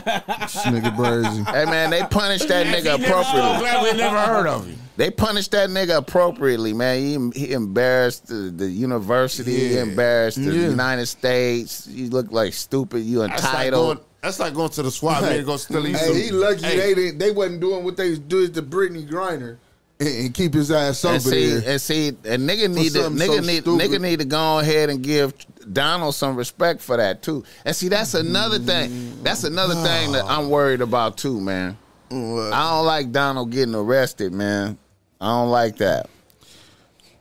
C: nigga crazy.
A: hey man, they punished
C: [laughs]
A: that nigga
G: I'm
A: appropriately.
G: glad we never heard of you.
A: They punished that nigga appropriately, man. He, he embarrassed the, the university, he
G: Yeah.
A: embarrassed the
C: Yeah.
A: United States. You look like stupid. You
G: That's like going.
A: entitled.
G: That's like going to the swap meet and go steal these.
C: Hey, he lucky they didn't. They wasn't doing what they was doing to Brittany Griner and, and keep his ass
A: And
C: over
A: see,
C: there.
A: and see, and nigga need to
C: something
A: nigga
C: so
A: need nigga
C: stupid.
A: need to go ahead and give Donald some respect for that too. And see, that's another thing. That's another thing that I'm worried about too, man.
C: What?
A: I don't like Donald getting arrested, man. I don't like that.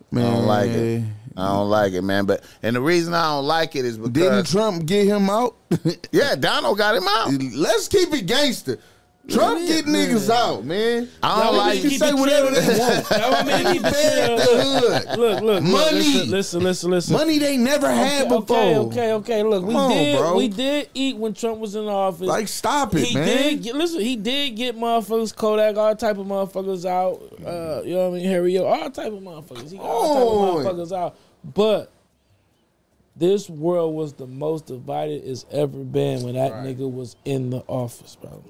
C: Man,
A: I don't like it. I don't like it, man. But and the reason I don't like it is because
C: Didn't Trump get him out? [laughs]
A: yeah, Donald got him out.
C: Let's keep it gangster. Trump get niggas out, man.
A: I don't
C: Y'all
A: like-
C: niggas can say whatever
B: [laughs]
C: they want.
B: Y'all want me to keep the
C: Man,
B: chill? Look,
C: the hood.
B: Look, look,
C: Money.
B: Listen, listen, listen, listen.
C: Money they never had
B: Okay,
C: before.
B: Okay, okay, okay. Look, we
C: Come on,
B: did
C: bro.
B: we did eat when Trump was in office.
C: Like, stop it,
B: he
C: man.
B: did get, listen. He did get motherfuckers Kodak, all type of motherfuckers out. Uh, you know what I mean? Harriet, all type of motherfuckers. He got all
C: On.
B: type of motherfuckers out. But this world was the most divided it's ever been when that nigga was in the office, bro.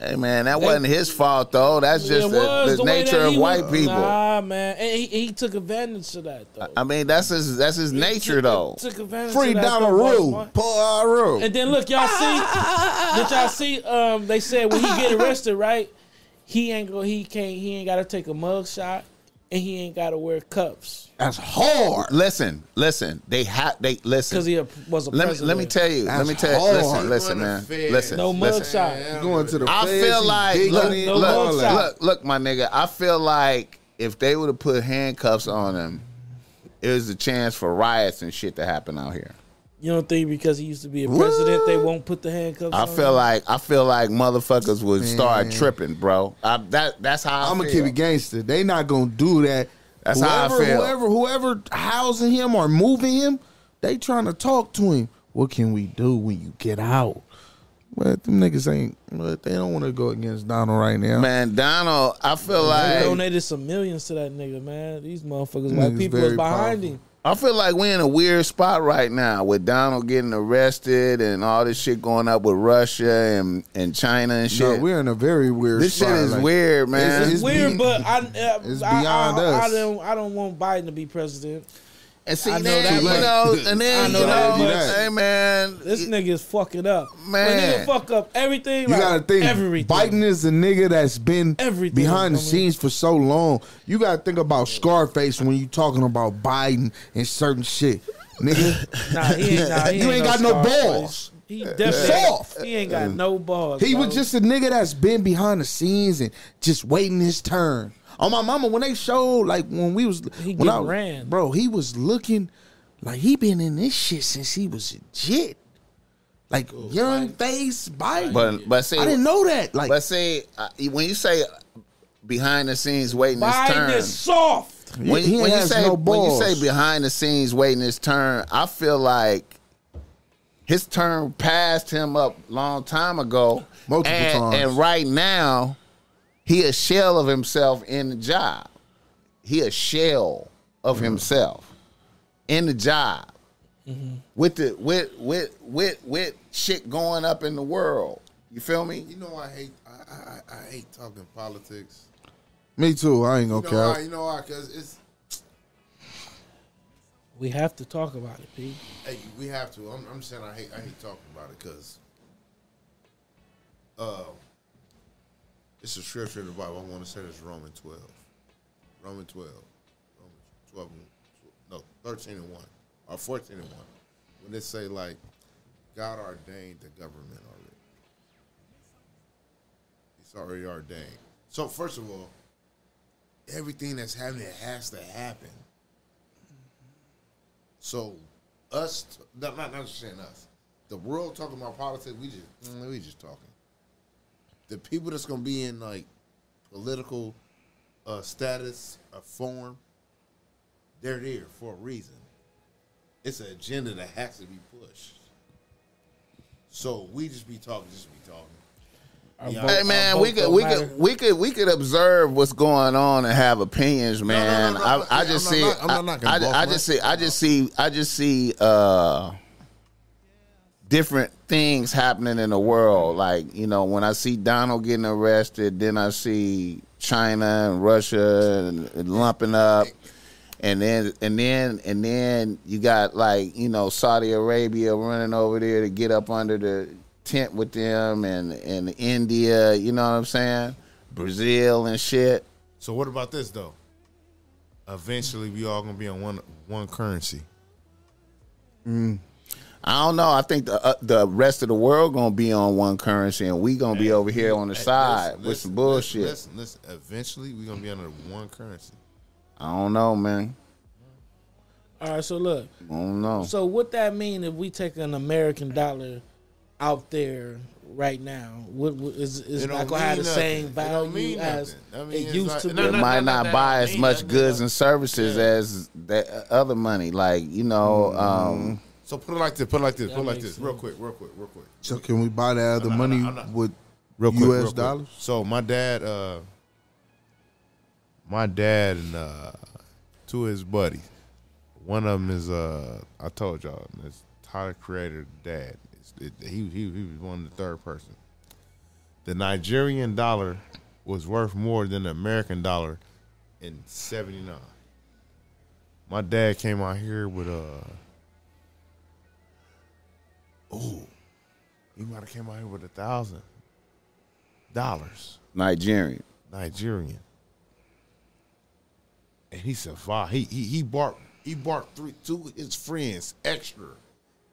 A: Hey man, that wasn't his fault though. That's just the, the,
B: way
A: nature
B: that
A: of
B: he
A: white
B: was-
A: people.
B: Nah, man, and he, he took advantage of that though.
A: I mean, that's his that's his nature though.
B: Took advantage
C: Free
B: of that,
C: Donald
B: though, Boss
C: Rule.
B: Mark.
C: Pull our rule.
B: And then look, y'all see, did y'all see? Um, they said when he get arrested, right? He ain't go. He can't. He ain't got to take a mug shot, and he ain't got to wear cups
C: That's hard.
A: Listen, listen. They have they listen.
B: because he a- was a
A: let me
B: president.
A: let me tell you. let
C: That's
A: me tell you.
C: hard.
A: Listen,
I: Run
A: listen,
I: the
A: man.
I: feds.
A: Listen,
B: No mug
A: listen.
B: shot.
C: Going to the
A: I
C: feds,
A: feel
C: he
A: like
C: digging
A: look,
C: in.
B: No
A: look,
B: mug shot.
A: look, look, my nigga. I feel like if they would have put handcuffs on him, it was a chance for riots and shit to happen out here.
B: You don't think because he used to be a president, they won't put the handcuffs?
A: I
B: on
A: feel
B: him?
A: like I feel like motherfuckers would start tripping, bro. I, that that's how I
C: I'm
A: feel.
C: gonna keep it gangster. They not gonna do that.
A: That's
C: whoever,
A: how I feel.
C: Whoever, whoever housing him or moving him, they trying to talk to him. What can we do when you get out? But them niggas ain't. But they don't want to go against Donald right now.
A: Man, Donald, I feel
B: They
A: like
B: donated some millions to that nigga, man. These motherfuckers,
C: Nigga's
B: white people, is
C: very
B: behind
C: powerful.
B: him.
A: I feel like we're in a weird spot right now with Donald getting arrested and all this shit going up with Russia and, and China and
C: No,
A: shit.
C: we're in a very weird.
A: this shit
C: spot,
A: is
C: like-
A: weird, man.
C: It's-
B: It's,
C: it's
B: weird,
C: be-
B: but I, uh,
C: it's
B: I,
C: beyond
B: I, I
C: us.
B: don't, I don't want Biden to be president.
A: and see,
B: I know
A: then,
B: that
A: you
C: much.
A: know, and
B: [laughs] I
A: then
B: know
A: you
B: that
A: know,
C: much.
A: hey man,
B: This nigga is fucking up.
A: Man.
B: when nigga fuck up everything.
C: You
B: like,
C: gotta think.
B: everything.
C: Biden is a nigga that's been
B: Everything,
C: behind the
B: I mean.
C: scenes for so long. You gotta think about Scarface when you talking about Biden and certain shit, nigga.
B: [laughs] Nah, he ain't, nah, he
C: [laughs] You ain't got no
B: scar, bro.
C: balls.
B: He definitely
C: Soft.
B: he ain't got no balls.
C: He
B: bro.
C: was just a nigga that's been behind the scenes and just waiting his turn. On my mama, when they showed, like when we was,
B: He
C: when I
B: getting ran.
C: bro, he was looking like he been in this shit since he was a jit, like
B: Oh,
C: young face Biden.
A: but but see,
C: I didn't know that. Like
A: but see, uh, when you say behind the scenes waiting his
B: Biden
A: turn,
B: is soft.
C: he,
A: when,
C: he
A: when you
C: has
A: say
C: no
A: when you
C: balls.
A: say behind the scenes waiting his turn, I feel like his turn passed him up long time ago.
C: Multiple
A: and,
C: times.
A: and right now he a shell of himself in the job. He a shell of
C: Mm-hmm.
A: himself in the job
C: Mm-hmm.
A: with the with with with with shit going up in the world. You feel me?
I: You know I hate I I, I- I hate talking politics.
C: me too. I ain't gonna
I: You know why?
C: care.
I: You know why? Because it's
B: We have to talk about it, Pete.
I: hey, we have to. I'm, I'm saying I hate I hate talking about it because uh, it's a scripture in the Bible. I want to say it's Roman 12, Roman 12, Roman 12, no 13 and one or 14 and one. When they say like God ordained the government already, it's already ordained. So first of all, everything that's happening has to happen. So, us, not not not just saying us, the world talking about politics. We just mm, we just talking. The people that's gonna be in like political uh, status or form, they're there for a reason. It's an agenda that has to be pushed. So we just be talking, just be talking. Yeah.
A: Hey man, we could we could we could we could observe what's going on and have opinions, man.
I: no, no.
A: I, I
I: Yeah,
A: just
I: I'm
A: see
I: not- I'm not
A: I-
I: knocking
A: I,
I: both,
A: I
I: man.
A: just see I just see I just see uh different things happening in the world. Like, you know, when I see Donald getting arrested, then I see China and Russia and, and lumping up. And then and then and then you got like, you know, Saudi Arabia running over there to get up under the tent with them and, and India, you know what I'm saying? Brazil and shit.
D: So what about this though? Eventually, we all gonna be on one one currency.
A: I don't know. I think the uh, the rest of the world gonna be on one currency, and we gonna be over here on the
D: Hey,
A: side
D: listen,
A: with some
D: listen,
A: bullshit.
D: Listen, listen. listen. Eventually, we gonna be under one currency.
A: I don't know, man.
B: All right, so look.
A: I don't know.
B: So what that mean if we take an American dollar out there right now? What, what is is
D: It
B: it not
D: don't
B: gonna have the
D: mean
B: same
D: nothing. It don't
B: value
D: mean
B: as
D: nothing. I mean,
B: it
D: it's
B: used
D: like-
B: to be?
D: no,
A: it
D: no,
A: might
D: no,
A: not
D: no,
A: buy
D: no,
A: as
D: me,
A: much
D: no,
A: goods
D: no.
A: and services as that uh, other money. Like you know,
D: Mm-hmm.
A: um,
D: So put it like this. Put it like this. Put it like
B: makes
D: this. Real quick. Real quick. Real quick.
C: So can we buy that other
D: I'm not-
C: money
D: I'm not-
C: with
D: real quick,
C: U.S.
D: real quick.
C: dollars?
D: So my dad, uh, my dad and uh, two of his buddies. One of them is uh, I told y'all, it's Tyler Creator dad. It's, it, he he he was one of the third person. The Nigerian dollar was worth more than the American dollar in '79. My dad came out here with uh, a. Ooh, he might have came out here with a thousand dollars
A: Nigerian.
D: Nigerian, and he survived. He he he bought he bought three two of his friends extra,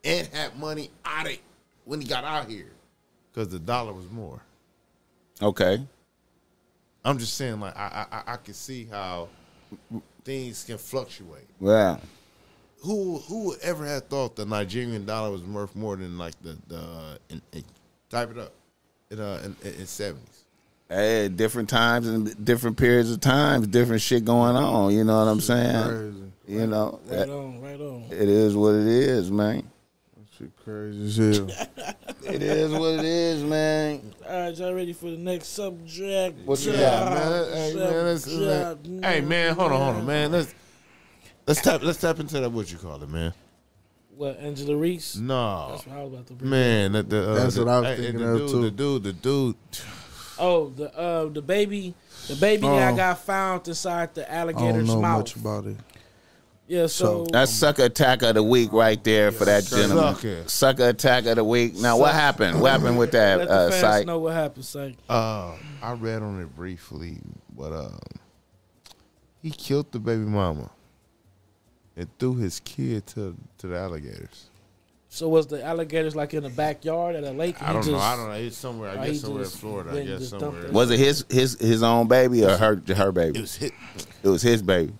D: and had money out of it when he got out here, because the dollar was more.
A: Okay,
D: I'm just saying, like I I I- I can see how things can fluctuate.
A: well,
D: Who who would ever have thought the Nigerian dollar was worth more than like the the uh, in, in- type it up in uh in- in seventies.
A: hey, different times and different periods of times, different shit going on. You know what I'm saying? You know,
B: Right
A: that-
B: on, right on.
A: it is what it is, man.
D: [laughs]
C: Shit crazy as [laughs] hell.
A: It is what it is, man.
B: All right, y'all ready for the next subject?
A: What you
D: Yeah,
A: got?
D: man. Hey, man, let's- let's- hey, man, hold on, hold on, man. Let's let's tap let's tap into that. What you call it, man?
B: What Angela Reese?
D: No,
B: That's what I was about to bring.
D: man. That, the, uh,
C: That's
D: the-
C: what I was
D: hey,
C: thinking
D: the
C: of,
D: dude,
C: too.
D: The dude, the dude.
B: Oh, the uh, the baby, the baby that
C: Oh.
B: got found inside the
C: I don't
B: alligator's
C: know
B: mouth.
C: much about it.
B: yeah, so,
A: That's sucker attack of the week right there for that gentleman.
D: Sucker.
A: Sucker attack of the week. Now, what happened? What happened with that
B: let
A: uh,
B: the fans
A: site?
B: know what happened. Say,
D: Uh, I read on it briefly, but um, he killed the baby mama and threw his kid to to the alligators.
B: so was the alligators like in the backyard at a lake? and
D: I
B: he
D: don't know.
B: just-
D: I don't know. It's somewhere.
B: Oh,
D: I
B: he
D: guess somewhere in
B: just
D: Florida. I
B: went and
D: guess
B: just dumped
D: somewhere.
B: it.
A: Was it his his his own baby or her her
D: It
A: baby?
D: was hit.
A: It was his baby.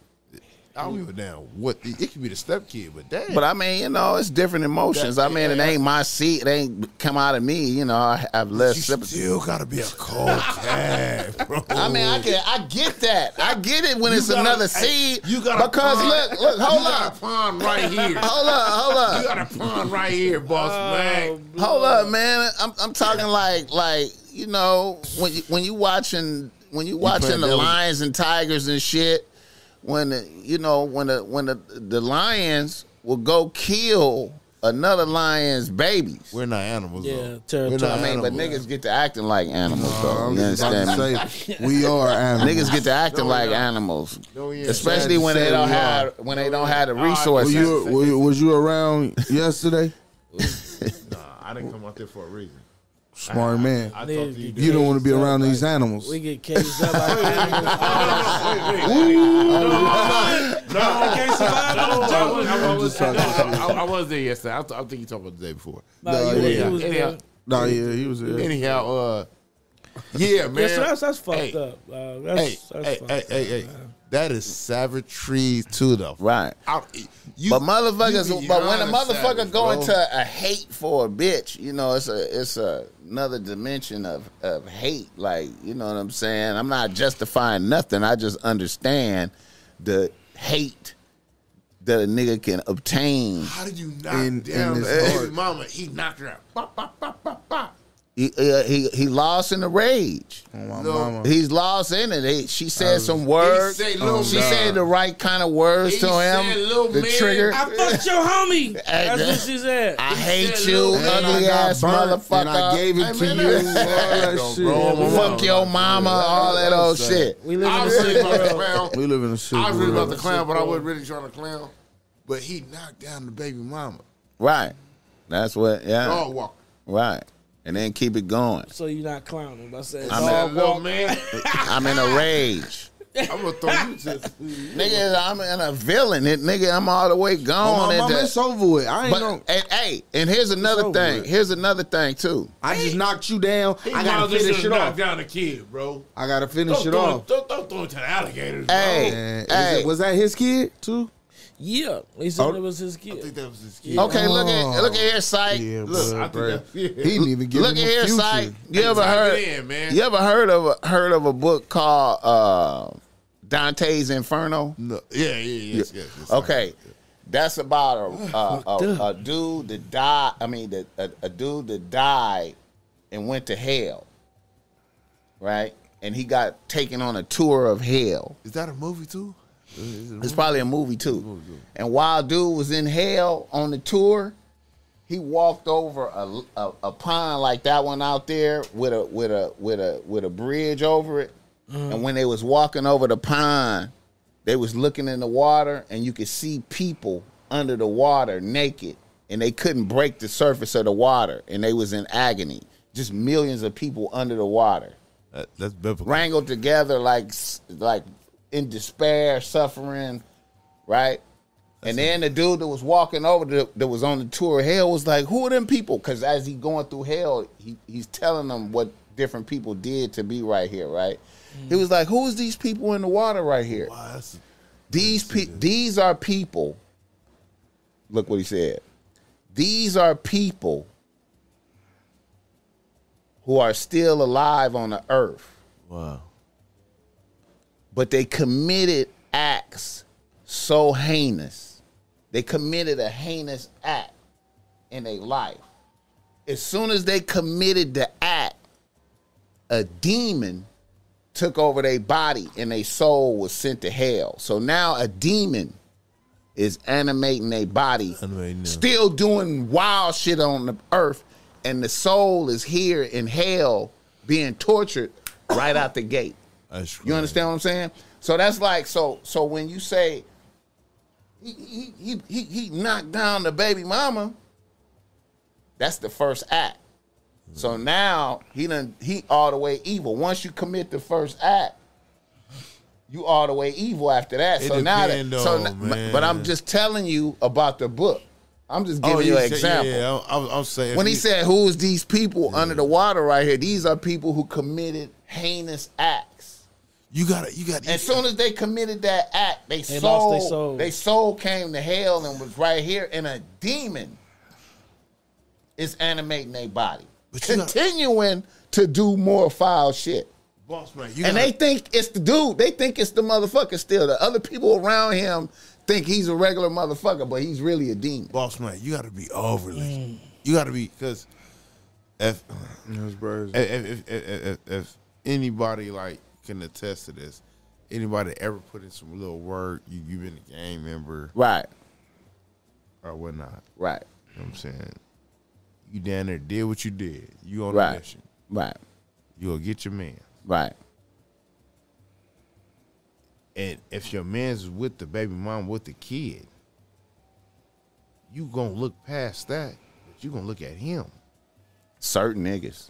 D: I don't give a damn what. It, it could be the stepkid, but damn.
A: But I mean, you know, it's different emotions. I mean, it ain't my seat. It ain't come out of me. You know, I have less sympathy.
D: still gotta be a cold cat, bro.
A: I mean, I can, I get that. I get it when it's
G: gotta-
A: another
G: hey,
A: seed.
G: you gotta
A: because
G: find-
A: look, look, hold
G: you got
A: [laughs] up,
G: a pond right here.
A: hold up, hold up.
G: you got a pond right here, boss
B: Oh,
G: man.
A: Hold up, man. I'm I'm talking like like you know when you when you watching when you watching the lions and tigers and shit. When the, you know when the when the the lions will go kill another lion's babies.
D: We're not animals.
B: Yeah,
D: though.
B: territory.
D: We're not
A: I mean, but
D: animals.
A: niggas get to acting like animals,
C: I
A: though.
C: was
A: You
C: just about
A: understand me?
C: to say, we are animals.
A: Niggas get to acting like animals,
D: yeah.
A: especially when
C: Sad
A: they
C: to
A: don't
C: say we are.
A: have when they don't have the
C: Were
A: resources.
C: you, were you- was you around yesterday?
D: Nah, I didn't come out there for a reason.
C: Smart man.
D: I
B: Niggas
D: talked to you.
C: [laughs]
B: get
C: You don't want to be
B: caged up
C: around
B: like-
C: these animals.
B: We get caged up [laughs] like animals.
G: I
C: just
G: was-
C: talking
G: I- I was there yesterday. I, I think you talking about the day before.
B: Nah, you
C: yeah.
B: was- you was
G: Anyhow,
B: good.
C: Nah, yeah, he was there.
G: anyhow, uh, yeah, man.
B: Yeah, so that's that's fucked
G: Hey,
B: up. Uh,
D: Hey,
B: that's that's
D: hey,
B: fucked
D: hey,
B: up.
D: hey, hey. That is savagery to the
A: Right.
D: I, you,
A: but motherfuckers,
D: you
A: but when a
D: beyond
A: motherfucker
D: savage,
A: go
D: bro.
A: into a hate for a bitch, you know, it's a it's a, another dimension of of hate. Like you know what I'm saying? I'm not justifying nothing. I just understand the hate that a nigga can obtain.
G: How did you knock
C: In- in
G: down
C: his
G: the baby
C: heart.
G: mama? He knocked her out. Bop, bop, bop, bop, bop.
A: He, uh, he he lost in the rage.
C: on my
I: No.
C: mama.
A: He's lost in it. He, she said some words.
I: say Lil
A: she
I: Man.
A: said the right kind of words
I: He
A: to
I: said Lil
A: him. The
I: Man.
A: trigger.
B: I fucked your homie. That's what she said.
A: I hate
I: said
A: you,
I: Lil Man.
A: ugly
C: I got
A: ass
C: burnt,
A: motherfucker.
C: and I gave it
A: Hey,
C: to
A: man,
C: you. All
A: that-
C: that
I: Don't
C: shit.
I: roll my
C: Yeah.
A: Fuck your mama, all that old shit.
B: We live
I: I
B: in
I: was really
B: the
I: about to
B: same world.
I: clown.
C: We live in a shit.
I: I was really
C: world.
I: about to clown, but I wasn't really trying to clown. But he knocked down the baby mama.
A: Right. That's what. Yeah.
I: Dog walker.
A: Right. And then keep it going.
B: So you're not clowning. I said,
A: I'm
B: dog
I: That little
B: walk-
I: man.
A: I'm in a rage.
I: [laughs] I'm gonna throw you
D: [laughs]
I: to.
A: Nigga, I'm in a villain. It, nigga, I'm all the way
C: Oh,
A: gone.
C: my
A: at
C: mama,
A: that.
C: it's over with. I ain't
A: but
C: know.
A: and, hey, and here's another
C: over
A: thing.
C: with.
A: Here's another thing too.
C: I just knocked you down. I gotta
G: Miles, this
C: finish
G: should've
C: it
G: knocked
C: off.
G: down the kid, bro.
C: I gotta
G: Don't
C: finish it
G: throw,
C: off.
G: it, don't, don't throw it to the alligators.
A: Hey,
C: And is
A: hey.
C: it- was that his kid too?
B: Yeah, he said
C: Oh.
B: it was his
I: I think
B: kid.
I: that was his kid.
A: okay, look at look at here, sight.
C: Yeah,
G: Look, I
C: look,
G: think that's-
C: He
G: yeah.
C: didn't even give
A: Look at
C: him a
A: here,
C: future.
A: sight. You ever
G: type it
A: heard?
G: in, man.
A: You ever heard of a, heard of a book called uh, Dante's Inferno?
I: No. Yeah, yeah, yeah. Yes, yes,
C: Uh,
I: yes.
A: Okay, that's about a a, a, a dude that died. I mean, that- a, a dude that died and went to hell, right? And he got taken on a tour of hell.
I: Is that a movie too? Is it a
A: It's probably a movie too. And while dude was in hell on the tour, he walked over a, a, a pond like that one out there with a with a with a with a bridge over it. And when they was walking over the pond, they was looking in the water and you could see people under the water naked and they couldn't break the surface of the water and they was in agony. Just millions of people under the water
D: That, that's biblical.
A: wrangled together like s- like in despair, suffering, right? and then the dude that was walking over the, that was on the tour of hell was like, "Who are them people?" Because as he going through hell, he, he's telling them what different people did to be right here, right? He was like, "Who is these people in the water right here? these pe- these are people." Look what he said. These are people who are still alive on the earth
D: Wow.
A: but they committed acts so heinous. They committed a heinous act in their life. As soon as they committed the act, a demon took over their body and their soul was sent to hell. So now a demon is animating their body,
D: Animating them.
A: still doing wild shit on the earth, and the soul is here in hell being tortured right out the gate.
D: That's
A: You understand what I'm saying? So that's like so so when you say he he he he, he knocked down the baby mama, that's the first act. So now he done he all the way evil. Once you commit the first act, you all the way evil after that.
D: It
A: so now that
D: depend
A: so
D: on,
A: n-
D: man.
A: but I'm just telling you about the book. I'm just giving
D: Oh,
A: you an
D: said-
A: example.
D: Yeah, I, I was, I was saying. if
A: When he
D: you-
A: said, "Who is these people under the water right here?" These are people who committed heinous acts.
D: you gotta, you gotta.
A: As soon as they committed that act, they,
B: They
A: soul,
B: lost their soul.
A: they soul came to hell and was right here, and a demon is animating their body,
D: But you gotta-
A: continuing to do more foul shit.
G: Boss man, you
A: and they
G: gotta-
A: think it's the dude. They think it's the motherfucker. Still, the other people around him think he's a regular motherfucker, but he's really a demon.
D: boss man, you gotta be overly. You gotta be because if
C: That's crazy.
D: if, if, if, if, if anybody like can attest to this, anybody ever put in some little work, you you been a gang member
A: Right,
D: or whatnot.
A: right,
D: You know what I'm saying you down there did what you did. You on a
A: right,
D: mission.
A: right,
D: You gonna get your man.
A: right,
D: And if your man's with the baby mom with the kid, you gonna look past that. But you gonna look at him.
A: certain niggas.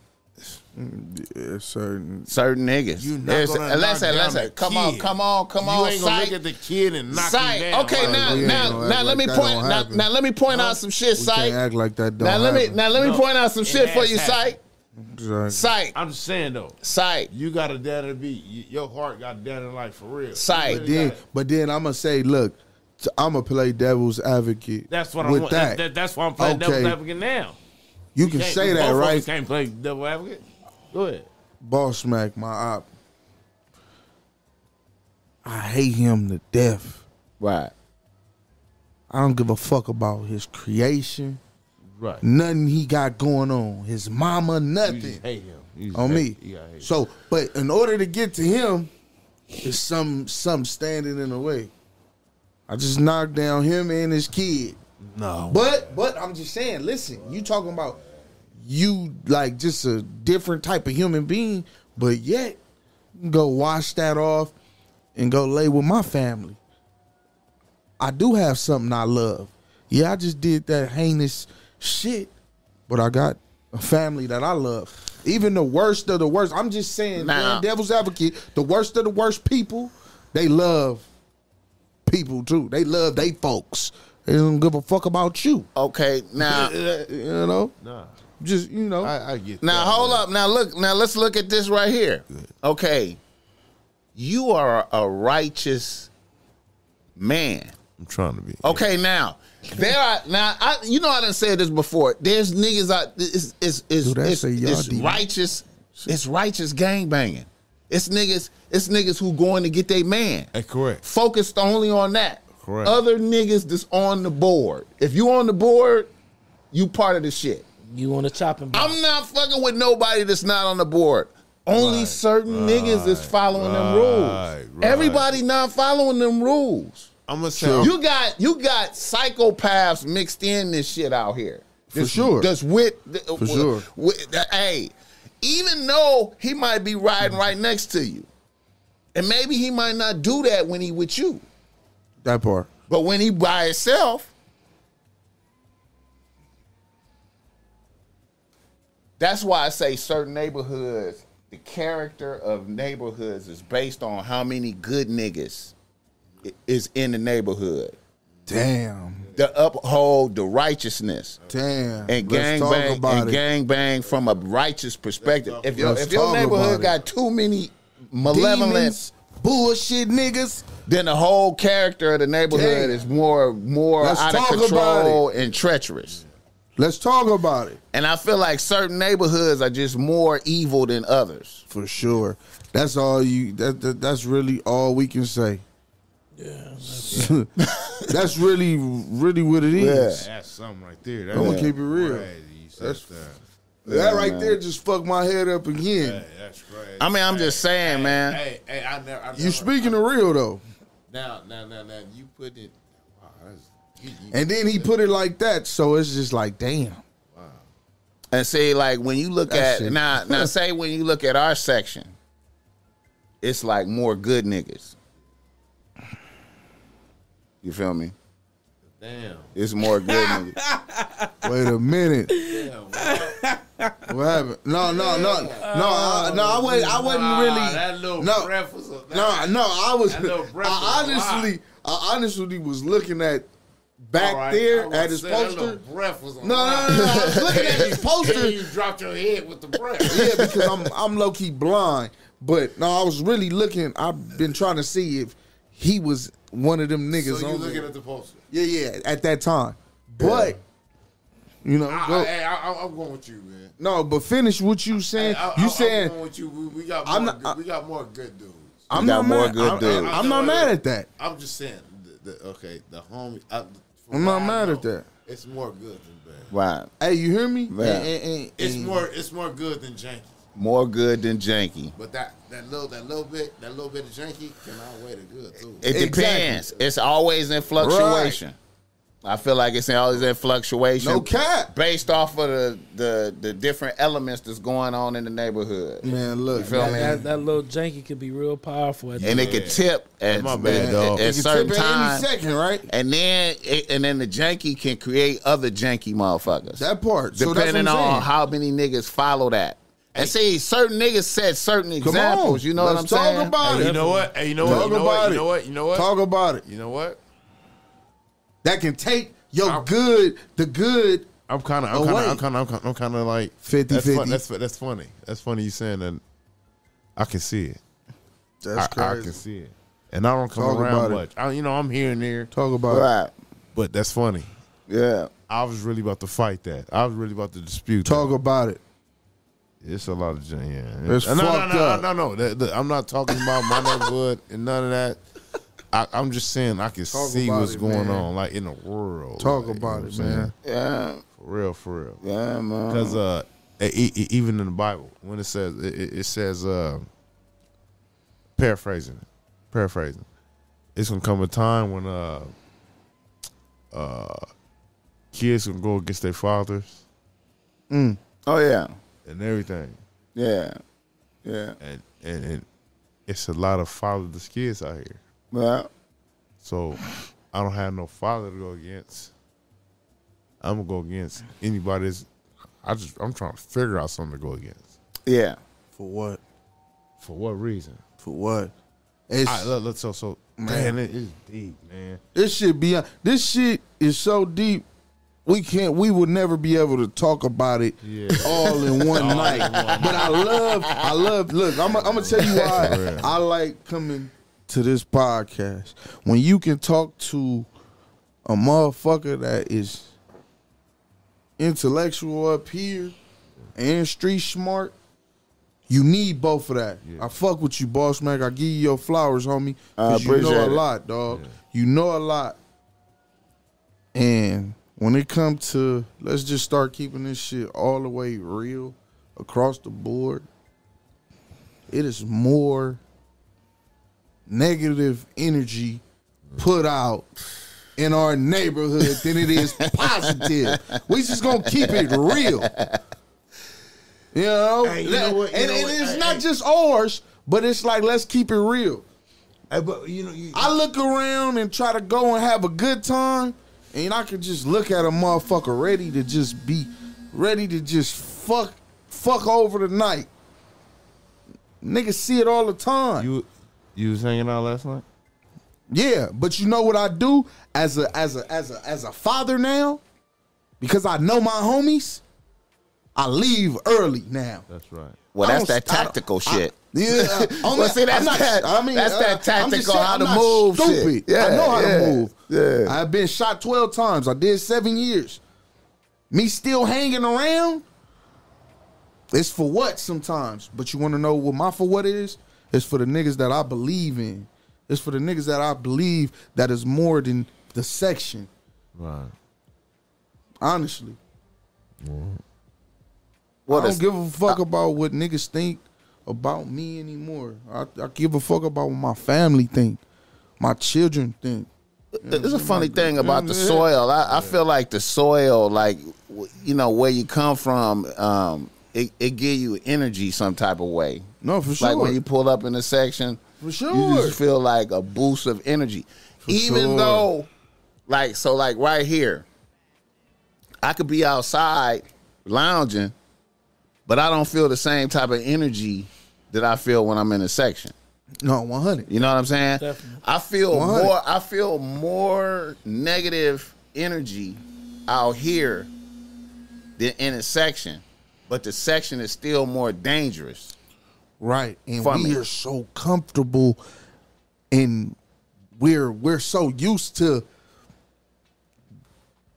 C: Yeah, certain.
A: Certain niggas.
D: You not
A: There's-
D: gonna
A: let's
D: knock
A: say, let's
D: down
A: say,
D: the
A: come on,
D: kid.
A: come on, come
D: you
A: on,
D: ain't gonna
A: psych.
D: look at the kid and knock
A: Sight.
D: him down.
A: Okay,
D: Like,
A: now,
C: we ain't
A: now,
C: gonna
A: now,
C: act
A: let me
C: like that
A: point.
C: don't
A: Now,
C: happen.
A: now, let me point out some shit,
C: We can't
A: sight.
C: act like that. Don't
A: Now, let me,
C: happen.
A: now, let me
G: No,
A: point out some
G: it
A: shit for
G: has
A: you, sight.
G: happened.
C: Exactly.
A: Sight,
G: I'm just saying though,
A: sight,
G: you gotta down to be you- your heart got down in life for real.
A: sight.
C: Then, but then I'm gonna say, look, I'm gonna play devil's advocate.
G: That's what I
C: with
G: want.
C: That,
G: That, that, that's why I'm playing devil's
C: Okay.
G: advocate now.
C: you can
G: Can't-
C: say that,
G: both of us
C: right?
G: Can't play devil advocate. Go ahead.
C: Boss Smack, my op. I hate him to death.
A: Right,
C: I don't give a fuck about his creation.
D: Right.
C: Nothing he got going on. His mama,
D: You just
C: nothing
D: hate him. You just
C: on me.
D: hate- You gotta hate him.
C: So, but in order to get to him, there's some some standing in the way. I just knocked down him and his kid.
D: No.
C: But but I'm just saying, listen, you talking about you like just a different type of human being, but yet you can go wash that off and go lay with my family. I do have something I love. Yeah, I just did that heinous shit, but I got a family that I love. Even the worst of the worst, I'm just saying,
A: Now-
C: man, devil's advocate, the worst of the worst people, they love people too. They love they folks. They don't give a fuck about you. Uh,
A: Okay, now
C: You know?
D: Nah.
C: Just, you know.
D: I, I get
A: Now
D: that,
A: hold
D: man.
A: up. Now look. Now let's look at this right here. Okay, you are a righteous man.
D: I'm trying to be.
A: Okay, now there are now. I you know I done said this before. There's niggas out. It's it's it's,
C: Dude, I
A: it's,
C: say y'all
A: it's
C: deep.
A: righteous. It's righteous gang banging. It's niggas. It's niggas who going to get their man.
D: Hey, correct.
A: Focused only on that.
D: Correct.
A: Other niggas that's on the board. If you on the board, you part of the shit.
B: You on the chopping block?
A: I'm not fucking with nobody that's not on the board. Only
D: Right,
A: certain niggas is following them
D: right,
A: rules.
D: right.
A: Everybody not following them rules.
D: I'm gonna say
A: You got you got psychopaths mixed in this shit out here.
C: For sure.
A: That's with for
C: sure.
A: hey, even though he might be riding right next to you, and maybe he might not do that when he with you,
C: that part.
A: but when he by himself, that's why I say certain neighborhoods. The character of neighborhoods is based on how many good niggas i- is in the neighborhood
C: Damn.
A: to uphold the righteousness
C: Damn.
A: and
C: Let's
A: gang
C: talk
A: bang
C: about
A: and
C: it.
A: gang bang from a righteous perspective. If your
C: Let's
A: if your
C: talk
A: neighborhood got
C: about
A: too many malevolent,
C: Demons, bullshit niggas.
A: then the whole character of the neighborhood
C: Damn.
A: is more more
C: Let's
A: out of
C: talk about
A: control and treacherous.
C: Let's talk about it.
A: And I feel like certain neighborhoods are just more evil than others.
C: For sure. That's all you that, that that's really all we can say. Yeah. [laughs] that's really really what it is.
D: that's something right there. That
C: I'm gonna
D: is
C: keep it real.
D: Crazy. You said
C: That's-
D: that.
C: That right there just fucked my head up again.
D: Hey, that's crazy.
A: I mean, I'm just saying, man.
I: Hey, hey, I never. I never
C: You speaking of real though.
I: now, now, now, now. You put it. Wow, that's, you, you,
C: And then he put it like that, so it's just like damn.
A: And see, like when you look
C: That
A: at
C: shit.
A: now,
C: [laughs]
A: now say when you look at our section, it's like more good niggas. You feel me?
I: damn.
A: It's more
C: [laughs]
A: good niggas.
C: Wait a
I: [laughs]
C: minute. what happened? No, no, no, no, I, no. I wasn't. I wasn't
I: Nah,
C: really.
I: Ah, that little
C: no.
I: breath was a-
C: No, no. I was.
I: That little breath
C: I
I: was a
C: honestly, I honestly was looking at back
I: All right, I
C: there
I: was
C: at his
I: saying that
C: poster.
I: little breath was a
C: No, no,
I: lot.
C: no, no. I was looking at his
I: Then [laughs]
C: poster.
I: you dropped your head with the breath.
C: yeah, because I'm I'm low key blind. But no, I was really looking. I've been trying to see if he was one of them
I: so
C: niggas.
I: you
C: on
I: looking
C: there.
I: at the poster.
C: yeah, yeah. At that time, but you know,
I: I,
C: go-
I: I, hey, I, I, I'm going with you, man.
C: No, but finish what you saying.
I: Hey, I, I,
C: you
I: I'm
C: saying
I: going with you. We, we got more,
C: I'm not-
I: good, we got more good dudes.
C: I'm
A: got
C: not
A: more
C: mad.
A: good
C: I'm,
A: dudes.
C: I'm not mad at that.
I: I'm just saying. The, the, okay, the homie. I, from
C: I'm
I: what
C: not
I: I
C: mad
I: know,
C: at that.
I: It's more good than bad.
A: Right.
C: Hey, you hear me?
A: Yeah.
C: And- and- and-
I: It's
C: and-
I: more. It's more good than janky.
A: More good than janky.
I: But that that little that little bit that little bit of janky can outweigh the good too.
A: It
C: Exactly.
A: depends. It's always in fluctuation. I feel like it's always in fluctuation.
C: no cap.
A: Based off of the, the the different elements that's going on in the neighborhood.
C: Man, look,
A: feel
C: man,
A: me?
C: that-
B: that, that little janky could be real powerful. At
A: And it could tip at,
D: My bad,
A: at-
D: dog.
A: at
C: you can
A: certain
C: tip at
A: time.
C: any second, right?
A: And then it, and then the janky can create other janky motherfuckers.
C: That part. so that's what
A: depending
C: I'm
A: on
C: saying.
A: how many niggas follow that. And see, certain niggas set certain
C: Come
A: examples.
C: on,
A: You know what I'm
C: Let's
A: saying?
C: Talk about
D: Hey,
C: it.
D: you know what? Hey, you know
C: Talk
D: what? You know
C: about
D: what?
C: it.
D: You know what? You know what?
C: Talk about it.
D: You know what?
C: That can take your good, the good.
D: I'm kind of, I'm
C: Oh,
D: kind
C: wait.
D: of, I'm kind of, I'm kind of, I'm kind of like
C: 50,
D: That's, fun-
C: 50.
D: that's fu- that's funny. That's funny. You saying that? I can see it. I,
C: That's
D: I
C: crazy.
D: can see it, and I don't come
C: Talk about
D: around
C: it.
D: much. I, you know, I'm here and there,
C: Talk about it.
A: Right.
D: but that's funny.
A: Yeah.
D: I was really about to fight that. I was really about to dispute.
C: Talk
D: that.
C: about it.
D: It's a lot of gen- yeah.
C: It's
D: no, no,
C: fucked
D: no,
C: up.
D: no, no, no. That- that- I'm not talking about my neighborhood and none of that. I, I'm just saying I can
C: Talk
D: see
C: about
D: what's
C: it,
D: going
C: man.
D: on, like in the world.
C: Talk
D: like, you know
C: about
D: what
C: it,
D: I'm saying?
C: man.
A: Yeah.
D: For real, for real.
A: Yeah, man.
D: Because uh, e- e- even in the Bible, when it says it, it- it says uh, paraphrasing, paraphrasing, it's gonna come a time when uh, uh, kids gonna go against their fathers
A: Oh yeah,
D: and everything,
A: yeah, yeah.
D: and and, and it's a lot of fatherless kids out here.
A: Well,
D: So I don't have no father to go against. I'm gonna go against anybody's. I just I'm trying to figure out something to go against.
A: yeah.
C: For what?
D: For what reason?
C: For what? It's,
D: All right, look, look, so so man, it is deep, man.
C: this shit be this shit is so deep. We can't. We will never be able to talk about it
D: Yeah.
C: [laughs] all in one night. But I love. I love. Look, I'm. I'm gonna tell you why I like coming to this podcast when you can talk to a motherfucker that is intellectual up here and street smart. You need both of that. I fuck with you, boss Mac. I give you your flowers, homie.
A: I
C: 'cause you know
A: appreciate
C: a
A: it.
C: lot, dog. You know a lot. And when it come to let's just start keeping this shit all the way real across the board, it is more negative energy put out in our neighborhood than it
G: [laughs]
C: is positive. we just gonna keep it real. You know,
G: Hey, you know what, you
C: and,
G: know
C: and
G: what,
C: it's
G: hey,
C: not
G: hey.
C: just ours, but it's like let's keep it real.
G: Hey, but you know, you,
C: I look around and try to go and have a good time, and I can just look at a motherfucker ready to just be ready to just fuck fuck over the night. Niggas see it all the time.
D: You you was hanging out last night?
C: Yeah, but you know what I do as a as a as a as a father now, because I know my homies. I leave early now.
D: That's right.
A: Well,
C: I
A: that's
C: don't-
A: that
C: I don't-
A: tactical shit.
C: Yeah,
A: [laughs] Well, see, that's that- that's that
C: uh, I'm just
A: tactical
C: saying,
A: how
C: I'm
A: to
C: not
A: move shit.
C: Stupid.
A: Yeah,
C: I know how
A: yeah,
C: to move.
A: yeah.
C: I've been shot twelve times. I did seven years. Me still hanging around. It's for what sometimes, but you want to know what my for what is? It's for the niggas that I believe in. It's for the niggas that I believe that is more than the section.
D: Right.
C: Honestly,
A: What
C: I
A: is
C: don't give a fuck about what niggas think about me anymore. I, I give a fuck about what my family think, my children think.
A: It's a funny thing about the soil. I, I feel like the soil, like w- you know, where you come from, um, it, it give you energy some type of way.
C: No, for
A: Like
C: sure.
A: when you pull up in a section,
C: For
A: you
C: sure.
A: just feel like a boost of energy. Even
C: sure.
A: though, like, so like right here, I could be outside lounging, but I don't feel the same type of energy that I feel when I'm in a section.
C: No, one hundred.
A: You know what I'm saying?
B: Definitely.
A: I feel
C: 100.
A: more. I feel more negative energy out here than in a section, but the section is still more dangerous.
C: Right, and
A: For
C: we
A: me.
C: are so comfortable, and we're we're so used to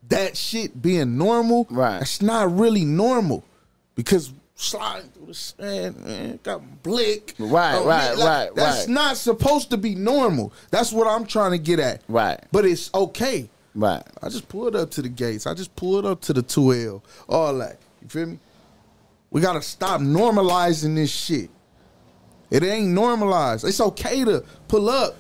C: that shit being normal.
A: Right.
C: it's not really normal because sliding through the sand, man, got blick.
A: Right,
C: Oh,
A: right, right, right.
C: That's not supposed to be normal. That's what I'm trying to get at.
A: Right.
C: but it's okay.
A: Right.
C: I just pulled up to the gates. I just pulled up to the 2L. All that. You feel me? We gotta stop normalizing this shit. It ain't normalized. It's okay to pull up,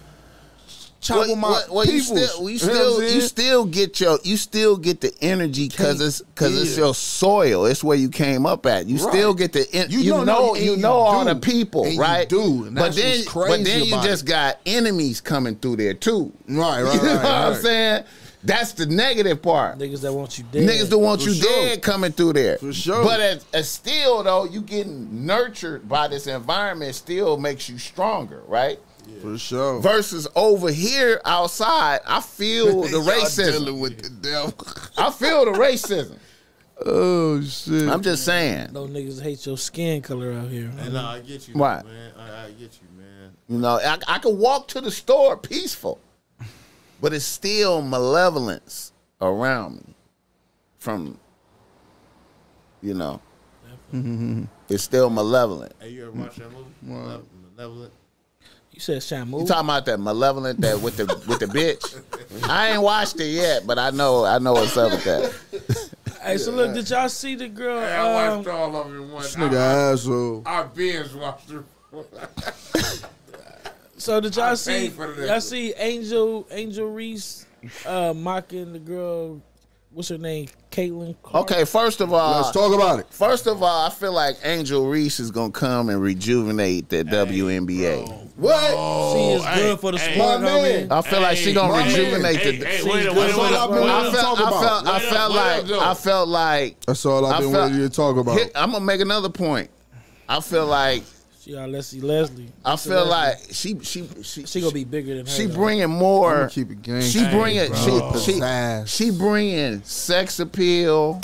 C: chop with my
A: you
C: peoples.
A: still, you
C: know what I'm
A: still, you
C: saying?
A: still get your, you still get the energy because it's because it's
C: yeah.
A: your soil. It's where you came up at. You
C: Right.
A: still get the, en-
C: You
A: you,
C: don't know-
A: know,
C: and
A: you know,
C: you
A: all
C: do.
A: the people,
C: And you
A: right?
C: do, and
A: but
C: that's
A: then,
C: what's
A: but then
C: crazy
A: you
C: about
A: just
C: it.
A: got enemies coming through there too.
C: Right,
A: [laughs]
C: right,
A: you know
C: right,
A: what I'm
C: right.
A: saying? That's the negative part.
B: Niggas that want you dead.
A: Niggas don't want
C: For
A: you
C: sure.
A: dead coming through there. For
C: sure.
A: But as, as still though, you getting nurtured by this environment still makes you stronger, right?
C: for sure.
A: Versus over here outside, I
C: [laughs]
A: feel the racism.
C: Dealing with the devil.
A: I feel the racism.
C: oh shit.
A: I'm just saying.
B: No niggas hate your skin color out here.
D: And uh, nah, I get you,
A: Why?
D: man. I, I get you, man.
A: You know, I, I can walk to the store peaceful, but it's still malevolence around me from, you know, it's still malevolent.
D: Hey, you ever watch that movie? Malevolent.
B: You said Shamu.
A: You talking about that malevolent that with the with the bitch? I ain't watched it yet, but I know I know what's up with that.
B: Hey, so look, did y'all see the girl?
J: Hey, I
B: um,
J: watched all of it one.
C: This
J: I,
C: nigga asshole.
J: I binge watched it.
B: So did y'all
J: I
B: see
J: paid for this.
B: y'all see Angel Angel Reese uh, mocking the girl? What's her name? Caitlyn. Clark?
A: Okay, first of all,
C: Let's talk about it.
A: First of all, I feel like Angel Reese is gonna come and rejuvenate the WNBA.
C: What?
B: she
J: Oh,
B: is
D: hey,
B: good for the
D: hey,
B: sport.
C: my
B: homie.
C: man.
A: I feel like she gonna
C: my man.
A: rejuvenate
D: Hey,
A: the.
D: hey, wait a
B: That's
D: wait a
C: all
D: wait
C: I've
D: a
C: been
A: I
C: wanting to
A: felt,
C: talk
A: I
C: about.
A: felt, I
D: Wait up,
A: felt
D: wait up,
A: like,
D: though.
A: I felt like.
C: That's all I've
A: I
C: been
A: felt-
C: wanting you to talk about.
A: Hit- I'm gonna make another point. I feel like,
B: She got Leslie Leslie.
A: I feel like she, she, she,
B: she gonna be bigger than her.
A: she
B: though.
A: bringing
C: I'm
A: more.
C: gonna keep it gang.
A: She bringing,
C: bro.
A: she, she,
C: Pizzazz.
A: she bringing sex appeal,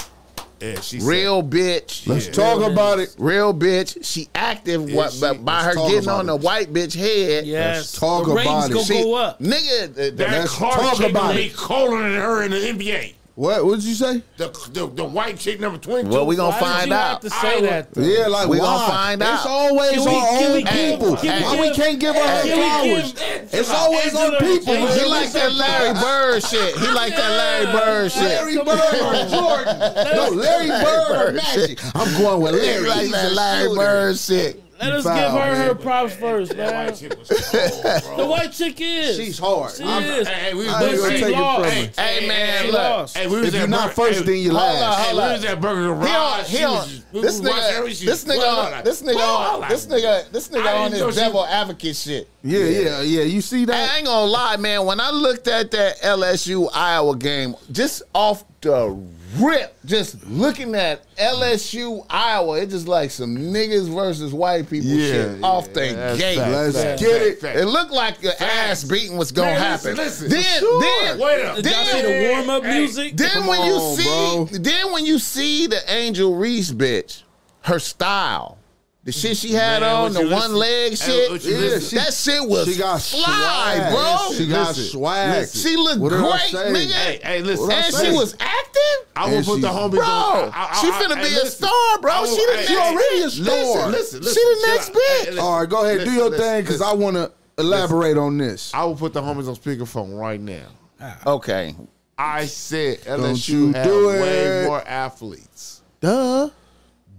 D: Yeah, she said-
A: real bitch.
C: Let's talk about it.
A: Real bitch, she active what,
D: she-
A: but by
C: let's
A: her
C: talk
A: getting
C: about
A: on the
C: it.
A: white bitch head,
B: Yes.
C: talk
B: the
C: about it.
B: ratings
A: she,
B: gonna go up.
A: nigga, the, the,
D: That
C: Let's
D: Clark
C: talk
D: chick
C: about
D: gonna be
C: it.
D: colder than her in the NBA.
C: What? What did you say?
D: The the, the white chick number twenty two.
A: well, we gonna
B: Why did
A: find
B: you have
A: out.
B: to say
D: I
B: that? though?
C: Yeah, like
A: We
C: why?
A: gonna find out.
C: It's always
B: Can we-
C: our
B: can
C: own
B: we give-
C: people.
B: can we
C: why we
B: give-
C: can't give her
B: can
C: her
B: we
C: flowers?
B: give
C: It's always
B: Angela
C: our people.
B: Jackson-
C: man.
A: He like that Larry Bird shit. He like that Larry Bird shit.
C: Larry Bird or
A: [laughs]
C: Jordan. No, Larry Bird or
A: Bird
C: Magic. I'm going with
A: He
C: Larry.
A: like
C: He's
A: that
C: a
A: Larry
C: shooter.
A: Bird shit.
B: Let us
C: foul,
B: give her her
C: man.
B: props first, man.
D: Shit was cold, bro.
B: The white chick is.
C: She's hard.
B: She
C: I'm-
B: [laughs] is.
D: Hey, hey, we was
C: I ain't
B: But
C: gonna
B: she
C: take it
B: lost.
C: from her.
D: Hey,
A: Hey, man,
B: She
A: look.
B: lost.
D: Hey, we was
C: If
D: at
C: you're not
D: Burger-
C: first,
D: hey,
C: then you last.
D: Hey, we was at Burger
A: He
D: Garage.
A: on,
D: She
A: he on,
D: was- we
A: this
D: was watching every-
A: nigga,
D: she
A: this
D: was blowing
A: nigga, on,
D: up.
A: this nigga,
D: Blowing
A: on,
D: up.
A: this nigga, this
D: I
A: nigga
D: didn't
A: on
D: know
A: this
D: she-
A: devil advocate shit.
C: Yeah, yeah, yeah. You see
A: I
C: that?
A: ain't gonna lie, man. When I looked at that LSU Iowa game, just off the rip, just looking at LSU Iowa, it just like some niggas versus white people
C: Yeah,
A: shit
C: yeah,
A: off the gate.
C: Let's
B: fact,
C: get it.
A: It looked like your ass beating was gonna
D: Man,
A: happen.
D: listen, listen.
A: then,
C: Sure.
A: then,
D: Wait up.
B: Did y'all see the warm up
D: Hey,
B: music?
A: then
C: Come
A: when you
C: on,
A: see,
C: bro.
A: then when you see the Angel Reese bitch, her style, the shit she had
D: Man,
A: on,
D: what
A: the
D: you
A: one
D: listen-
A: leg
D: Hey,
A: shit,
D: what you
C: Yeah, listen-
A: that shit was
C: She got
A: fly,
C: swag.
A: bro.
C: She got
D: Listen,
C: swag.
A: She looked
C: What
A: great,
C: did I say?
A: nigga.
D: Hey, hey, listen.
C: What I
A: and
C: say?
A: she was active,
D: I will
C: And
D: put
C: she-
D: the homies
A: bro.
D: on. I- I-
A: she
D: I-
A: finna
D: hey,
A: be a
D: listen.
A: star, bro.
D: I will-
A: she the
D: hey,
A: next.
C: She already a star.
D: Listen, listen, listen.
A: She the
D: chill
A: next
D: out. Hey,
A: bitch.
D: listen.
C: All right, go ahead. Do
D: Listen,
C: your
D: listen,
C: thing because
D: listen.
C: I want to elaborate on this.
D: I will put the homies on speakerphone right now.
A: Okay,
D: I said
C: you
D: LSU had
C: do
D: way
C: it.
D: more athletes,
C: Duh.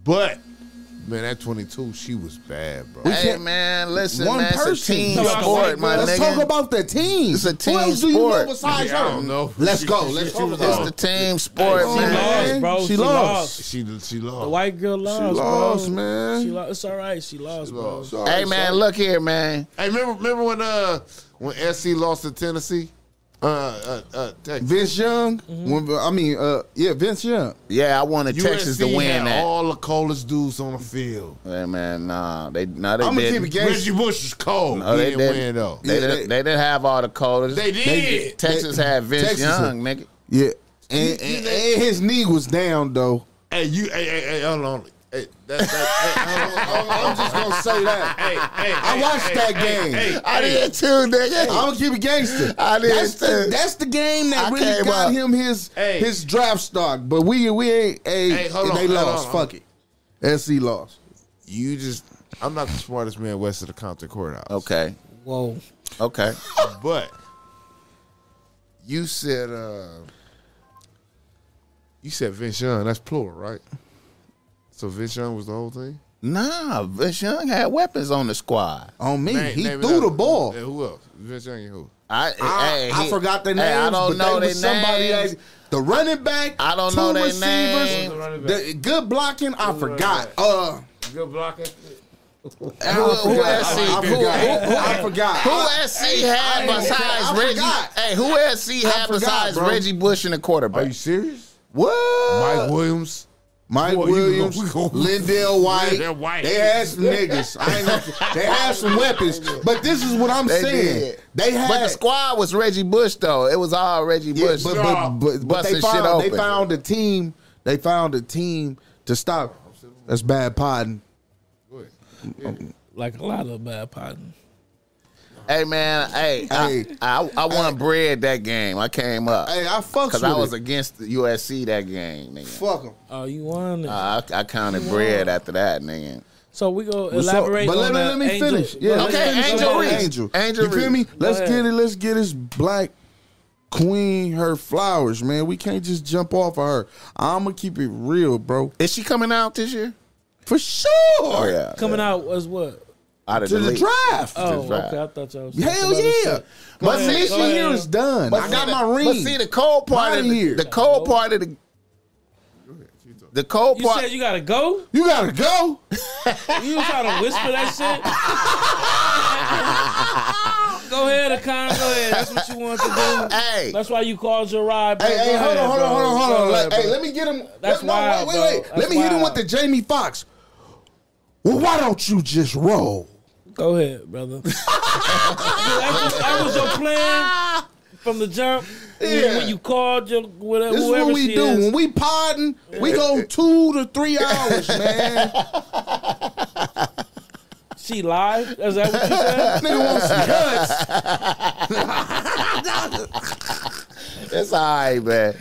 D: but man, at 22, she was bad, bro.
C: We
A: hey
C: can't-
A: man, listen,
C: One
A: man, it's a
C: person.
A: team
C: No,
D: I'm
A: sport,
D: saying,
A: my
C: Let's
A: nigga.
C: talk about the team.
A: It's a team
C: Who else do you know
A: sport.
C: besides
D: Yeah, I
C: her?
D: don't know.
C: Let's
D: She-
C: go.
D: she-
C: Let's
D: she
C: talk
D: was
C: about
A: it's
D: on.
C: it.
A: the team sport,
C: she
A: man.
B: lost,
C: Man,
B: bro.
C: she
B: She,
C: lost.
B: lost.
D: She she lost.
B: The white girl lost,
C: She lost,
B: bro.
C: man.
B: She lost. It's all right. She lost, bro.
C: Sorry,
A: Hey man,
C: sorry.
A: look here, man.
D: Hey, remember remember when uh when SC lost to Tennessee, uh uh, uh Texas.
C: Vince Young.
D: Mm-hmm.
C: When, I mean, uh, yeah, Vince Young.
A: Yeah, I wanted Texas to
D: USC
A: win
D: had
A: that.
D: All the coldest dudes on the field.
A: Hey man, nah, they nah they
C: I'm gonna keep
A: didn't.
C: it
D: Reggie
C: gangster.
D: Bush is cold.
A: No,
D: he
A: they
D: didn't,
A: didn't.
D: win though.
A: They,
C: Yeah,
A: didn't
C: they-
A: they didn't have all the coders.
D: They did.
A: Texas had Vince
C: Texas
A: Young, nigga.
C: Yeah, and, and, and his knee was down though.
D: Hey, you. Hey, hey, hey, hold on. Hey, that, that, hey, hold on.
C: [laughs] I'm just gonna say that.
D: Hey, hey,
C: I
D: hey,
C: watched
D: hey,
C: that
D: hey,
C: game.
D: hey,
A: I
D: hey.
A: did too, nigga.
C: I'm gonna keep it gangster.
A: [laughs] I did
C: That's the,
A: too.
C: that's the game that
A: I
C: really
A: came
C: got
A: up.
C: him his
D: Hey.
C: his draft stock. But we we ain't. Hey,
D: Hey, hold on,
C: they
D: hold
C: lost.
D: on.
C: Fuck it. SC lost.
D: You just. I'm not the smartest man west of the Compton courthouse.
A: Okay,
B: Whoa.
A: okay.
D: but you said uh, you said Vince Young. That's plural, right? So Vince Young was the whole thing.
A: Nah, Vince Young had weapons on the squad.
C: On me,
D: Name-
C: he
D: name it
C: threw
D: out.
C: the ball.
D: Yeah, who else? Vince Young and who?
A: I
C: I,
A: hey,
C: I
A: he-
C: forgot their
A: hey,
C: names.
A: I don't
C: but
A: know
C: they
A: their
C: was somebody
A: names.
C: Else. The running back.
A: I don't
C: two
A: know their
C: receivers,
A: names.
C: The, good blocking. I forgot. Uh,
D: Good blocking.
A: Who, who SC?
C: I
A: Who,
C: forgot.
A: who, who,
C: I forgot.
A: who SC had
C: I- I
A: besides
C: forgot.
A: Reggie? Hey, who SC had
C: forgot,
A: besides
C: bro.
A: Reggie Bush and the
D: Are
A: quarterback?
D: you serious?
C: What?
D: Mike Williams.
C: Mike
D: Boy, you
C: Williams,
D: gonna- we gonna-
C: Lindell White.
D: Lindell White.
C: They had some niggas. I ain't [laughs] gonna- they had some weapons. But this is what I'm
A: They
C: saying.
A: did.
C: They had.
A: But the squad was Reggie Bush though. It was all Reggie
C: Yeah,
A: Bush.
C: but, but, but, but
A: busting
C: they
A: shit
C: found, they
A: open.
C: found a team. They found a team to stop. That's bad podding.
B: Like a lot of bad partners.
A: hey man, hey, I,
C: Hey.
A: I, I won bread that game. I came up
C: Hey, I fucks
A: because
C: with
A: I was
C: it.
A: against the USC that game. Nigga. Uh,
C: Fuck 'em.
B: Oh, you won. it.
A: I, I counted bread after that, nigga.
B: so we go
C: What's up?
B: elaborate.
C: But
B: on
C: let me
B: that
C: let me
B: Angel-
C: finish. Yeah,
B: Well,
C: let's
A: Okay,
C: finish
A: Angel
C: on
A: Reese.
C: Angel.
A: Angel
C: you feel me?
A: Reese.
C: Let's
B: ahead.
C: get it. Let's get this black Queen her flowers, man. We can't just jump off of her. I'm gonna keep it real, bro.
A: Is she coming out this year?
C: For sure.
A: Oh yeah,
B: Coming out was what?
A: out of
C: To the
A: league.
C: draft.
B: Oh,
A: right.
B: okay. I thought y'all was
C: Hell yeah.
A: But
C: But
A: see,
C: this
A: but-
C: year is done. I got
A: see
C: my
A: the-
C: ring.
A: But see, the cold part
C: Outta
A: of the,
C: here.
A: the cold part of the the cold
B: You
A: part.
B: said you gotta go?
C: you gotta go.
B: You was trying to whisper that shit?
C: [laughs]
B: go ahead, Akon. Go ahead. That's what you want to do.
A: hey,
B: That's why you called your ride. Bro.
C: Hey,
B: Go
C: hey, hold
B: ahead,
C: on, hold
B: bro.
C: on, hold on, hold on.
B: Go ahead,
C: Like, hey,
B: bro.
C: let me get him.
B: That's
C: let, no,
B: wild,
C: wait,
B: bro.
C: wait, wait.
B: That's
C: Let me hit him with
B: wild.
C: the Jamie Foxx. Well, why don't you just roll?
B: Go ahead,
C: [laughs]
B: brother. that, was, that was your plan from the jump.
C: Yeah.
B: When you called your whatever,
C: This is
B: whoever
C: what we
B: she
C: do
B: is.
C: when we podding.
B: [laughs]
C: We go two to three hours, man.
B: She lied. Is that what you said?
C: [laughs] Nigga wants
B: [laughs]
C: some cuts.
A: it's all right,
C: [laughs]
A: man.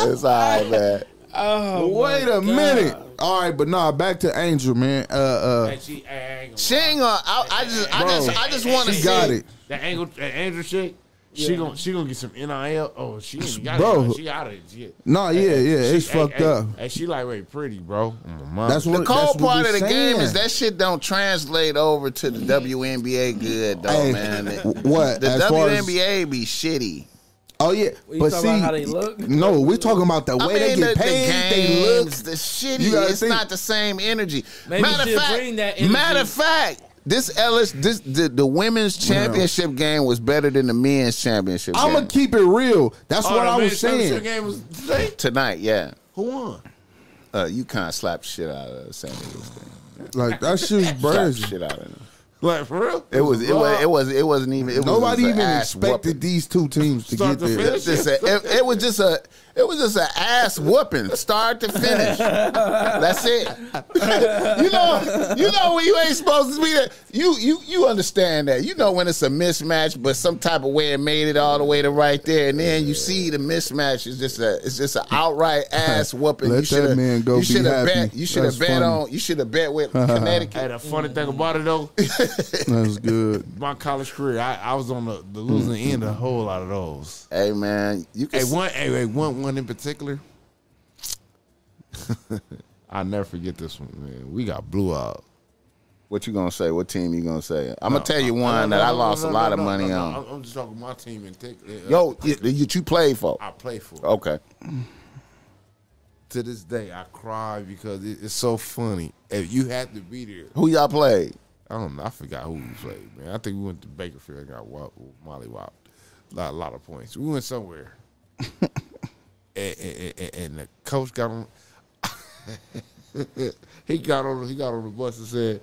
A: it's all right, man. Oh
C: Wait a minute. All right, but nah, back to Angel, man. Uh, uh,
D: That she, I ain't gonna-
A: She ain't gonna. I, I just, I
C: Bro,
A: just, I just want to
C: she
A: see.
C: got it.
D: that angle, that Andrew chick. She gonna she gonna get some nil. Oh, she
C: [laughs]
D: ain't got
C: Bro.
D: it. She out of it. Yeah.
C: Nah, yeah, yeah, it's
D: She-
C: fucked
D: hey,
C: up.
D: Hey, hey, she like way pretty, bro.
C: That's what.
A: The cold
C: that's what
A: part
C: we
A: of the
C: saying.
A: game is that shit don't translate over to the WNBA good though,
C: Hey,
A: man.
C: what,
A: the
C: as far as-
A: WNBA be shitty.
C: Oh yeah,
B: You
C: but
B: talking
C: see,
B: about how they look?
C: no, we're talking about the way
A: I
C: they
A: mean,
C: get
A: the,
C: paid.
A: the
C: they look.
A: games, the shitty.
C: You gotta
A: it's
C: think-
A: not the same energy.
B: Maybe
A: matter of
B: she'll
A: fact,
B: bring that energy.
A: matter of fact, this Ellis, this the, the women's championship game was better than the men's championship
C: I'm
A: game
C: gonna keep it real. That's what I was saying.
D: Game was today.
A: tonight. Yeah,
D: Who won?
A: uh, UConn slapped shit out of San Diego's thing.
C: Like
A: [laughs]
C: that shit's
A: Slapped
C: crazy.
A: shit out of them.
D: Like for real?
A: It was it was it was it wasn't even it was
C: Nobody
A: just a
C: even
A: ass
C: expected
A: whooping.
C: these two teams to
D: Start
C: get
D: to
C: there.
D: finish.
A: It's just a- [laughs] it, it was just a it was just an ass whooping, start to finish. That's it. [laughs] you know, you know when you ain't supposed to be there. You you you understand that. You know when it's a mismatch, but some type of way it made it all the way to right there, and then you see the mismatch is just a it's just an outright ass whooping.
C: Let
A: you
C: that
A: shoulda-
C: man go
A: You
C: be
A: shoulda
C: happy.
A: bet. You should have
C: That's
A: bet
C: funny.
A: on. You should have bet with Connecticut.
D: Hey, the funny thing about it though,
C: That's good.
D: my college career, I, I was on the, the losing
C: Mm-hmm.
D: end a whole lot of those.
A: Hey man, you can.
D: Hey, one, hey, hey, one, one in particular. [laughs] I'll never forget this one, man. We got blew out.
A: What you gonna say? What team you gonna say? I'm gonna tell you
D: No,
A: one
D: no,
A: that I
D: no,
A: lost
D: no,
A: a
D: no,
A: lot
D: no,
A: of
D: no,
A: money
D: no, no.
A: on.
D: I'm, I'm just talking about my team in particular.
A: Yo, Oh. you, that you played for.
D: I play for.
A: Okay.
D: To this day, I cry because it, it's so funny. If you had to be there,
A: Who y'all played?
D: I don't know. I forgot who we played, man. I think we went to Bakerfield and got wop, molly whopped. A lot, lot of points. We
A: [laughs]
D: went somewhere. and, and- and- and the coach got on. [laughs] he got on. He got on the bus and said,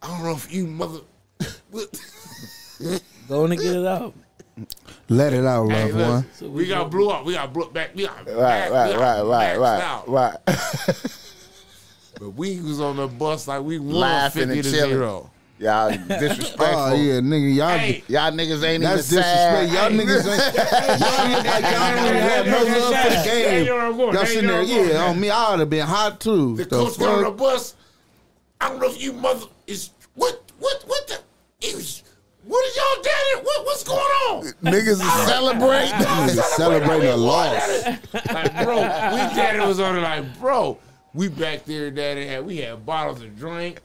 D: "I don't know if you mother." [laughs]
B: Go on and get it out.
C: Let it out,
D: Hey,
C: loved one.
D: listen, we got blew up. We got blew back. We got
A: Right,
D: back, we
A: right, right, right,
D: got maxed
A: right,
D: out.
A: right. [laughs]
D: But we was on the bus like we won
A: Laughing and
D: fifty to
A: chilling.
D: zero.
A: Y'all disrespectful.
C: [laughs] Oh yeah, nigga, y'all.
D: Hey,
A: Y'all niggas ain't
C: That's
A: even
C: disrespect.
A: sad.
C: Y'all niggas ain't. Y'all look like y'all don't even have no love for the game. Y'all sitting there, yeah, on me. I would have been hot too.
D: The
C: The
D: coach got on the
C: fuck?
D: bus. I don't know if you mother is what what what the it was, what are y'all daddy? What what's going on?
A: Niggas [laughs] is celebrating.
C: Niggas celebrating a loss.
D: Like bro, we daddy was on it like bro. We back there, daddy had we had bottles of drink,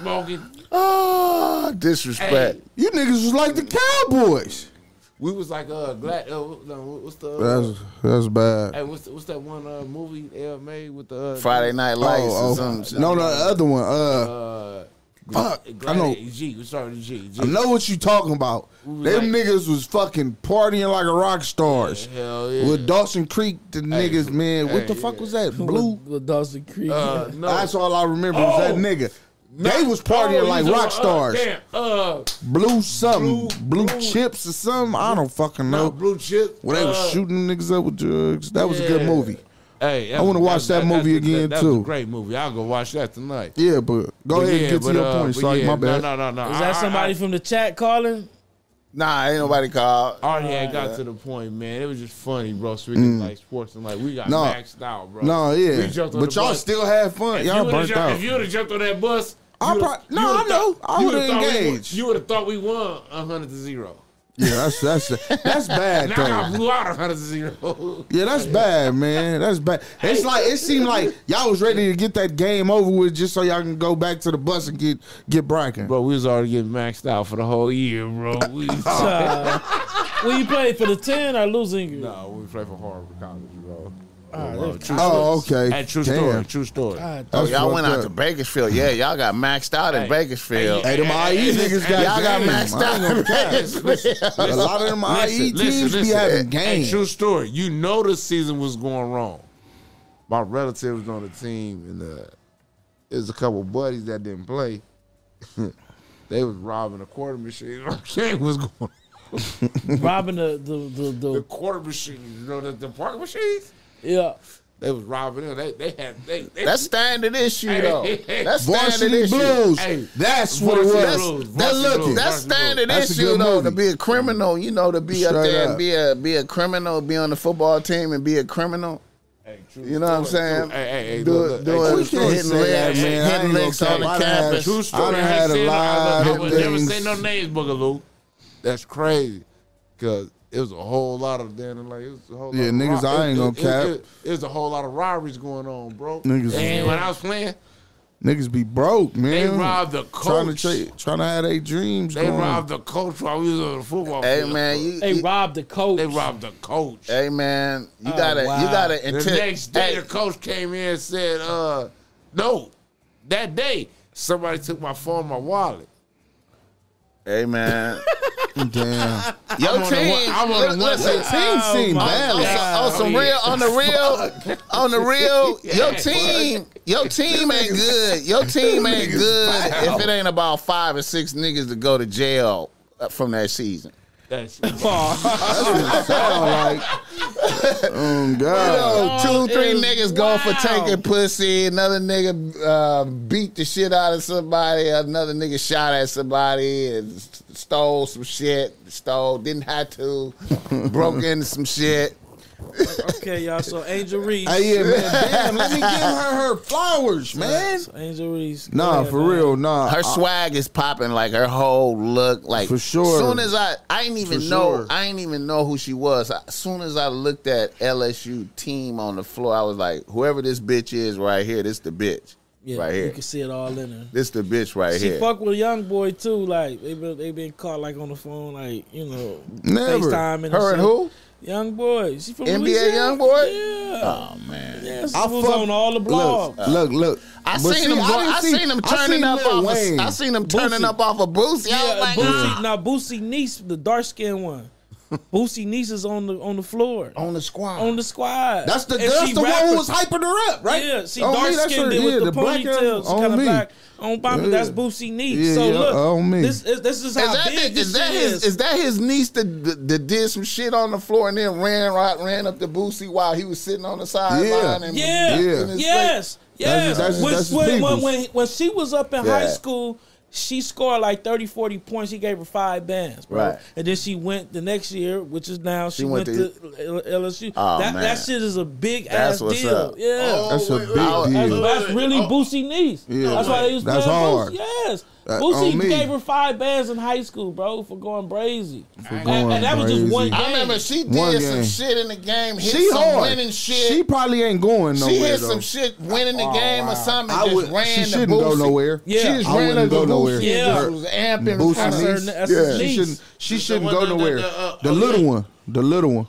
D: smoking.
A: Ah, disrespect.
D: Hey,
C: You niggas was like the Cowboys.
D: we was like uh glad. Uh, what- no, what- what's the
C: That's that's bad.
D: hey what's the, what's that one uh movie they made with the
A: [laughs]
D: uh,
A: Friday Night Lights or
C: Oh,
A: something.
C: oh. no, no, the other one. Uh,
D: Uh,
C: Fuck, I
D: Glad,
C: know.
D: G. We started G. G.
C: I know what you talking about. Them
D: was like-
C: niggas was fucking partying like a rock stars.
D: Hell yeah.
C: With Dawson Creek, the niggas, man, what
D: hey,
C: the fuck
D: yeah.
C: was that?
B: Blue
C: Blue.
B: with Dawson Creek.
D: uh, [laughs] no.
C: That's all [laughs] I remember was that
D: Oh.
C: nigga. They was partying
D: Oh, you
C: like
D: talking-
C: rock
D: Uh,
C: stars.
D: damn, uh,
C: blue something, blue,
D: Blue-
C: chips or something. I don't fucking know.
D: no, blue chip.
C: well, they was
D: uh,
C: shooting niggas up with drugs. That was a good
D: yeah.
C: movie.
D: Hey,
C: I wanna watch that movie
D: that's a-
C: again,
D: that was
C: too.
D: a great movie. I'll go watch that tonight.
C: Yeah, but go
D: But
C: ahead
D: yeah,
C: and get
D: but,
C: to your
D: uh,
C: point.
D: but
C: Sorry,
D: yeah,
C: my bad.
D: No, no, no, no.
B: Is that
D: I- I-
B: somebody
D: I,
B: from the chat calling?
A: Nah, ain't nobody called.
D: I already had got to the point, man. It was just funny, bro. Speaking
C: Mm.
D: like sports and like we got
C: No.
D: maxed out, bro.
C: No,
D: We
C: yeah.
D: jumped on
C: But
D: the
C: y'all
D: bus.
C: still had fun.
D: If you
C: y'all
D: would've
C: burnt
D: jumped-
C: out.
D: If you would have jumped on that bus,
C: I
D: you would've-
C: prob- no,
D: you
C: I
D: would've
C: know.
D: thought-
C: I
D: you
C: would've
D: would've thought we won-
C: engaged.
D: You would have thought we won hundred to zero.
C: Yeah, that's
D: [laughs]
C: that's that's bad
K: Nah, I
C: though.
K: blew out 100 zero.
C: [laughs] Yeah, that's bad, man. That's bad. It's like it seemed like y'all was ready to get that game over with just so y'all can go back to the bus and get get Bracken.
K: Bro, we was already getting maxed out for the whole year, bro.
D: [laughs]
K: We,
C: Oh.
K: no,
B: Uh, when you play for the ten or losing,
K: we played for Harvard College, bro.
C: Oh, okay.
K: Hey, true
C: Damn.
K: story, true story.
B: God,
A: Oh,
C: That's
A: y'all
C: fucked
A: went out
C: up.
A: to Bakersfield. Yeah, y'all got maxed out in Bakersfield.
C: Hey, them IE niggas got
A: y'all got
C: games.
A: maxed
C: I ain't
A: out
C: gonna
A: in
C: cap.
A: Bakersfield.
C: A lot of them IE teams be having
K: Hey,
C: games.
K: true story. You know the season was going wrong. My relative was on the team, and uh, there's a couple buddies that didn't play. [laughs] they was [laughs] robbing a quarter machine. [laughs] Okay, what's going on?
B: robbing the the, the,
K: The
B: the
K: quarter machine, you know, the, the parking machines.
B: yeah.
K: They was robbing them. They they had they. they
A: That's standard issue, though. That's standard
C: Varsity
A: issue.
C: Blues.
K: Hey,
C: that's what it
K: varsity
C: was.
K: blues,
C: That
K: varsity
C: look,
K: blues.
C: it.
A: That's standard
C: That's a
A: issue
C: good
A: though to
C: movie.
A: be a criminal, you know, to be up
C: Straight
A: there
C: up.
A: and be a be a criminal, be on the football team and be a criminal.
K: hey, true
A: You know what I'm
K: story,
A: saying?
K: true- Hey, hey, hey,
A: Do-
K: look, look,
A: do
K: hey,
A: it.
K: true
C: We
K: story.
C: can't
A: Hitting
C: say that,
A: licks-
C: man. I
A: hitting
C: ain't gonna
A: licks on
C: cap.
A: the
C: I done had-
A: campus.
K: True story.
C: I done
K: I
C: had a
K: said- I-
C: lot
K: I, I
C: of
K: would never say
C: things.
K: no names, Boogaloo. That's crazy. Cause it was a whole lot of then like it was a whole
C: Yeah,
K: lot
C: niggas,
K: of rob-
C: I ain't
K: it-
C: gonna
K: it-
C: cap.
K: It, it, it was a whole lot of robberies going on, bro.
C: Niggas-
K: and when I was playing,
C: Niggas be broke, man.
K: they robbed the coach.
C: trying to tra- trying to have their dreams.
K: they
C: going.
K: robbed the coach while we was on the football
A: Hey
K: field.
A: man, you,
B: They
A: you-
B: robbed the coach.
K: They robbed the coach.
A: hey man, you gotta you
B: wow.
A: gotta
K: Oh, The
A: inti-
K: next day,
A: hey,
K: the coach came in and said, uh, no, that day, somebody took my phone, my wallet.
A: hey man,
C: [laughs] Damn,
A: your
K: I'm on the
A: team.
K: one- I'm on the
A: look,
K: one-
A: listen,
C: team seem bad.
A: on, on some real, on the real, on the real, [laughs] your team, your team ain't good. [laughs] Your team ain't good if it ain't about five or six niggas to go to jail uh, from that [laughs] season.
K: That's
B: [laughs]
C: sound like. Oh God!
A: Two, three
B: is
A: niggas go for
B: wild.
A: taking pussy. Another nigga uh, beat the shit out of somebody. Another nigga shot at somebody and s- stole some shit. Stole, didn't have to. [laughs] broke into some shit.
B: Okay, y'all. So Angel Reese.
C: Hey, yeah, man. Damn, let me give her her flowers, man.
B: So Angel Reese. go
C: Nah,
B: ahead,
C: for
B: man.
C: real, nah.
B: Uh,
A: Her
C: I-
A: swag is popping, like her whole look, like
C: For sure.
A: Soon as I, I didn't even
C: For
A: know,
C: sure.
A: I didn't even know who she was. As soon as I looked at LSU team on the floor, I was like, whoever this bitch is right here, this the bitch
B: Yeah,
A: right here.
B: You can see it all in her.
A: This the bitch right
B: She
A: here.
B: fuck with a young boy too. Like they been they been caught like on the phone, like you know,
C: Never.
B: FaceTime and
A: Her
B: shit.
A: and who?
B: Young boy. She from
A: NBA
B: Louisiana?
A: young boy?
B: Yeah.
A: Oh man.
B: yeah, this
C: I
B: was
C: fuck-
B: on all the blogs.
C: Look, Uh, look, look.
A: I
C: But
A: seen him.
C: I
A: Go,
C: didn't
A: I,
C: see-
A: seen him
C: I
A: turning
C: seen
A: up
C: Lil
A: off. a-
C: Wayne.
A: I seen him turning
B: Boosie.
A: up off a boosie. I was
B: Yeah,
A: like,
B: Boosie, now Boosie Niece, the dark skinned
C: [laughs]
B: one. Boosie Niece is on the on the floor.
C: on the squad.
B: On the squad.
C: Oh. that's the
B: And
C: that's
B: she
C: the one
B: rapping.
C: who was hyping her up, right?
B: Yeah, she
C: On me,
B: dark
C: that's
B: skinned
C: her.
B: with
C: Yeah,
B: the,
C: black
B: ponytail.
C: ass
B: She kind
C: on
B: of
C: me.
B: black. On Bobby,
C: Yeah.
B: that's Boosie Niece.
C: Yeah,
B: so
C: yeah,
B: look,
C: on me.
B: This, is, this
A: Is
B: is how
A: that,
B: big
A: the,
B: this
A: is that
B: shit
A: his
B: is.
A: is that his niece that, that, that did some shit on the floor and then ran right ran up to Boosie while he was sitting on the sideline and
B: Yeah.
C: Yeah.
A: in his face.
B: Yes. Yes.
C: that's-
B: when,
C: that's his
B: when, when,
C: peoples.
B: when, when she was up in
A: Yeah.
B: high school, she scored like 30, 40 points. He gave her five bands, bro.
A: Right.
B: And then she went the next year, which is now she,
A: She
B: went,
A: went
B: to L- LSU.
A: Oh,
B: that,
A: man.
B: that shit is a big
A: That's
B: ass
A: what's
B: deal.
A: up.
B: Yeah.
C: That's a
I: wait, wait,
A: wait.
C: big
B: That's,
C: deal.
B: that's really Boosie Niece.
C: Oh, Yeah.
B: That's why they was
C: That's
B: playing
C: hard.
B: Boosie. Yes.
C: That- on
B: Boosie
C: me.
B: gave her five bands in high school, bro, for going crazy. and,
C: going
B: and that was just one game.
C: crazy.
A: I remember she did
C: One
A: some
C: game.
A: shit in the game, hit
C: She
A: some
C: hard.
A: winning shit.
C: She probably ain't going nowhere.
A: She hit
C: though.
A: some shit winning the
C: Oh,
A: game or something. And
C: I
A: just
C: would.
A: ran
C: She
A: to
C: shouldn't go
A: Boosie.
C: nowhere.
B: Yeah.
A: She just
C: I
A: ran
C: wouldn't
A: up to
C: go
A: Boosie
C: nowhere.
A: and
B: Yeah.
A: just was amping.
C: Boosie
B: That's her-
C: niece.
B: that's
C: yeah.
B: her
C: She
B: niece.
C: shouldn't. She shouldn't
G: one
C: go
G: that- that-
C: nowhere.
G: that, uh,
C: the
A: oh,
G: uh,
C: little one. The little one.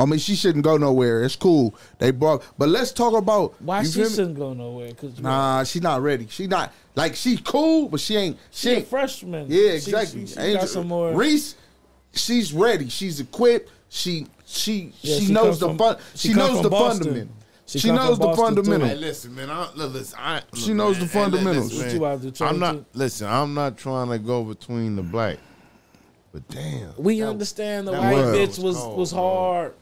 C: I mean, she shouldn't go nowhere. It's cool. They brought. But let's talk about
B: Why
C: you
B: she
C: feel me?
B: shouldn't go nowhere? Cause
C: Nah, she not ready. She not like she cool, but she ain't. She,
B: she a
C: ain't-
B: freshman.
C: Yeah,
B: She-
C: exactly.
B: She, she got some more.
C: Reese, she's ready. She's equipped. She she
B: Yeah,
C: she,
B: she
C: knows
B: come from-
C: the fun.
B: she
C: She,
B: come
C: knows
B: from
C: the
B: Boston.
C: fundamental. She,
B: She come
C: knows
B: from
C: the
B: Boston,
C: fundamental.
B: too.
G: Hey, listen, man. I, look, listen, I, look,
C: She knows the
G: man, hey, look,
C: fundamentals.
G: listen,
B: What
G: man.
B: you about to try
D: I'm
B: to
D: not
B: do?
D: listen. I'm not trying to go between the black, but damn,
B: We understand the
D: that
B: white
C: was-
B: bitch was
D: cold,
B: was
D: bro.
B: hard,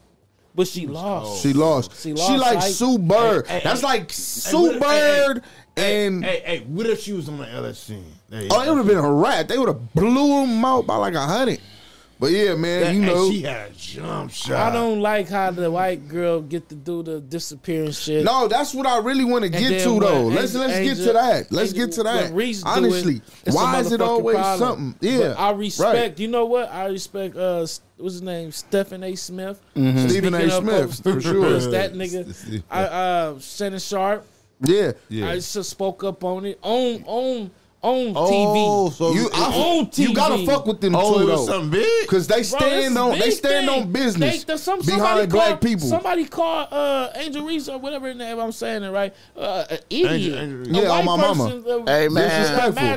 B: but she lost.
C: She lost. She,
B: She lost,
C: like
B: like-
C: Sue Bird.
K: Hey, hey,
C: That's
K: hey.
C: like
K: what-
C: Sue
K: hey,
C: Bird and
D: Hey, hey, what if she was on the LSU? team? There you
C: oh, it
D: go.
C: would have been a rat. They would have blew them out by like a hundred. But yeah, man, you
G: And
C: know,
G: she had a jump
B: I
G: shot.
B: don't like how the white girl get to do the disappearance shit.
C: No, that's what I really want to get
B: then
C: to
B: what?
C: though. let's
B: Angel-
C: let's get to
B: Angel-
C: that. Let's
B: Angel-
C: get to
B: when
C: that.
B: Reese do it,
C: Honestly,
B: it's a
C: why is it
B: motherfucking
C: always
B: problem.
C: something? Yeah,
B: But I respect. You know what? I respect. Uh, s- what's his name? Stephen A. Smith.
C: right. Mm-hmm.
B: Speaking
C: Stephen A.
B: of
C: Smith
B: folks-
C: for sure.
B: that
C: [laughs]
B: nigga. I, uh, Shannon Sharp.
C: Yeah,
D: Yeah.
B: I just spoke up on it on on on
G: Oh,
B: TV.
G: so
C: you I-
B: on
C: you gotta
B: TV.
C: fuck with them
G: oh,
C: too
G: it was
C: though,
G: something big.
C: because they
B: Bro,
C: stand
B: this
C: on they
B: big
C: stand
B: thing.
C: on business
B: They- some- somebody
C: behind
B: call-
C: black people.
B: Somebody call uh, Angel Reese or whatever her name. I'm saying it right. Uh, an idiot.
G: Angel- Angel Reese.
B: A
C: Yeah,
B: white
C: on my mama.
B: person, uh,
A: Hey, man.
B: disrespectful. Man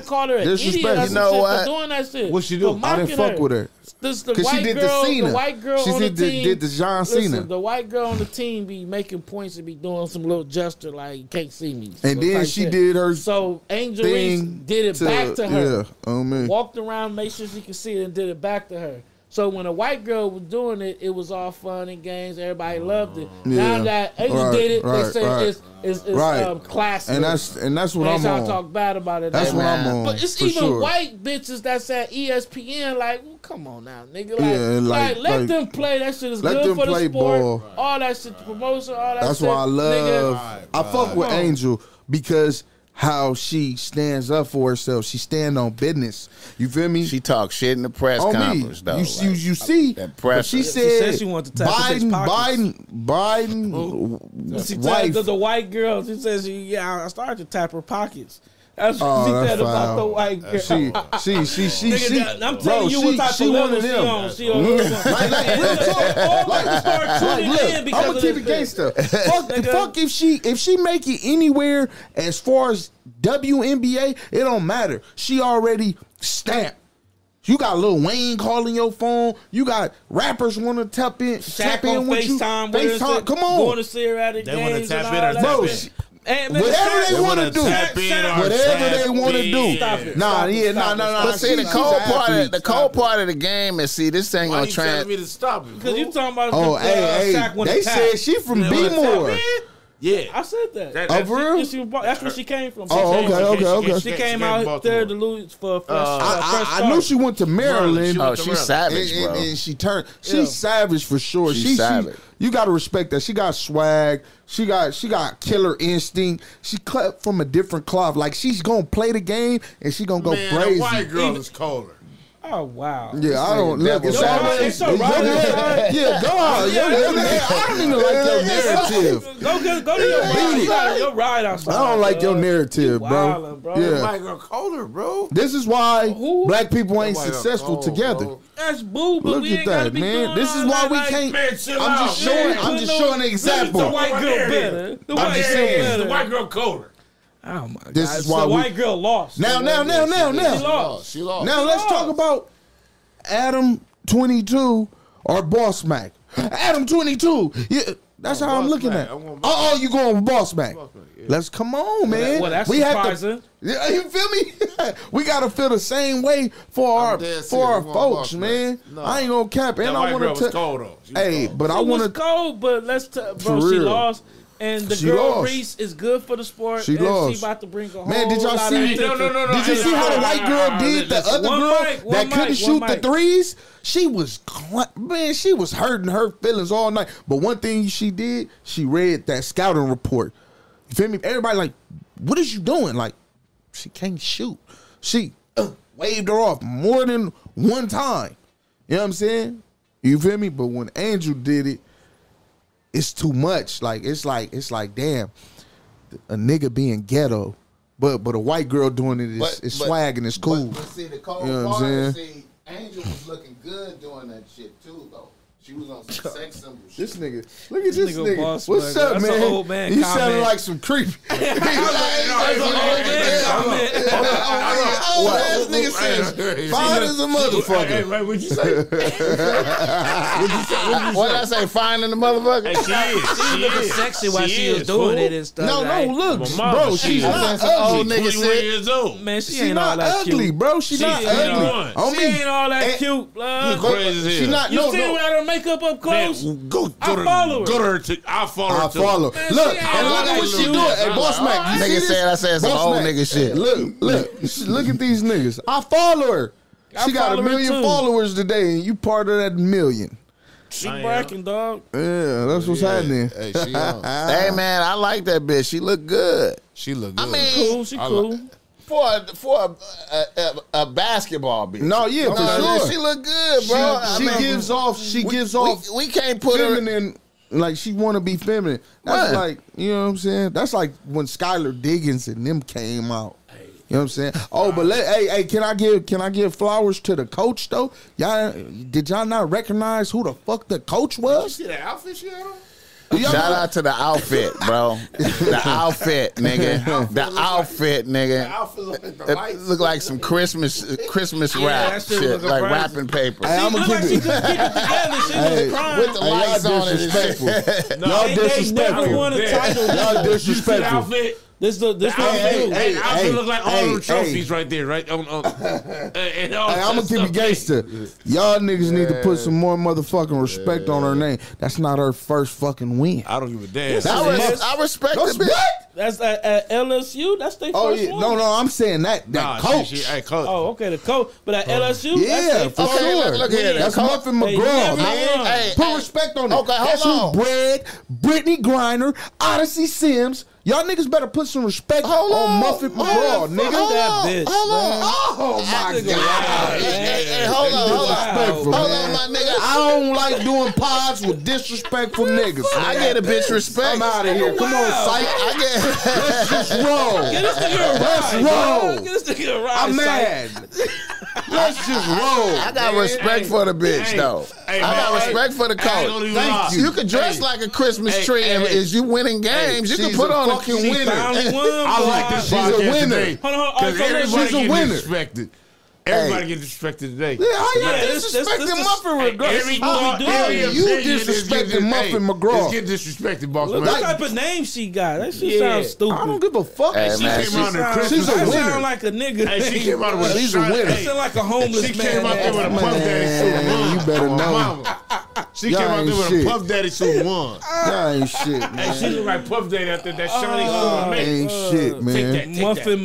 C: Disrespectful.
B: called her an idiot.
C: Disrespectful.
B: or
C: You
B: some
A: know
B: shit
A: what?
B: For doing that shit.
C: What she
B: For
C: do? I
B: mocking
C: didn't fuck with her.
B: This the
C: Cause
B: white
C: she did
B: girl,
C: the Cena.
B: the white girl
C: she
B: on
C: did
B: the
C: the,
B: team.
C: did the John
B: Listen,
C: Cena,
B: the white girl on the team be making points and be doing some little gesture like you can't see me.
C: and then
B: Like
C: she
B: that.
C: did her
B: So Angel Reese
C: thing.
B: did it back to her.
C: Yeah, on me.
B: Walked around, made sure she could see it, and did it back to her. So when a white girl was doing it, it was all fun and games. Everybody loved it.
C: Yeah.
B: Now that Angel
C: Right,
B: did it,
C: right,
B: they say
C: right.
B: it's it's, it's
C: Right.
B: um, classic.
C: And that's and that's what
B: They
C: I'm
B: try to
C: on.
B: talk bad about it.
C: That's
B: now.
C: what I'm on.
B: But it's
C: for
B: even
C: sure.
B: white bitches that's at E ESPN. Like, well, come on now, nigga. Like,
C: Yeah, like-
B: like, let
C: like-
B: them play. That shit is
C: let
B: good
C: them
B: for
C: play
B: the sport.
C: ball.
B: All that shit, the promotion, all that.
C: That's
B: shit,
C: why I love.
B: Nigga.
C: I fuck with
B: Come on.
C: Angel because how she stands up for herself. She stand on business. You feel me?
A: She talked shit in the press
C: on me.
A: conference, though.
C: you,
A: like,
C: you you see?
A: that
C: But she
A: pressure.
C: said,
B: said she wanted to tap into his
C: Biden, Biden,
B: pockets.
C: Biden,
B: She
C: Biden,
B: tells
C: wife.
B: the, the white girl. She says, "Yeah, I started to tap her pockets." That's what
C: Oh,
B: uh, she
C: that's
B: said about
C: foul. Uh,
B: the white girl. [laughs]
C: She, she, she, she,
B: Nigga,
C: she.
B: that- I'm
C: bro,
B: telling you what
C: she-
B: type
C: she
B: of
C: one
B: level
C: of
B: she
C: them.
B: on. She on. this one.
C: Like, like, real talk.
B: Like, start
C: Like,
B: tuning in
C: look,
B: because
C: I'm gonna
B: of
C: keep
B: this
C: it
B: shit.
C: gangster.
B: [laughs]
C: fuck,
B: Nigga.
C: fuck if she if she make it anywhere as far as WNBA, it don't matter. She already stamped. You got Lil Wayne calling your phone. You got rappers want to tap in,
B: Shaq
C: tap in
B: on
C: with you.
B: FaceTime. with her and shit,
C: Come
B: Going
C: on,
B: to see her at the
G: They wanna
B: games
G: tap
B: and
G: in or
B: all that.
G: tap
C: bro.
G: in?
C: she-
B: And, man,
C: Whatever
B: Shaq-
C: they want to
G: wanna
C: do,
G: tap in or
C: whatever they
G: tap
C: want to
G: in.
C: do.
G: Stop
B: it.
C: Nah,
B: Stop it.
C: yeah, nah,
B: Stop
C: nah,
B: it.
C: nah.
A: But see, the
C: She's an
A: cold part, of,
C: athlete.
A: the cold part of the game is see, this ain't
G: Why
A: gonna
G: you telling
A: trans.
G: me to stop it?
B: Because you
G: fool?
B: talking about
C: Oh,
B: oh,
C: hey,
B: Shaq
C: hey,
B: wanna
C: they
B: tap.
C: said she from
G: They wanna tap
C: B-more.
G: in? Yeah.
B: I said that.
G: That-
C: Oh,
G: that's
C: for
G: it.
C: real?
B: She was bo- that's where she came from. She
C: Oh,
B: came,
C: okay, okay, okay.
B: She
G: She
B: came
G: came
B: out
G: Baltimore.
B: there to lose for fresh, uh,
C: I, I, I knew she went to Maryland.
G: Maryland,
A: Oh, she's savage,
C: and,
A: bro.
C: and, and she turned. She's
B: Yeah.
C: savage for sure.
A: She's
C: She- she-
A: savage.
C: you got to respect that. She got swag. She got she got killer instinct. She cut from a different cloth. Like she's gonna play the game and she gonna go
G: Man,
C: crazy.
G: the white girl is colder.
B: Oh wow.
C: Yeah, I don't look. It's
B: Yo,
C: already,
B: it's all right.
C: Yeah, yeah, go on. Yeah, yeah, yeah. I don't even like your narrative.
B: Go get, go to your ride. You gotta- your ride outside.
C: I don't like your
B: dog.
C: narrative, bro.
B: wildin', bro.
C: Yeah,
G: White girl colder, bro.
C: this is why
B: Who?
C: black people ain't
G: White girl
C: successful
D: Oh,
G: cold,
C: together.
G: bro.
B: That's boo, but
C: Look
B: we
C: at
B: ain't gotta
C: that,
B: be
C: man.
B: doing
C: This is
B: all
C: why
B: that,
C: we
B: like-
C: can't.
G: Man, chill
C: I'm
G: out.
C: just showing. I'm
B: putting
C: just
B: no-
C: showing an
B: The
C: example.
B: white girl better. The white
C: just
B: girl
C: saying.
B: better.
G: The white girl colder.
B: Oh my
C: This
B: god.
C: is
B: so
C: why
B: the
C: we-
B: white girl lost.
C: Now, now, now, now,
B: She
C: now.
B: lost.
G: She lost.
C: Now let's talk about Adam 22 or Boss Mac. Adam 22. Yeah, that's how I'm
G: Boss
C: looking
G: Mac.
C: at.
G: I
C: Oh,
G: want Boss
C: oh, you going with Boss Mac?
G: Mac, yeah.
C: Let's come on, man.
B: well, that's
C: Have
B: surprising.
C: to, yeah, you feel me? [laughs] we gotta feel the same way for our
G: dead
C: for our
G: serious. We want
C: folks,
G: Boss Mac.
C: man.
G: No.
C: I ain't gonna cap, and
G: That
C: I
G: white girl
C: want
G: was
C: to.
G: cold though. She was
C: Hey,
G: cold.
C: but I
B: It was
C: want to.
B: cold, but let's t- bro.
C: For
B: She
C: real.
B: lost, and the
C: She
B: girl
C: lost.
B: Reese is good for the sport.
C: She
B: and
C: lost.
B: She about to bring a whole
C: Man, did y'all
B: lot
C: see-
B: Of
C: Hey,
G: no, no, no, no.
C: Did you
G: Hey,
C: see how the
G: nah,
C: white
G: nah,
C: girl
G: nah,
C: did the
G: nah,
C: other
B: one
C: girl
B: mic, one
C: that
B: mic,
C: couldn't
B: one
C: shoot the
B: mic.
C: threes? She was cl- man, she was hurting her feelings all night. But one thing she did, she read that scouting report. You feel me? Everybody like, what is you doing? Like, she can't shoot. She uh, waved her off more than one time. You know what I'm saying? You feel me? But when Andrew did it, it's too much. Like it's like it's like damn, a nigga being ghetto, but but a white girl doing it is,
A: But-
C: is
A: but-
C: swag and it's cool.
A: But, but see, the cold
C: You know what
A: part
C: I'm
A: is, see, Angel was looking good doing that shit too, though. She was on
C: [laughs]
A: some sex symbol shit.
C: this nigga, look at this
B: nigga
C: nigga.
B: boss
C: What's
B: swagger.
C: up,
B: That's
C: man?
B: an old man
C: you sounding
B: comment.
C: like
B: [laughs]
C: some creep. [laughs]
G: What?
C: This nigga says fine as a
G: Hey,
C: motherfucker.
G: right, what'd
C: [laughs]
G: you say?
A: What did I say? Finding the motherfucker.
G: she is. She
B: Looking
G: is.
B: sexy while she, was
G: is,
B: doing
G: fool.
B: it and stuff.
C: No,
B: like,
C: no, look,
G: Well, mama,
C: bro,
G: she
C: she's
G: is.
C: not
A: That's an old
C: ugly.
A: nigga.
G: Twenty-one
A: said-
G: years old.
B: man, she,
C: She
B: ain't all
C: not
B: that
C: ugly,
B: cute.
C: bro. She
G: She
C: not
G: ain't
C: ugly.
G: all-
C: Homie,
B: She ain't all that
C: and-
B: cute, blood.
G: crazy as
C: She
G: hell.
C: not.
B: You
C: No,
B: see
C: no.
B: her without her makeup up
G: Man,
B: close?
G: go, go
B: I
G: to,
B: follow her.
G: Go to her. T- I follow her.
C: I
G: too.
C: follow.
B: Man,
C: look,
B: she
C: and
B: ain't all
C: look at
B: that
C: what she
B: cute.
C: doing. Hey, boss Mac, you
A: Nigga
C: see this?
A: said I said some
C: Boss
A: old
C: Mac.
A: nigga shit.
C: Look, look, look at these niggas. I follow her.
B: I
C: She got
B: follow
C: a
B: her
C: million
B: too.
C: followers today, and you part of that million.
B: She bragging, dog.
C: Yeah, that's what's happening.
G: Hey, she on.
A: Hey man, I like that bitch. She look good.
G: She look good.
A: I mean,
B: Cool, she cool.
A: for a, for a, a, a, a basketball bitch.
C: No, yeah, for
A: No,
C: sure.
A: She look good,
C: she,
A: bro. I
C: she
A: mean,
C: gives off. She
A: we,
C: gives
A: we-
C: off
A: We, can't put her.
C: feminine. Like she want to be feminine. That's
A: Right.
C: like you know what I'm saying. That's like when Skylar Diggins and them came out. You know what I'm saying? Oh, but let, hey, hey, can I give can I give flowers to the coach though? Y'all, did y'all not recognize who the fuck the coach was?
I: See the outfit she had on?
C: Y'all
A: Shout
C: know-
A: out to the outfit, bro. [laughs] the outfit, nigga. The outfit,
I: The
A: nigga.
I: outfit looked like the
A: It
I: lights.
A: look like some Christmas Christmas rap
B: that shit
A: shit,
B: look
A: like
B: crazy.
A: wrapping paper.
C: Hey, I'm
B: She
C: gonna
B: look
C: keep
B: like she
C: it.
B: couldn't keep it together. She was crying.
A: With the
C: Hey,
A: lights
C: y'all
A: on it and shit.
C: disrespectful. y'all
B: They- they never
C: disrespectful.
B: won a title.
C: Y'all
L: See the
C: disrespectful.
L: outfit?
B: This the this what
L: Hey,
B: hey,
L: hey,
B: do.
L: hey, I also
C: hey,
L: look like all
C: hey,
L: them trophies
C: hey.
L: right there, right? On,
C: [laughs]
L: on, and, and all
C: Hey, I'm gonna
L: that
C: keep
L: stuff.
C: it gangster. Y'all niggas need to put some more motherfucking respect on her name. That's not her first fucking win.
L: I don't give a damn.
A: [laughs] I,
B: Yes.
A: res- I respect
C: That's
A: the bitch.
C: what?
B: That's at, at LSU. That's their
C: Oh
B: first
C: yeah,
B: one.
C: no, no, I'm saying that
L: Nah,
C: that
L: she-
C: coach.
L: she- hey, coach.
B: Oh, okay, the coach. But at LSU,
C: Oh, Yeah,
B: that's
C: for
B: their first
A: Okay,
C: sure.
A: look- look here,
C: That's
A: coach.
C: Muffin
B: Hey, you
C: McGraw,
B: never
C: man.
B: won.
A: Hey,
C: Put
A: hey,
C: respect on it.
A: Okay, hold
C: That's
A: on.
C: who Brad, Brittany Griner, Odyssey Sims. Y'all niggas better put some respect
A: Hold
C: on,
A: on.
C: Muffin McGraw,
A: Hold
C: nigga.
B: Fuck that bitch.
A: Hold on.
B: man.
C: Oh my
B: That nigga
C: god.
B: wild,
A: Hey,
B: man.
A: hey, hey, hold on, hold on.
C: Disrespectful,
A: Hold
C: man.
A: on, my nigga.
C: I don't like doing pods with disrespectful niggas.
A: I get a bitch respect.
C: I'm out of here. Come on,
A: I,
C: psych.
A: I get.
C: Let's roll.
B: Get this nigga a ride.
C: roll.
B: Get this nigga a ride.
C: I'm
B: son.
C: mad. Let's just roll.
A: I got respect for the bitch
L: Hey,
A: though.
L: hey,
A: I got
L: man,
A: respect
L: hey,
A: for the
L: I ain't gonna
A: coach.
L: even lie.
A: You. can dress
L: Hey,
A: like a Christmas
L: hey,
A: tree
L: hey,
A: and
L: hey.
A: is you winning games. you can
C: she's
A: put
C: a
A: on
C: fucking
A: a
B: She finally won.
L: I
B: boy.
L: like this
C: She's a
L: podcast
C: winner.
L: Today,
B: Hold on, hold on.
L: 'cause
B: Also, let's-
L: everybody
C: she's a
L: getting
C: winner.
L: disrespected. Everybody getting disrespected today.
C: Yeah, how y'all
B: Yeah, this- this-
C: disrespecting
B: this is-
C: Muffin
L: Hey,
C: McGraw?
L: every
C: How
L: thought,
B: doing?
L: every
B: You
L: opinion is
C: disrespecting
L: getting-
C: Muffin
L: hey,
C: McGraw.
L: It's getting disrespected, boss
B: Look
L: man.
B: what type of name she got. That
L: [laughs]
B: shit
L: Yeah.
B: sounds stupid.
C: I don't give a fuck.
A: Hey,
L: she
A: man,
L: came
A: she-
L: out in Christmas.
C: she's a
B: That
C: winner.
B: sound like a nigga.
L: Hey, she came out with a
C: She's a
L: shot-
C: winner.
L: hey,
B: That sound like a homeless
L: She
B: man.
L: came out there with a puff daddy suit.
C: Man,
L: One.
C: you better know.
L: Mama. She
C: Y'all
L: came out
C: ain't
L: there with
C: shit.
L: a puff daddy suit. One.
C: Y'all ain't shit, man.
L: Hey, she look like puff daddy after that
I: Oh,
L: shiny suit. Man,
C: ain't shit, man.
L: uh, Take that.
B: Muffin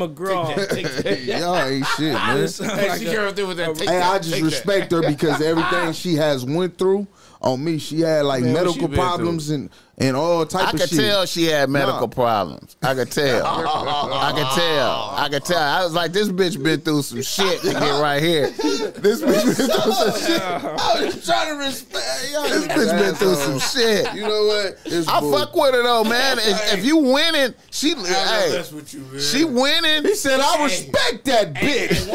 L: Take
B: McGraw.
C: [laughs]
L: that. Take that.
C: Y'all ain't shit, man.
L: Hey, she came out there with that. Take
C: Hey,
L: that.
C: I just
L: Take that.
C: respect her because everything she has went through on me. She had like
L: Man, what she
C: medical
L: been through?
C: problems and and all type
A: I
C: of
A: could
C: shit.
A: tell she had medical problems. I could tell. I could tell. I could tell. I was like, this bitch been through some shit to get right [laughs] here. This bitch been through
C: [laughs]
A: some shit.
C: I was trying to respect.
A: This bitch been through some shit.
C: You know what? It's
A: I
C: bull-
A: fuck with her though, man. If, if you winning, she
L: I
A: hey,
L: know that's what you man.
D: [laughs]
A: she winning.
C: He said, "I respect that bitch."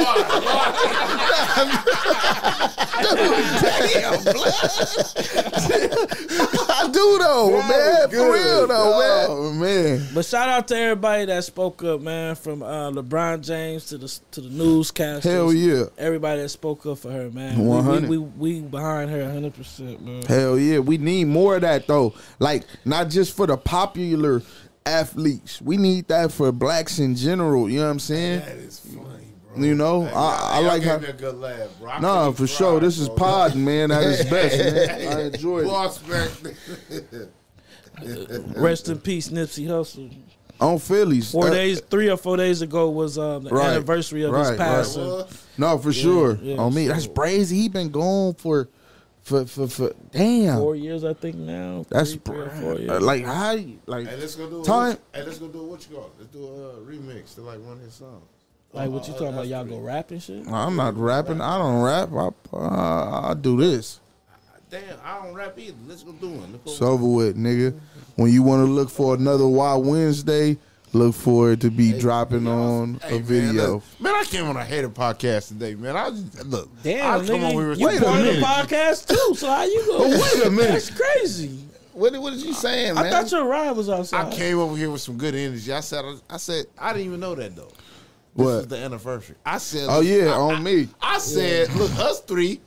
A: I do though, man. For real though, man.
C: Oh man.
B: But shout out to everybody that spoke up, man. From uh, LeBron James to the to the newscasters.
C: Hell yeah.
B: Everybody that spoke up for her, man. We-
C: 100.
B: We, we, we behind her 100, percent man.
C: Hell yeah, we need more of that though. Like not just for the popular athletes. We need that for blacks in general. You know what I'm saying?
I: That is funny, bro.
C: You know, I, I
I: Y'all
C: like
I: gave
C: how.
I: me a good laugh, bro. I
C: Nah,
I: couldn't
C: for
I: cry,
C: sure. This is
I: bro.
C: pod, man. At its best, man. I enjoy it.
I: Boss back.
B: Rest in peace, Nipsey Hussle.
C: On Phillies.
B: Four
C: Uh,
B: days, three or four days ago was um, the
C: Right.
B: anniversary of
C: Right,
B: his
C: right.
B: passing.
C: No, for sure.
B: yeah,
C: On me, that's brazy. He been gone for, for, for, for. Damn.
B: Four years, I think now.
C: that's
B: Three, three or
C: bra-
B: four years.
C: like how you- like
I: Hey, let's go do a,
C: Time-
I: Hey, let's go do a, what you call? it? Let's do a uh, remix to like one of his songs.
B: Like what you talking about? Y'all go rap and shit.
C: I'm not rapping. I don't rap. I uh, I do this.
I: Damn, I don't rap either. Let's go do one. Let's go
C: It's over with, nigga. When you want to look for another Why Wednesday, look for it to be dropping on
G: Hey,
C: a
G: man,
C: video.
G: look, Man, I came on a hater podcast today, man. I just, look. I
B: Damn,
G: come on, we were
B: nigga, you
G: wait a
B: part of the
G: minute.
B: podcast too. So how you go?
C: wait a minute.
B: That's crazy.
A: What, what is you saying,
B: I
A: man?
B: thought your ride was outside.
G: I came over here with some good energy. I said, I said, I didn't even know that though. This is
C: What?
G: the anniversary. I said,
C: Oh yeah, on me.
G: [laughs] I said, look, us three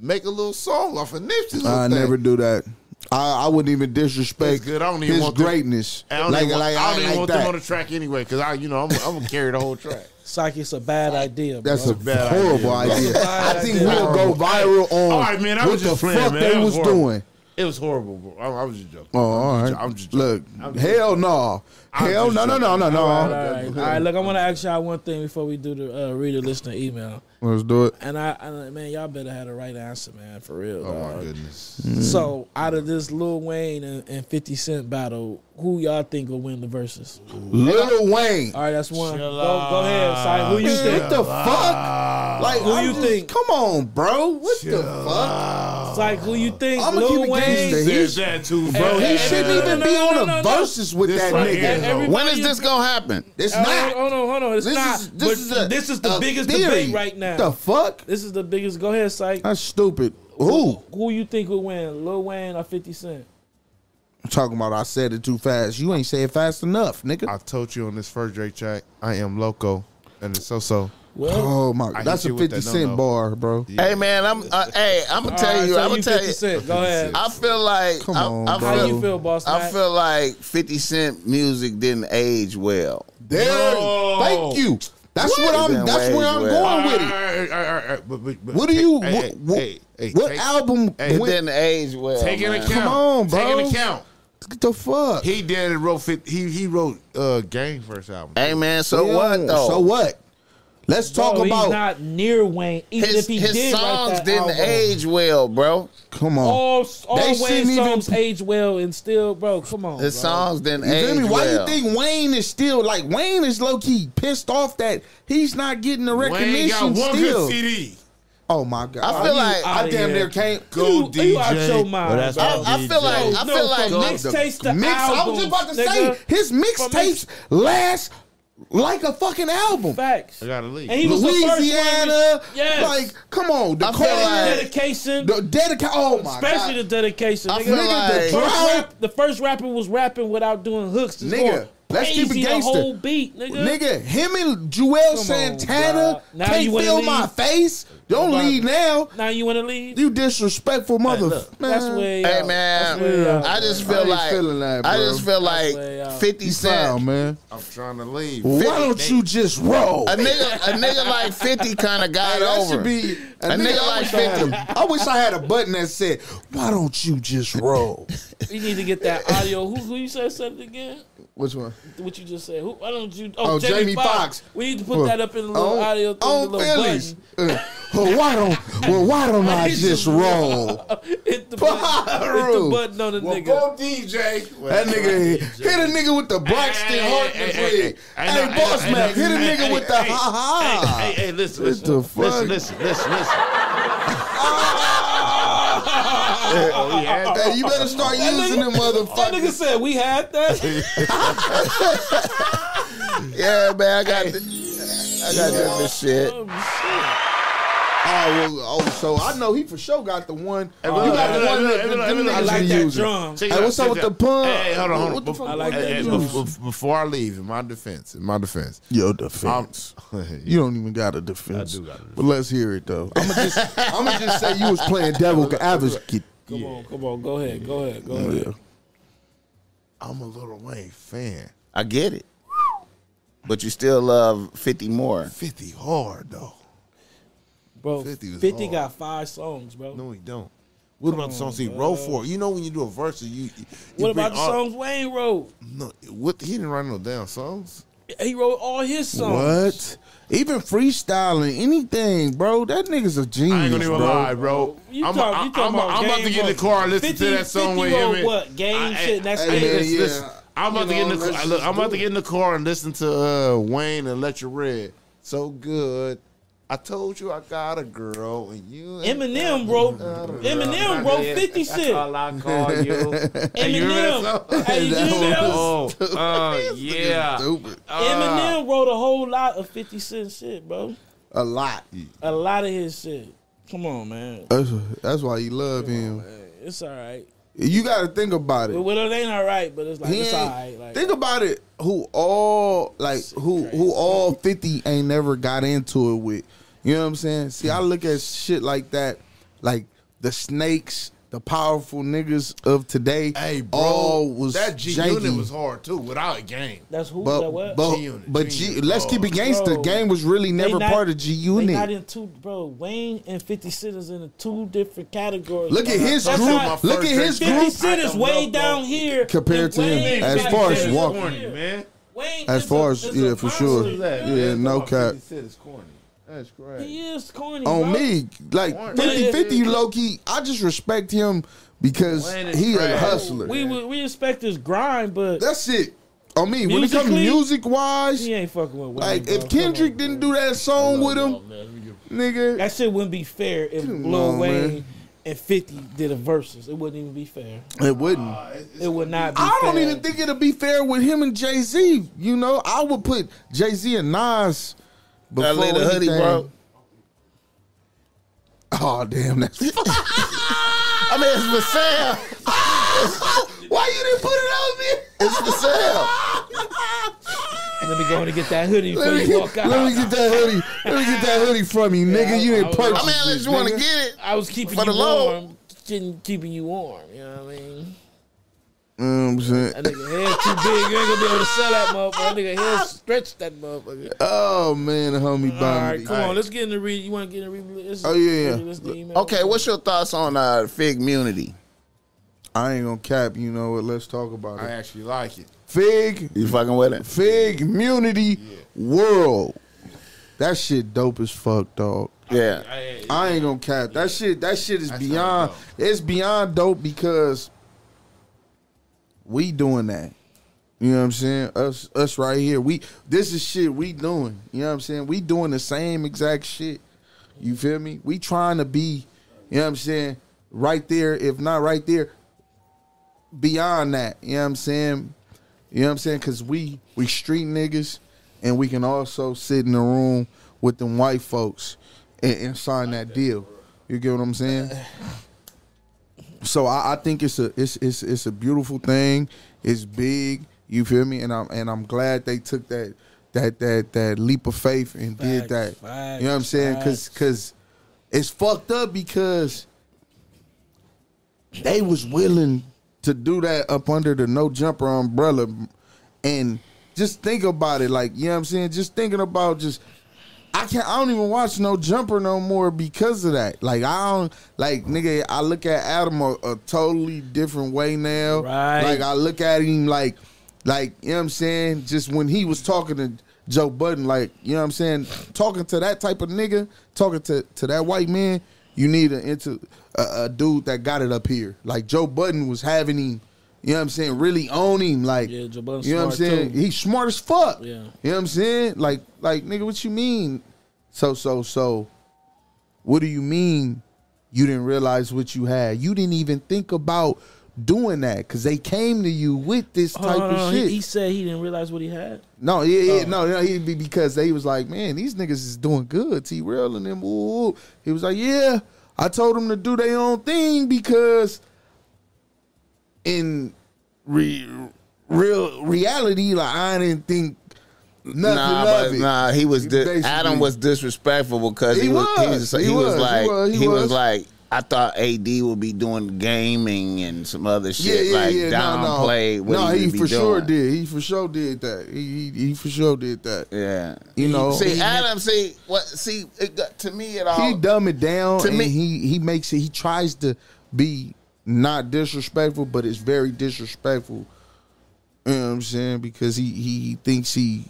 G: make a little song off of Nipsey. little
C: I
G: thing.
C: never do that. I, I wouldn't even disrespect
G: That's good. I don't even
C: his
G: want them-
C: greatness.
G: I don't
C: like,
G: even,
C: like,
G: want, I don't even
C: like
G: want
C: that.
G: them on the track anyway, because I, you know, I'm, I'm gonna carry the whole track.
B: Psych, it's a bad idea. Bro.
C: That's a
G: bad
C: horrible idea.
B: That's a bad
C: I think
B: idea.
C: we'll go viral on
G: All right, man, I
C: what
G: was
C: the
G: just playing,
C: fuck
G: man.
C: they
G: That
C: was
G: was horrible.
C: doing.
K: It was horrible, bro. I, I was just joking.
C: Oh, all right.
K: I'm just
C: Look, hell no. Hell
K: just
C: no, no, no, no, no.
B: All right, all right. Look, I want to ask y'all one thing before we do the uh, read or listener email.
C: Let's do it.
B: And I, I, man, y'all better have the right answer, man, for real.
D: Oh my
B: dog.
D: goodness.
B: So, out of this Lil Wayne and, and 50 Cent battle, who y'all think will win the verses?
C: Lil Wayne.
B: All right, that's one. Go, go ahead, Si. Who you
C: Man,
B: think?
C: what the fuck? Like,
B: Who
C: I'm
B: you
C: just-
B: think?
C: Come on, bro. What the fuck?
B: It's like, who you think?
C: I'ma keep
B: Lil
C: it gangsta.
B: Wayne?
C: He, oh,
L: that too,
B: bro.
L: bro.
C: he
B: Hey,
C: shouldn't
B: no,
C: even
B: no,
C: be
B: no,
C: on
B: no,
C: a
B: no, no.
C: versus with that
L: right
C: nigga.
L: here, though.
B: Everybody
A: When is
B: you-
A: this gonna happen?
C: It's
B: Hold on,
C: not.
B: hold on, hold on. It's
C: This
B: not.
C: is-
B: but
C: this is a-
B: this is the
C: a
B: biggest
C: theory.
B: debate right now.
C: The fuck?
B: this is the biggest. Go ahead, Syke.
C: That's stupid. Who?
B: Who you think will win, Lil Wayne or 50 Cent?
C: I'm talking about I said it too fast. You ain't say it fast enough, nigga.
D: I told you on this first Drake track, I am loco and it's so so.
B: Well,
C: oh my
D: hit
C: That's a
D: you with
C: 50
D: that
C: Cent
D: no-no.
C: bar, bro.
A: Hey man, I'm uh, hey, I'm gonna tell you, I'm gonna tell
B: 50
A: you.
B: Cent. Go ahead.
A: I feel like
C: Come
A: I,
C: on,
A: I
C: bro.
B: How
A: feel,
B: you feel, boss?
A: I
B: Mac?
A: feel like 50 Cent music didn't age well.
C: There.
L: No.
C: Thank you. That's what, I'm
A: Then
C: that's where
A: ways
C: I'm
A: well.
C: going with it. What do you?
G: Hey,
C: what
G: hey, hey,
C: what
G: take-
C: album?
A: It
C: went,
A: didn't age well.
L: Take an
A: man.
L: account.
C: Come on, bro.
L: Take an account.
C: What the fuck?
G: He did and wrote 50, he he wrote uh Gang first album.
A: Hey man, so
C: Yeah,
A: what though?
C: So what? Let's
B: Bro,
C: talk about.
B: he's not near Wayne. Even
A: His,
B: if he
A: his
B: did write
A: songs
B: that
A: didn't
B: album.
A: age well, bro.
C: come on.
B: All, all
C: They
B: Wayne
C: shouldn't even-
B: songs age well and still, bro. Come on,
A: His
B: bro.
A: songs didn't
C: you
A: age
C: feel me? Why
A: well.
C: you think Wayne is still like Wayne is low key pissed off that he's not getting the
L: Wayne got
C: recognition
L: one
C: still?
L: good CD.
C: Oh my god!
A: I feel like I,
B: out
C: I
B: of
C: damn
B: here.
C: near can't
B: You-
C: go
B: you, out
C: DJ.
B: your mind,
K: that's
B: bro.
K: all
A: I feel like I
B: No,
A: feel
B: from
A: like
B: mixtapes to
C: mix. I was
B: albums.
C: just about to
B: nigga.
C: say his mixtapes last like a fucking album.
B: facts.
G: I gotta leave.
B: And he was the
C: Louisiana,
B: first one. to- Yes.
C: like come on, the
A: I feel
C: Carter-
A: like-
B: dedication,
C: The dedica- Oh my
B: especially the
C: god,
B: dedication.
A: I
B: nigga.
A: feel
B: Nigga,
A: like-
B: the, first
C: Drop.
B: rap- the first rapper was rapping without doing hooks. Just
C: Nigga,
B: going
C: let's keep it
B: crazy
C: gangsta.
B: The whole beat, nigga.
C: nigga. Him and Joel
B: on,
C: Santana
B: God. Now
C: can't
B: you wanna
C: feel
B: leave?
C: my face. Don't
B: Nobody-
C: leave now.
B: Now you want to leave?
C: You disrespectful mother. man.
B: That's uh, way.
A: Hey
B: out.
A: man,
B: That's way out.
A: I just
C: I
A: feel
C: ain't
A: like
C: feeling that,
A: I
C: bro.
A: just feel like
B: way out.
A: Fifty
C: Wow,
A: Cent.
C: man.
G: I'm trying to leave.
C: Why don't you just roll?
A: A nigga, a nigga like Fifty kind of got
C: Hey, that
A: over.
C: should be
A: A nigga
C: I
A: like
C: wish I had a- I wish I had a button that said, "Why don't you just roll?"
B: We need to get that audio. Who, who you said said it again?
C: Which one?
B: What you just said? Who? Why don't you?
C: Oh, Jamie Foxx.
B: We need to put that up in the [laughs] little
C: on,
B: audio thing,
C: on
B: the little
C: Phillies. Uh, well, why don't well, why don't
B: [laughs]
C: I just roll?
B: button. [laughs] Hit the button. Hit the
C: Pyro.
B: button on the nigga.
C: That nigga hit a nigga with the Braxton
L: Hey,
C: Hartman
L: hey, hey,
C: flick.
L: hey,
C: Hey,
L: hey,
C: boss
L: hey,
C: man,
L: hey,
C: hit a
L: hey,
C: nigga
L: hey,
C: with the
L: hey,
C: ha ha.
L: Hey, hey, listen,
C: What the
L: listen,
C: fuck?
L: listen, listen, listen,
C: [laughs]
L: listen.
C: Oh, Hey, you better start using them
B: That
C: motherfuckers.
B: nigga said we had [laughs] that.
A: Yeah, man, I got th- I got this shit.
C: Oh, well, oh, so I know he for sure got the one. you
L: look,
C: got
L: hey,
C: the
L: look,
C: one
L: hey,
C: that
L: look,
C: the
L: hey,
C: them
L: look,
B: I
C: niggas
B: like
C: be
B: that
C: using.
B: drum.
L: Check it
C: Hey,
L: out,
C: what's up
L: check
C: with
L: it
C: the
L: out.
C: pun?
L: Hey, hold on, hold on.
C: What the
L: Bef-
C: fuck?
L: I like
G: Hey,
L: that
G: hey,
L: drum.
G: bef- bef- before I leave, in my defense, in my defense,
C: Your defense.
G: I'm,
C: [laughs] You don't even got a defense.
G: I do got a defense.
C: But let's hear it though. I'm gonna just,
G: [laughs]
C: I'ma just say you was playing devil advocate.
B: Come on, come on, go ahead, go ahead, go ahead.
C: Yeah.
G: I'm a Lil Wayne fan.
A: I get it, but you still love Fifty more.
G: 50 hard though.
B: Bro,
G: 50
B: 50,
G: was hard.
B: got five songs, bro.
G: No, he don't. What about the songs he wrote for? You know when you do a verse, you. you
B: what
G: you
B: about
G: bring
B: the
G: all-
B: songs Wayne wrote?
G: No, what he didn't write no damn songs.
B: He wrote all his songs.
C: What? Even freestyling, anything, bro. That nigga's a genius.
G: I ain't gonna even
C: bro.
G: lie, bro.
B: You
G: I'm,
B: talk-
G: I'm-
B: you talking
G: I'm- I'm about to
B: game
G: get in the
B: wrote-
G: car and listen
B: 50
G: to that song
B: 50
G: with him.
B: wrote
G: and-
B: what? Game
G: I-
B: shit, and that's
G: I-
B: crazy.
C: Yeah.
G: listen, listen. I'm about
C: You
G: to
C: know,
G: get in the car.
C: let's
G: Look,
C: just
G: I'm about
C: do
G: to get in the car and listen to uh, Wayne and Let You Red. So good. I told you I got a girl and you. ain't
B: Eminem wrote Eminem wrote 50
L: That's all
B: Cent.
L: I call
C: [laughs]
L: you.
B: Eminem. Hey, you hear that?
L: Oh, uh, yeah.
C: Stupid.
B: Eminem wrote a whole lot of 50 Cent shit, bro.
C: A lot.
B: A lot of his shit. Come on, man.
C: That's, that's why you love him.
B: It's all right.
C: You got to think about it.
B: Well, well, it ain't all right, but it's like,
C: He
B: it's all
C: ain't-
B: right. Like,
C: think about it. Who all like who who all fifty ain't never got into it with. You know what I'm saying? See, I look at shit like that, like the snakes, the powerful niggas of today
G: Hey, bro,
C: all was
G: that G
C: janky.
G: unit was hard too, without a game.
B: That's who
C: but
B: that was.
C: but,
G: G-Unit,
C: but
G: G-Unit,
C: G, let's
G: bro.
C: keep it gangster.
B: Bro,
C: Game was really
B: They
C: never
B: not-
C: part of G
B: They not
C: Unit.
B: in two, bro. Wayne and Fifty Cent is in the two different categories.
C: Look at his
B: That's
C: group.
B: how-
C: Look at his
B: Fifty
C: group.
B: Cent is way down here
C: Compared to
B: and
C: him,
B: Wayne
C: as
B: got
C: far as
B: Fifty
C: walk-
B: Cent
L: corny,
B: here.
L: man.
B: Wayne
C: As
B: is
C: far
B: a-
C: as
B: is
C: yeah,
B: a
C: for sure.
B: monster.
C: Yeah, no cap.
K: It's corny. That's great.
B: He is corny.
C: On
B: bro.
C: me, like
K: Warren.
C: 50 50 low key, I just respect him because
L: Wayne is
C: he a
L: trash.
C: hustler.
B: we we, we expect his grind, but
C: That's it. On me, when it comes to
B: Musically,
C: music wise,
B: he ain't fucking with Wayne.
C: like
B: bro.
C: if
B: Come
C: Kendrick
B: on,
C: didn't
B: bro.
C: do that song with
L: Oh,
C: him, nigga,
B: that shit wouldn't be fair if
C: Come
B: Lil
C: on,
B: Wayne
C: man.
B: and Fifty did a versus. It wouldn't even be fair.
C: it wouldn't.
B: It would not. be
C: I don't
B: fair.
C: even think it'll be fair with him and Jay Z. You know, I would put Jay Z and Nas before
A: That little hoodie,
C: anything.
A: bro.
C: Oh damn, that's
A: I mean, it's for sale.
C: [laughs] why you didn't put it
A: It's for sale.
B: Let me go in and get that hoodie before
C: on me.
B: you walk out.
C: Let me get that hoodie. Let me get that hoodie from you, nigga. you didn't
B: I would-
C: purchase.
A: I mean, unless
C: this,
A: you want to
C: nigga.
A: get it.
B: I was keeping
A: For the
B: you
A: low.
B: warm, getting, keeping you warm. You know what I mean?
C: You know what I'm saying?
B: That nigga head too big. You ain't gonna be able to sell that motherfucker. That nigga head stretch that motherfucker.
C: Oh man, the homie
B: All right,
C: Bomb.
B: come on. Let's get in the read. You want to get in the read? Let's-
C: Oh, yeah, yeah.
B: let's get email.
A: Okay, what's your thoughts on uh, Fig Munity?
C: I ain't gonna cap. You know what? Let's talk about
G: I
C: it.
G: actually like it.
C: Fig,
A: You fucking with it?
C: Fig, Munity, World. That shit dope as fuck, dog.
A: Yeah.
C: I ain't gonna cap. That shit that shit is beyond it's beyond dope because we doing that. You know what I'm saying? Us us right here. We this is shit we doing. You know what I'm saying? We doing the same exact shit. You feel me? We trying to be, you know what I'm saying, right there, if not right there, beyond that. You know what I'm saying? You know what I'm saying? Cause we we street niggas and we can also sit in the room with them white folks and, and sign that deal. You get what
B: [laughs]
C: I'm saying? So I, I think it's a it's it's it's a beautiful thing. It's big. You feel me? And I'm and I'm glad they took that that that that leap of faith and
B: Facts,
C: did that.
B: facts,
C: you know what I'm saying? Cause cause it's fucked up because they was willing to do that up under the no jumper umbrella and just think about it like you know what i'm saying just thinking about just i can't i don't even watch no jumper no more because of that like i don't like nigga i look at adam a, a totally different way now
B: Right.
C: like i look at him like like you know what i'm saying just when he was talking to joe budden like you know what i'm saying talking to that type of nigga talking to to that white man you need an into a, a dude that got it up here like joe budden was having him you know what i'm saying really own him like
B: Yeah, Joe Budden's
C: you know what I'm
B: smart,
C: saying?
B: too.
C: He's smart as fuck.
B: Yeah.
C: You know what I'm saying? Like, like, nigga, what you mean? So, so, so, what do you mean you didn't realize what you had? You didn't even think about doing that because they came to you with this
B: Hold
C: type
B: on, hold
C: of
B: on. He,
C: shit.
B: he said he didn't realize what he had.
C: no, yeah,
A: Oh.
C: yeah, no, no, he be because they was like, man, these niggas is doing good. T Real and them, ooh, ooh. he was like, yeah, I told them to do their own thing because in re- real reality, like I didn't think nothing
A: Nah,
C: of
A: but
C: it.
A: nah, he was di-
C: Basically.
A: Adam was disrespectful because he,
C: He
A: was, he
C: was.
A: was he
C: He
A: was
C: was.
A: like
C: He was.
A: he,
C: He
A: was.
C: was.
A: like I thought AD would be doing gaming and some other shit like downplay what
C: no,
A: he,
C: he,
A: would
C: for
A: be
C: sure
A: doing.
C: did. He for sure did that. He he, he for sure did that.
A: Yeah,
C: You know,
A: See,
C: he-
A: Adam, see what? See, it got, to me, it
C: he
A: all.
C: dumb it down
A: Um, To
C: and
A: me-
C: he he makes it he tries to be not disrespectful but it's very disrespectful you know what i'm saying because he he thinks he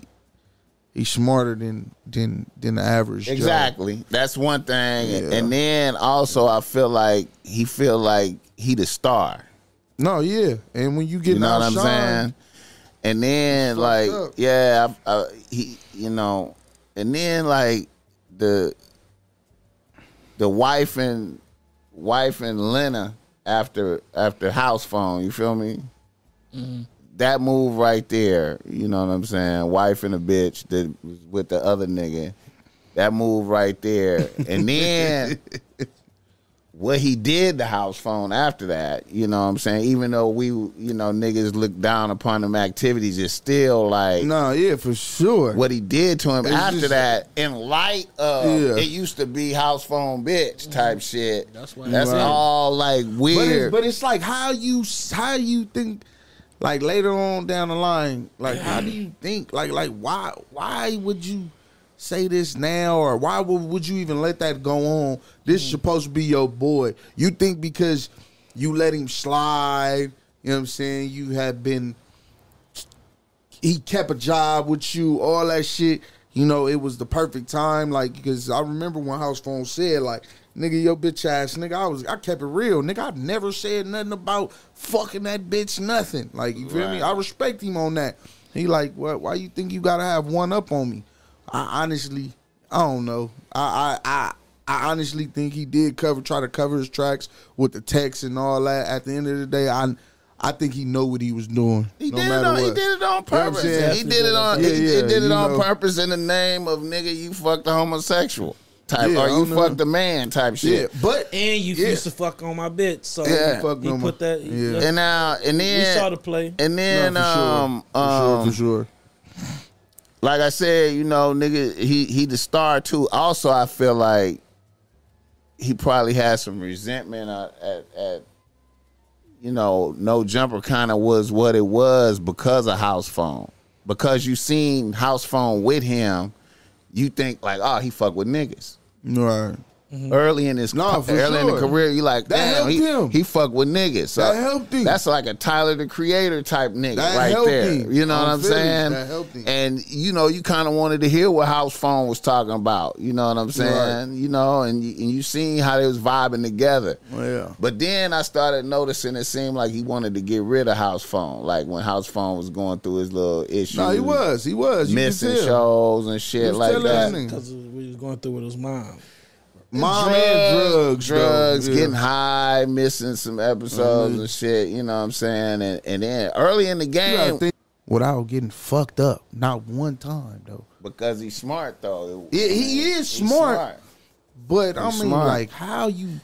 C: he's smarter than than than the average Joe.
A: Exactly. That's one thing.
C: Yeah.
A: And then also I feel like he feel like he the star.
C: no yeah and when you get
A: You know what I'm saying? And then like
C: up.
A: yeah, I, I, he you know, and then like the the wife and wife and Lena after after house phone, you feel me? That move right there, you know what I'm saying? Wife and a bitch that was with
C: [laughs]
A: the other nigga. That move right there. And then what he did the house phone after that, you know what I'm saying? Even though we, you know, niggas look down upon them activities, it's still like
C: No, yeah, for sure.
A: what he did to him
C: It's
A: after
C: just-
A: that, in light of
C: Yeah.
A: it used to be house phone bitch type shit. That's,
B: That's why-
C: Right.
A: all like
C: But
A: weird.
C: it's, but it's like how you how you think like later on down the line like how do you think like like why why would you say this now or why would, would you even let that go on this is supposed to be your boy you think because you let him slide you know what I'm saying you have been he kept a job with you, all that shit. You know, it was the perfect time, like because I remember when House Phone said, like, nigga, your bitch ass, nigga, I was, I kept it real, nigga, I never said nothing about fucking that bitch, nothing. Like, you feel me? I respect him on that. He like, what? Why you think you gotta have one up on me? I honestly, I don't know. I, I, I, I honestly think he did cover, try to cover his tracks with the text and all that. At the end of the day, I, I think he know what he was doing.
A: He
C: no
A: did it
C: matter
A: on. He
C: what.
A: did it on
C: what I'm
A: purpose.
C: saying?
A: he did it on.
C: Yeah,
A: he, he
C: yeah,
A: did it
C: you
A: on
C: know.
A: purpose in the name of nigga. You fucked a homosexual type,
C: Yeah,
A: or
C: I
A: you
C: know.
A: fucked a man type
C: Yeah,
A: shit.
C: but
B: And you
C: Yeah.
B: used to fuck on my bitch, so
A: Yeah.
B: he,
C: Fuck no more.
B: put that. he-
C: Yeah.
B: that-
A: And now, and
B: we saw
A: then,
B: the play.
A: and then,
C: No, for sure.
A: um,
C: for
A: um,
C: sure, for sure.
A: like I said, you know, nigga, he he the star too. Also, I feel like he probably had some resentment at at, at you know, no jumper kind of was what it was because of house phone. Because you seen house phone with him, you think like, oh, he fuck with niggas.
C: Right.
A: Early in his
C: Nah, for
A: early in the
C: sure.
A: career, you like,
C: That
A: damn,
C: helped
A: he,
C: him.
A: he fuck with niggas. So
C: That helped him.
A: That's like a Tyler the Creator type nigga
C: That
A: right
C: helped
A: there.
C: him.
A: You know what
C: I'm
A: I'm
C: feeling
A: saying?
C: that helped him.
A: And you know, you kind of wanted to hear what House Phone was talking about. You know what I'm saying? You know, and you, and you seen how they was vibing together.
C: Oh, yeah.
A: But then I started noticing it seemed like he wanted to get rid of House Phone, like when House Phone was going through his little issues.
C: No, he was. He was. You could
A: Mm. missing
C: tell.
A: shows and
C: He
A: shit
C: was
A: like
C: telling that
A: that.
C: nigga.
B: Because we was going through with his mom.
C: Mom and drugs, though.
A: drugs,
C: Yeah. Mm-hmm.
A: getting high, missing some episodes and shit. You know what I'm saying? And and then early in the
C: You gotta
A: game,
C: think- without getting fucked up. Not one time though.
A: because he's smart though.
C: Yeah, he is
A: He's
C: smart, But I mean,
A: smart.
C: like, how you?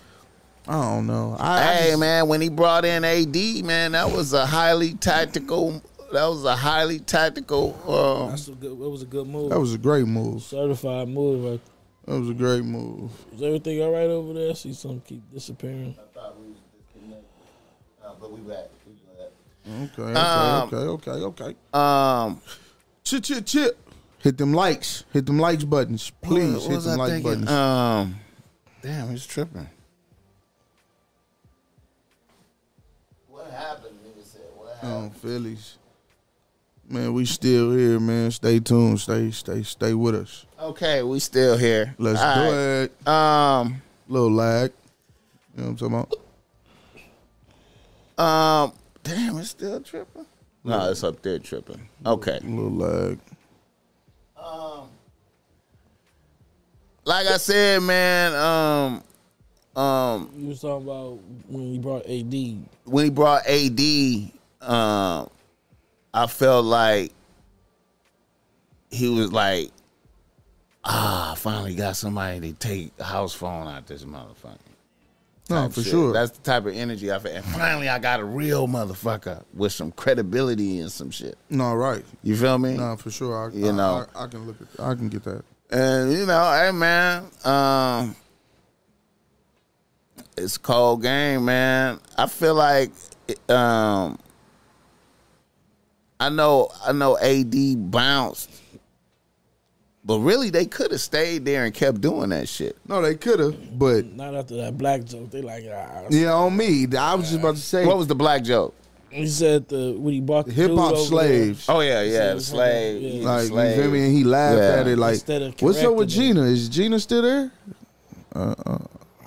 C: I don't know. I, I
A: Hey
C: just-
A: man, when he brought in AD, man, that was a highly tactical. That was a highly tactical. Um,
B: That's a good. It was a good move.
C: that was a great move.
B: Certified move. Right?
C: That was a great move.
B: Is everything all right over there? I see something keep disappearing.
C: Uh,
A: but we back.
C: Okay, okay,
A: Um,
C: okay, okay, okay.
A: Um,
C: Chip, chip, chip. Hit them likes. Hit them likes buttons, please.
A: what
C: hit
A: was
C: them
A: I
C: like
A: thinking?
C: buttons.
A: Um, damn, he's tripping. What happened? Nigga said what happened.
C: Um, Phillies. Man, we still here, man. Stay tuned. Stay, stay, stay with us.
A: Okay, we still here.
C: Let's
A: All
C: do
A: right.
C: it.
A: Um,
C: Little lag. You know what I'm talking about?
A: um, damn, it's still tripping. No, it's up there tripping. Okay.
C: Little lag.
A: Like I said, man, um, um,
B: You was talking about when you brought AD.
A: when he brought AD, um, I felt like he was like, ah, I finally got somebody to take the house phone out this motherfucker.
C: No,
A: type
C: Oh, for
A: shit.
C: sure.
A: That's the type of energy I feel. And finally, I got a real motherfucker with some credibility and some shit.
C: no, right.
A: You feel me?
C: No, for sure. I,
A: You
C: I,
A: know.
C: I, I can look at. I can get that.
A: And you know, hey man, um, it's a cold game, man. I feel like, um, I know, I know, AD bounced, but really they could have stayed there and kept doing that shit.
C: No, they could have, but
B: Not after that black joke. They like, ah.
C: yeah, on me. I was just about to say
A: What was the black joke?
B: He said the when he bought the
C: hip
B: dude
C: hop
B: over
C: slaves.
A: Oh yeah, yeah, the slave,
B: Yeah.
A: yeah,
C: like
A: slave.
C: you feel me? And he laughed
A: Yeah.
C: at it. Like,
B: Instead of
C: what's up with
B: correcting
C: Gina? Is Gina still there?
B: there,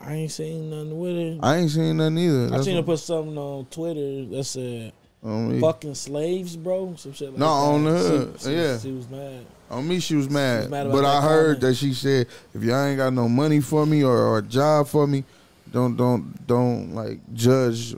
B: I ain't seen nothing with her.
C: I ain't seen nothing either.
B: I
C: That's
B: seen her
C: what-
B: put something on Twitter that said
C: on me.
B: "fucking slaves, bro." Some shit like
C: No,
B: that.
C: on the hood,
B: She, she,
C: yeah.
B: she was mad.
C: On me, she was mad,
B: was mad about
C: but
B: that
C: I heard
B: comment.
C: that she said, "If y'all ain't got no money for me or, or a job for me, don't don't don't like judge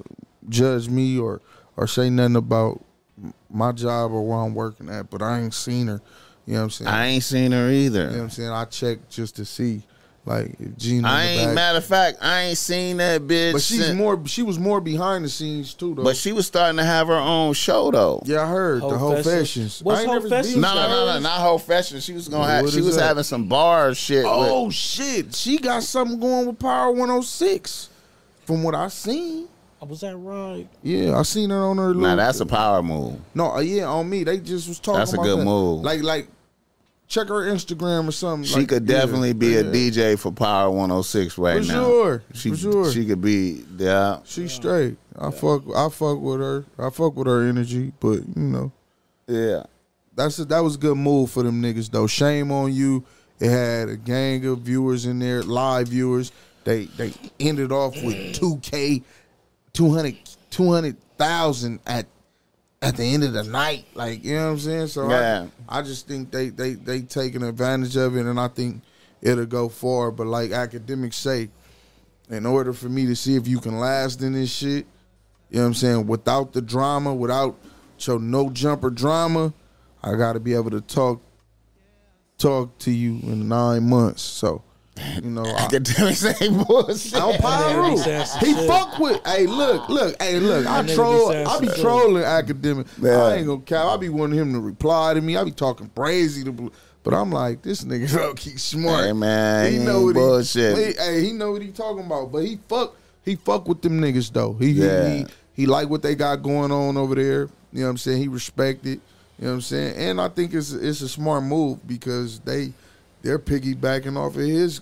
C: judge me or or say nothing about m- my job or where I'm working at." But I ain't seen her. You know what I'm saying?
A: I ain't seen her
C: You know what
A: either.
C: I'm saying? I checked just to see. Like if Gina,
A: I ain't. Matter of fact, I ain't seen that bitch.
C: But she's
A: since-
C: more. She was more behind the scenes too, though.
A: But she was starting to have her own show though.
C: yeah, I heard the
B: Whole
C: whole
B: Fashion.
C: fashions.
B: What's
C: I ain't
B: Whole
C: never
B: Fashion?
C: been
A: No, no,
C: to
A: no,
C: that.
A: no, not whole fashion. She was gonna have.
C: What
A: She
C: is
A: was
C: that?
A: having some bar shit.
C: Oh
A: with,
C: shit, she got something going with Power 106, from what I seen.
B: Oh, was that right?
C: Yeah, I seen her on her.
A: now
C: little-
A: that's a power move.
C: no, uh, yeah, on me. They just was talking.
A: That's a
C: about
A: good
C: that.
A: move.
C: Like, like, check her Instagram or something.
A: She
C: like,
A: could
C: yeah,
A: definitely be a
C: yeah.
A: DJ for Power 106 right
C: For
A: now.
C: sure,
A: She,
C: for sure.
A: She could be. Yeah.
C: She straight. I fuck. I fuck with her. I fuck with her energy, but you know.
A: Yeah.
C: that's a, that was a good move for them niggas though. Shame on you. It had a gang of viewers in there, live viewers. They they ended off with 2K, 200 200,000 at at the end of the night. Like, you know what I'm saying? So
A: Yeah. [laughs]
C: I, I just think they they they taking advantage of it and I think it'll go far, but like academics say, in order for me to see if you can last in this shit, you know what I'm saying? Without the drama, without your no jumper drama, I gotta be able to talk talk to you in nine months. So you know, I,
A: Academics ain't bullshit.
C: on
B: That nigga
C: Pyro.
B: be saying some
C: He
B: shit.
C: fuck with. Hey, look, look, hey, look. I
B: That nigga be
C: troll.
B: saying
C: I be
B: some shit.
C: trolling academic.
A: Yeah.
C: I ain't gonna cap. I be wanting him to reply to me. I be talking crazy to. bl- But I'm like, this nigga [laughs] low key smart.
A: Hey, man, he ain't bullshit.
C: He, hey, he know what he talking about. But he fuck. He fuck with them niggas though. He he-
A: Yeah.
C: he, he like what they got going on over there. You know what I'm saying? He respect it. You know what I'm saying? And I think it's it's a smart move because they they're piggybacking off of his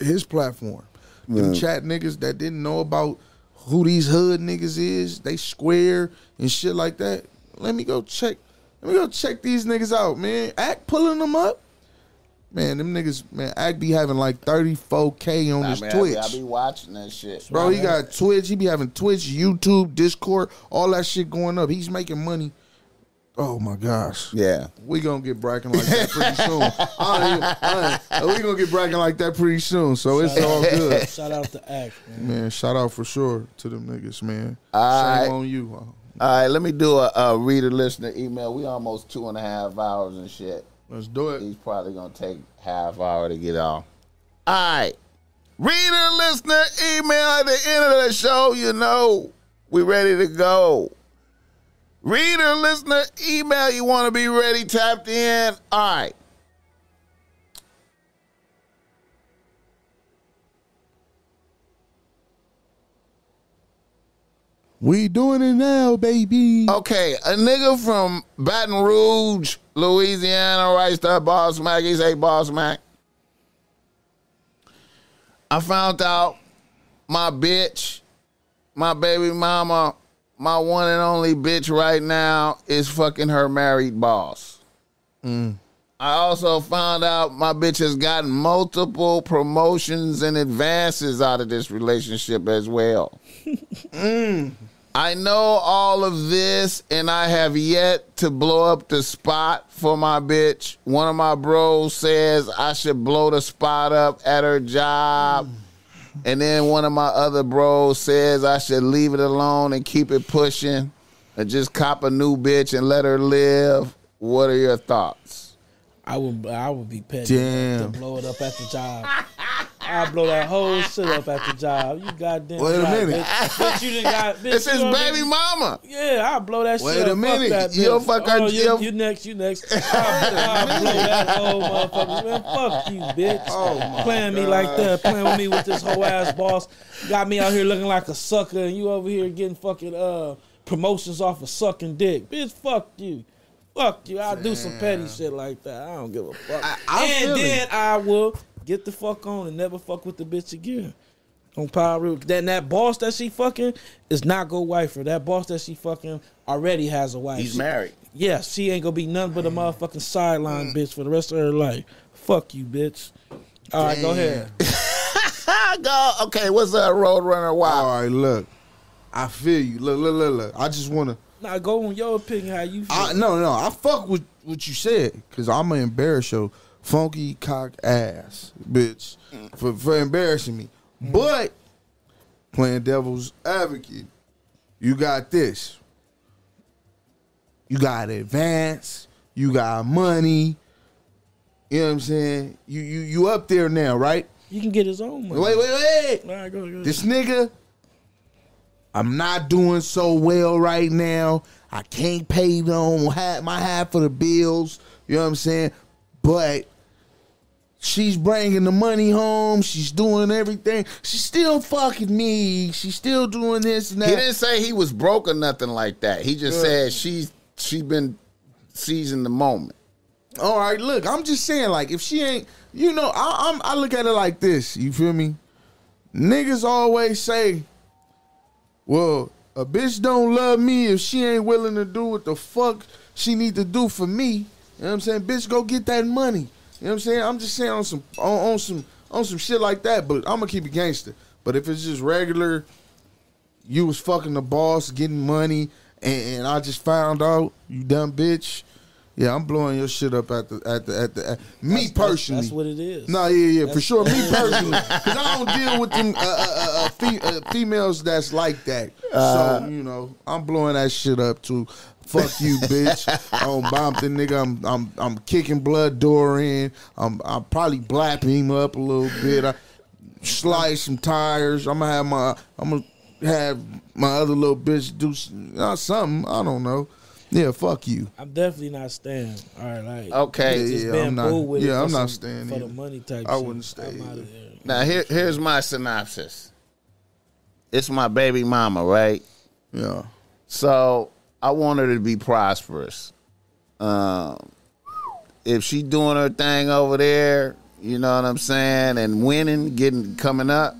C: his platform. Them chat niggas that didn't know about who these hood niggas is, they square and shit like that. Let me go check. Let me go check these niggas out, man. Act pulling them up. Man, them niggas, man, Act be having like 34K on
A: I
C: his
A: mean, I be-
C: Twitch.
A: I be watching that shit.
C: Bro, he got Twitch. He be having Twitch, YouTube, Discord, all that shit going up. He's making money. Oh my gosh.
A: Yeah.
C: We gonna get bragging like that
A: [laughs]
C: pretty soon. I don't even- I- we gonna get bragging like that pretty soon. So [laughs] it's
A: [laughs]
C: all good.
B: Shout out to Act, man.
C: Man, shout out for sure to them niggas, man.
A: Alright.
C: Shame on you.
A: All right, let me do a, a reader listener email. We almost two and a half hours and shit.
C: Let's do it.
A: He's probably gonna take half hour to get off. All right. Reader, listener, email at the end of the show. You know, we ready to go. Reader, listener, email. You want to be ready, tapped in. All right.
C: We doing it now, baby.
A: Okay, a nigga from Baton Rouge, Louisiana writes to Boss Mac. He say, Boss Mac, I found out my bitch, my baby mama, my one and only bitch right now is fucking her married boss. I also found out my bitch has gotten multiple promotions and advances out of this relationship as well. I know all of this, and I have yet to blow up the spot for my bitch. One of my bros says I should blow the spot up at her job. And then one of my other bros says I should leave it alone and keep it pushing and just cop a new bitch and let her live. What are your thoughts?
B: I would, I would be petty
C: Damn.
B: to blow it up at the job. I blow that whole shit up at the job. You goddamn.
C: Wait a
B: right,
C: minute.
B: Bitch. Bitch, you done
C: [laughs]
B: got. Bitch,
A: It's
B: you
A: his
B: know what I
A: baby
B: mean?
A: mama.
B: Yeah, I blow that
C: Wait
B: shit.
C: a
B: up.
C: minute.
B: Fuck that
A: You
B: bitch.
A: fuck her,
B: Oh,
A: you-
B: you, you next. You next. I,
C: [laughs]
B: I blow that whole motherfucker. Man, fuck
C: Oh
B: you, bitch. playing me like that, playing with me with this whole ass boss. Got me out here looking like a sucker, and you over here getting fucking uh promotions off of sucking dick, bitch. Fuck you. Fuck you. I'll do some petty shit like that. I don't give a fuck.
C: I
B: and
C: feel
B: then I will get the fuck on and never fuck with the bitch again on Power Real. Then that boss that she fucking is not go wife her. That boss that she fucking already has a wife.
A: He's
B: She-
A: married.
B: Yeah, she ain't gonna be nothing but a motherfucking sideline bitch for the rest of her life. Fuck you, bitch. All right, go ahead.
A: I go, okay, what's up, Roadrunner? Wow.
C: All right, look. I feel you. Look, look, look, look. I just wanna
B: Now go on your opinion how you feel.
C: I no no I fuck with what you said because I'm gonna embarrass your funky cock ass bitch for, for embarrassing me. But playing devil's advocate, you got this. You got advance. You got money. You know what I'm saying? You you you up there now, right?
B: You can get his own money.
C: Wait, wait, wait.
B: All right, go ahead, go ahead.
C: This nigga, I'm not doing so well right now. I can't pay no half, my half for the bills. You know what I'm saying? But she's bringing the money home. She's doing everything. She's still fucking me. She's still doing this and that.
A: He didn't say he was broke or nothing like that. He just said she's she been seizing the moment.
C: All right, look, I'm just saying, like, if she ain't, you know, I, I'm, I look at it like this. You feel me? Niggas always say, "Well, a bitch don't love me if she ain't willing to do what the fuck she need to do for me." You know what I'm saying? Bitch, go get that money. You know what I'm saying? I'm just saying on some on, on some on some shit like that. But I'm gonna keep it gangster. But if it's just regular, you was fucking the boss, getting money, and, and I just found out you dumb bitch. Yeah, I'm blowing your shit up at the at the at the at, me personally.
B: That's what it is.
C: No, yeah, yeah, for sure.
B: [laughs]
C: Me personally, because I don't deal with them uh, uh, uh, fe- uh, females that's like that.
B: Uh,
C: so you know, I'm blowing that shit up too.
B: [laughs]
C: Fuck you, bitch. I'm bomb the nigga. I'm I'm I'm kicking blood door in. I'm I'm probably blapping him up a little bit. I slice some tires. I'm gonna have my I'm gonna have my other little bitch do s- uh, something. I don't know. Yeah, fuck you.
B: I'm definitely not staying. All right, like
A: Okay.
B: just
C: yeah,
B: being
C: I'm not-
B: bold with it
C: yeah,
B: for
C: I'm not
B: some-
C: staying
B: for the
C: either.
B: money type.
C: I
B: shit.
C: wouldn't stay
B: I'm out
C: either.
B: of there.
A: Now here here's my synopsis. It's my baby mama, right?
C: Yeah.
A: So I want her to be prosperous. Um, if she doing her thing over there, you know what I'm saying, and winning, getting coming up,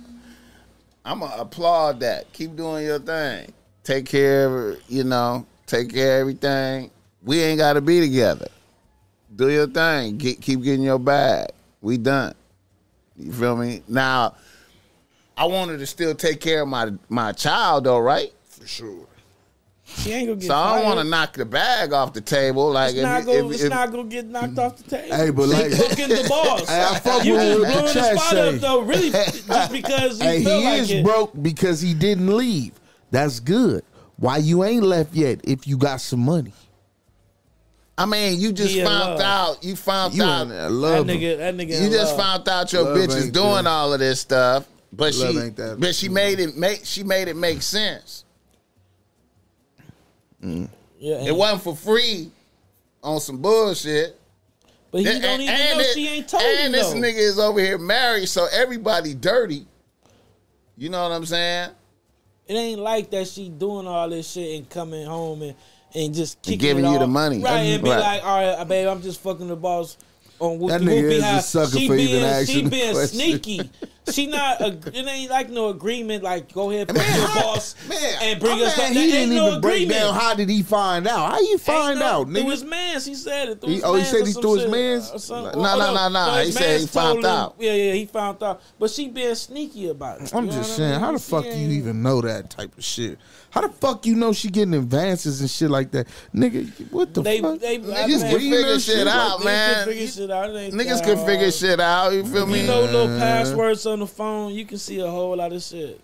A: I'm gonna applaud that. Keep doing your thing. Take care of her, you know. Take care of everything. We ain't gotta be together. Do your thing. Get, keep getting your bag. We done. You feel me? Now, I wanted to still take care of my my child, though, right?
I: for sure.
B: She ain't gonna get.
A: So I don't want to
B: to.
A: knock the bag off the table. Like
B: It's
A: if,
B: not
A: if-
B: gonna. It's
A: if-
B: not gonna get knocked off the table.
C: Hey, but [laughs]
B: [laughs]
C: like,
B: Booking the boss.
C: Hey, I fuck
B: you
C: with
B: just
C: what
B: blowing the
C: Chad
B: spot
C: say.
B: up though, really, just because you
C: hey,
B: feel
C: he
B: like
C: is
B: it.
C: broke because he didn't leave. That's good. Why you ain't left yet? If you got some money,
A: I mean, you just
B: He in
A: found
B: love.
A: out. You found
C: you
A: out.
C: in there.
B: That
C: love. him.
B: nigga, that nigga.
A: You
B: in
A: just
B: love.
A: found out your
C: Love
A: bitch is
C: ain't
A: doing
C: that.
A: all of this stuff, but
C: Love
A: she,
C: ain't that.
A: but she made it make she made it make sense.
B: Yeah,
A: It wasn't for free on some bullshit.
B: but he
A: And-
B: don't even
A: and
B: know
A: it-
B: she ain't told
A: and
B: you.
A: this
B: though.
A: nigga is over here married, so everybody dirty. You know what I'm saying?
B: It ain't like that she doing all this shit and coming home and, and just kicking
A: giving
B: it
A: you
B: off.
A: the money.
B: Right, and be
A: Right.
B: like, all right, uh, babe, I'm just fucking the boss on whoopie
C: That nigga
B: whoopie
C: is a
B: high."
C: sucker for even
B: She
C: asking the
B: being
C: question.
B: sneaky. She not, a, it ain't like no agreement, like go ahead, fuck your boss and bring
C: My
B: us
C: man,
B: up.
C: he
B: That
C: didn't
B: ain't
C: even
B: no
C: break
B: agreement.
C: down. How did he find out? How you
B: Ain't
C: find
B: no-
C: out,
B: Through
C: nigga?
B: his mans, he said it. Through
C: He-
B: his
C: oh, he
B: mans
C: said
B: or
C: he
B: some
C: through his
B: shit,
C: mans?
B: or something.
A: No,
B: Oh,
A: no, no, no.
B: his
A: He said he
B: mans
A: found
B: told him-
A: out.
B: Yeah, yeah, he found out. But she being sneaky about it.
C: I'm
B: you know
C: just
B: what I
C: saying,
B: mean?
C: how the
B: She
C: fuck you
B: ain't-
C: even know that type of shit? How the fuck you know she getting advances and shit like that, nigga? What the
B: They,
C: fuck?
B: they, I
A: Niggas can
B: mean-
A: figure shit out,
B: Niggas
A: man.
B: Can figure shit out. It ain't
A: Niggas
B: that
A: can
B: hard.
A: figure shit out. You feel me?
B: You know, little passwords on the phone. You can see a whole lot of shit.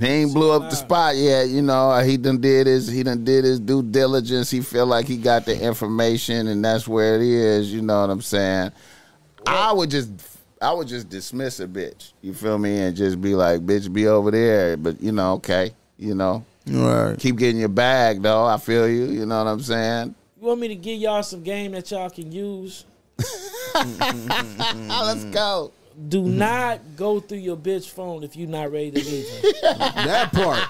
A: He ain't blew up the spot yet, you know. Uh, He done did his he done did his due diligence. He feel like he got the information and that's where it is, you know what I'm saying? I would just I would just dismiss a bitch. You feel me? And just be like, bitch, be over there. But you know, okay. You know.
C: right.
A: Keep getting your bag though. I feel you. You know what I'm saying?
B: You want me to give y'all some game that y'all can
C: [laughs]
B: use?
A: Ah, let's go.
B: Do not go through your bitch phone if you're not ready to leave her.
C: That [laughs] part.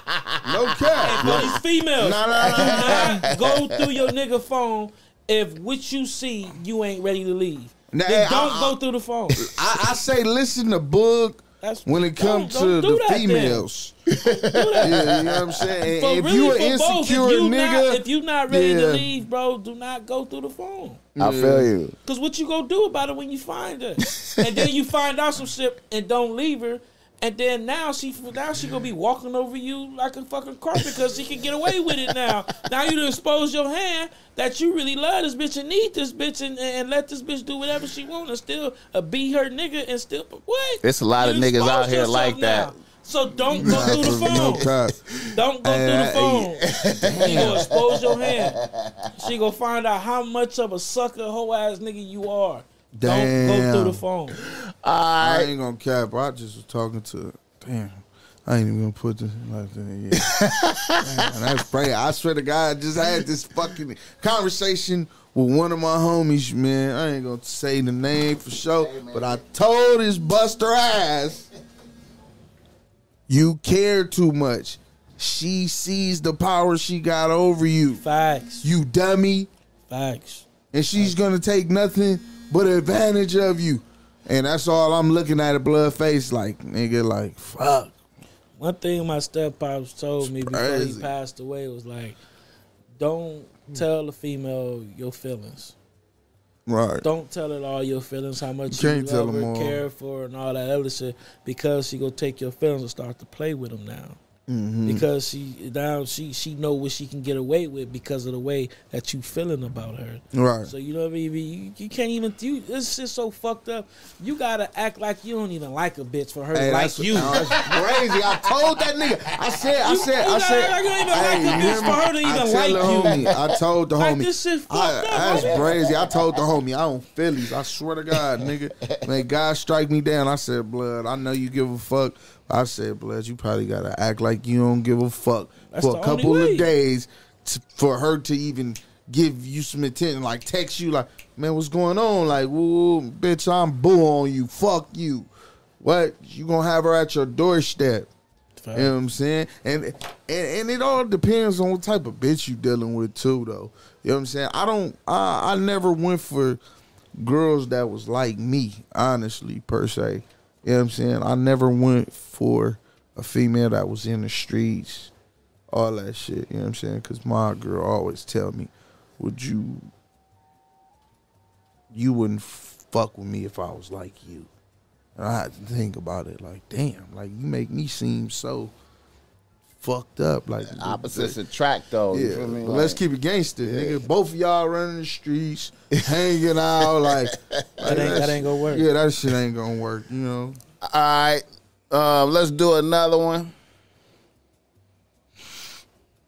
C: No cap.
B: For these females,
C: No, no, no.
B: do not go through your nigga phone if what you see you ain't ready to leave.
C: Nah,
B: then
C: I-
B: don't
C: I-
B: go through the phone.
C: I, I say listen to Boog
B: That's
C: when it comes to
B: don't- don't do
C: the
B: that then.
C: females. [laughs] Yeah, you know what I'm saying?
B: But
C: if
B: really,
C: you
B: for
C: an
B: both,
C: insecure
B: if you
C: nigga,
B: not, if you not ready
C: yeah.
B: to leave, bro, do not go through the phone.
A: I feel you.
B: Cause what you gonna do about it when you find her? and then
A: [laughs]
B: you find out some shit and don't leave her. And then now she now she gonna be walking over you like a fucking carpet because she can get away with it now. Now you done exposed your hand that you really love this bitch and need this bitch and, and let this bitch do whatever she want and still uh, be her nigga and still what?
A: It's a lot of
B: You
A: niggas out
B: exposed
A: here
B: yourself
A: like that.
B: now. So don't go through the phone.
C: no cap.
B: Don't go
C: Hey, I-
B: through the phone. She gonna expose your hand. She gonna find out how much of a sucker hoe ass nigga you are
C: Damn.
B: Don't go through the phone.
C: I ain't gonna cap. I just was talking to. Damn. I ain't even gonna put this like that. Yeah. Man, that's crazy. I swear to God, I just had this fucking conversation with one of my homies, man. I ain't gonna say the name for sure, but I told his buster ass, you care too much. She sees the power she got over you,
B: Facts.
C: you dummy,
B: Facts.
C: and she's gonna take nothing but advantage of you. And that's all I'm looking at a blood face like, nigga, like, fuck.
B: One thing my step pops told me before
C: crazy.
B: he passed away was like, don't tell the female your feelings.
C: Right.
B: Don't tell her all your feelings, how much
C: You
B: you,
C: can't tell
B: love her,
C: them all.
B: care for, her, and all that other shit, because she gonna take your feelings and start to play with them now.
C: Mm-hmm.
B: Because she now she she know what she can get away with because of the way that you feeling about her.
C: Right.
B: So you know what I mean? You, you can't even you this shit so fucked up. You gotta act like you don't even like a bitch for her
C: Hey,
B: to like
C: that's-
B: you.
C: no, [laughs] that's crazy. I told that nigga. I said, I
B: You-
C: said,
B: you
C: I
B: gotta
C: said.
B: act like you don't even like the bitch
C: hear me?
B: for her to
C: I
B: even
C: tell
B: like
C: the
B: you.
C: Homie, I told
B: [laughs]
C: the
B: Like,
C: homie.
B: this shit fucked
C: I-
B: up,
C: That's
B: homie.
C: crazy. I told the homie I own Phillies. I swear to God,
B: [laughs]
C: nigga. May God strike me down. I said, blood. I know you give a fuck. I said, blood. You probably gotta act like you don't give a fuck
B: That's
C: for
B: the only
C: a couple
B: way.
C: of days to, for her to even give you some attention. Like text you, like, man, what's going on? Like, woo, bitch, I'm boo on you. Fuck you. What you gonna have her at your doorstep? You know what I'm saying? And, and and it all depends on what type of bitch you dealing with too though. You know what I'm saying? I don't I, I never went for girls that was like me, honestly, per se. You know what I'm saying? I never went for a female that was in the streets, all that shit. You know what I'm saying? Cause my girl always tell me, Would you you wouldn't fuck with me if I was like you. And I had to think about it like, damn, like you make me seem so fucked up. Like
A: Opposites attract, though.
C: Yeah,
A: You feel me?
C: but let's
A: Like,
C: keep it gangster, nigga. Both of y'all running
A: [laughs]
C: the streets, hanging out, like, like
B: That ain't- that ain't gonna work.
C: Yeah, that shit ain't gonna work. You know,
A: All right, uh, let's do another one.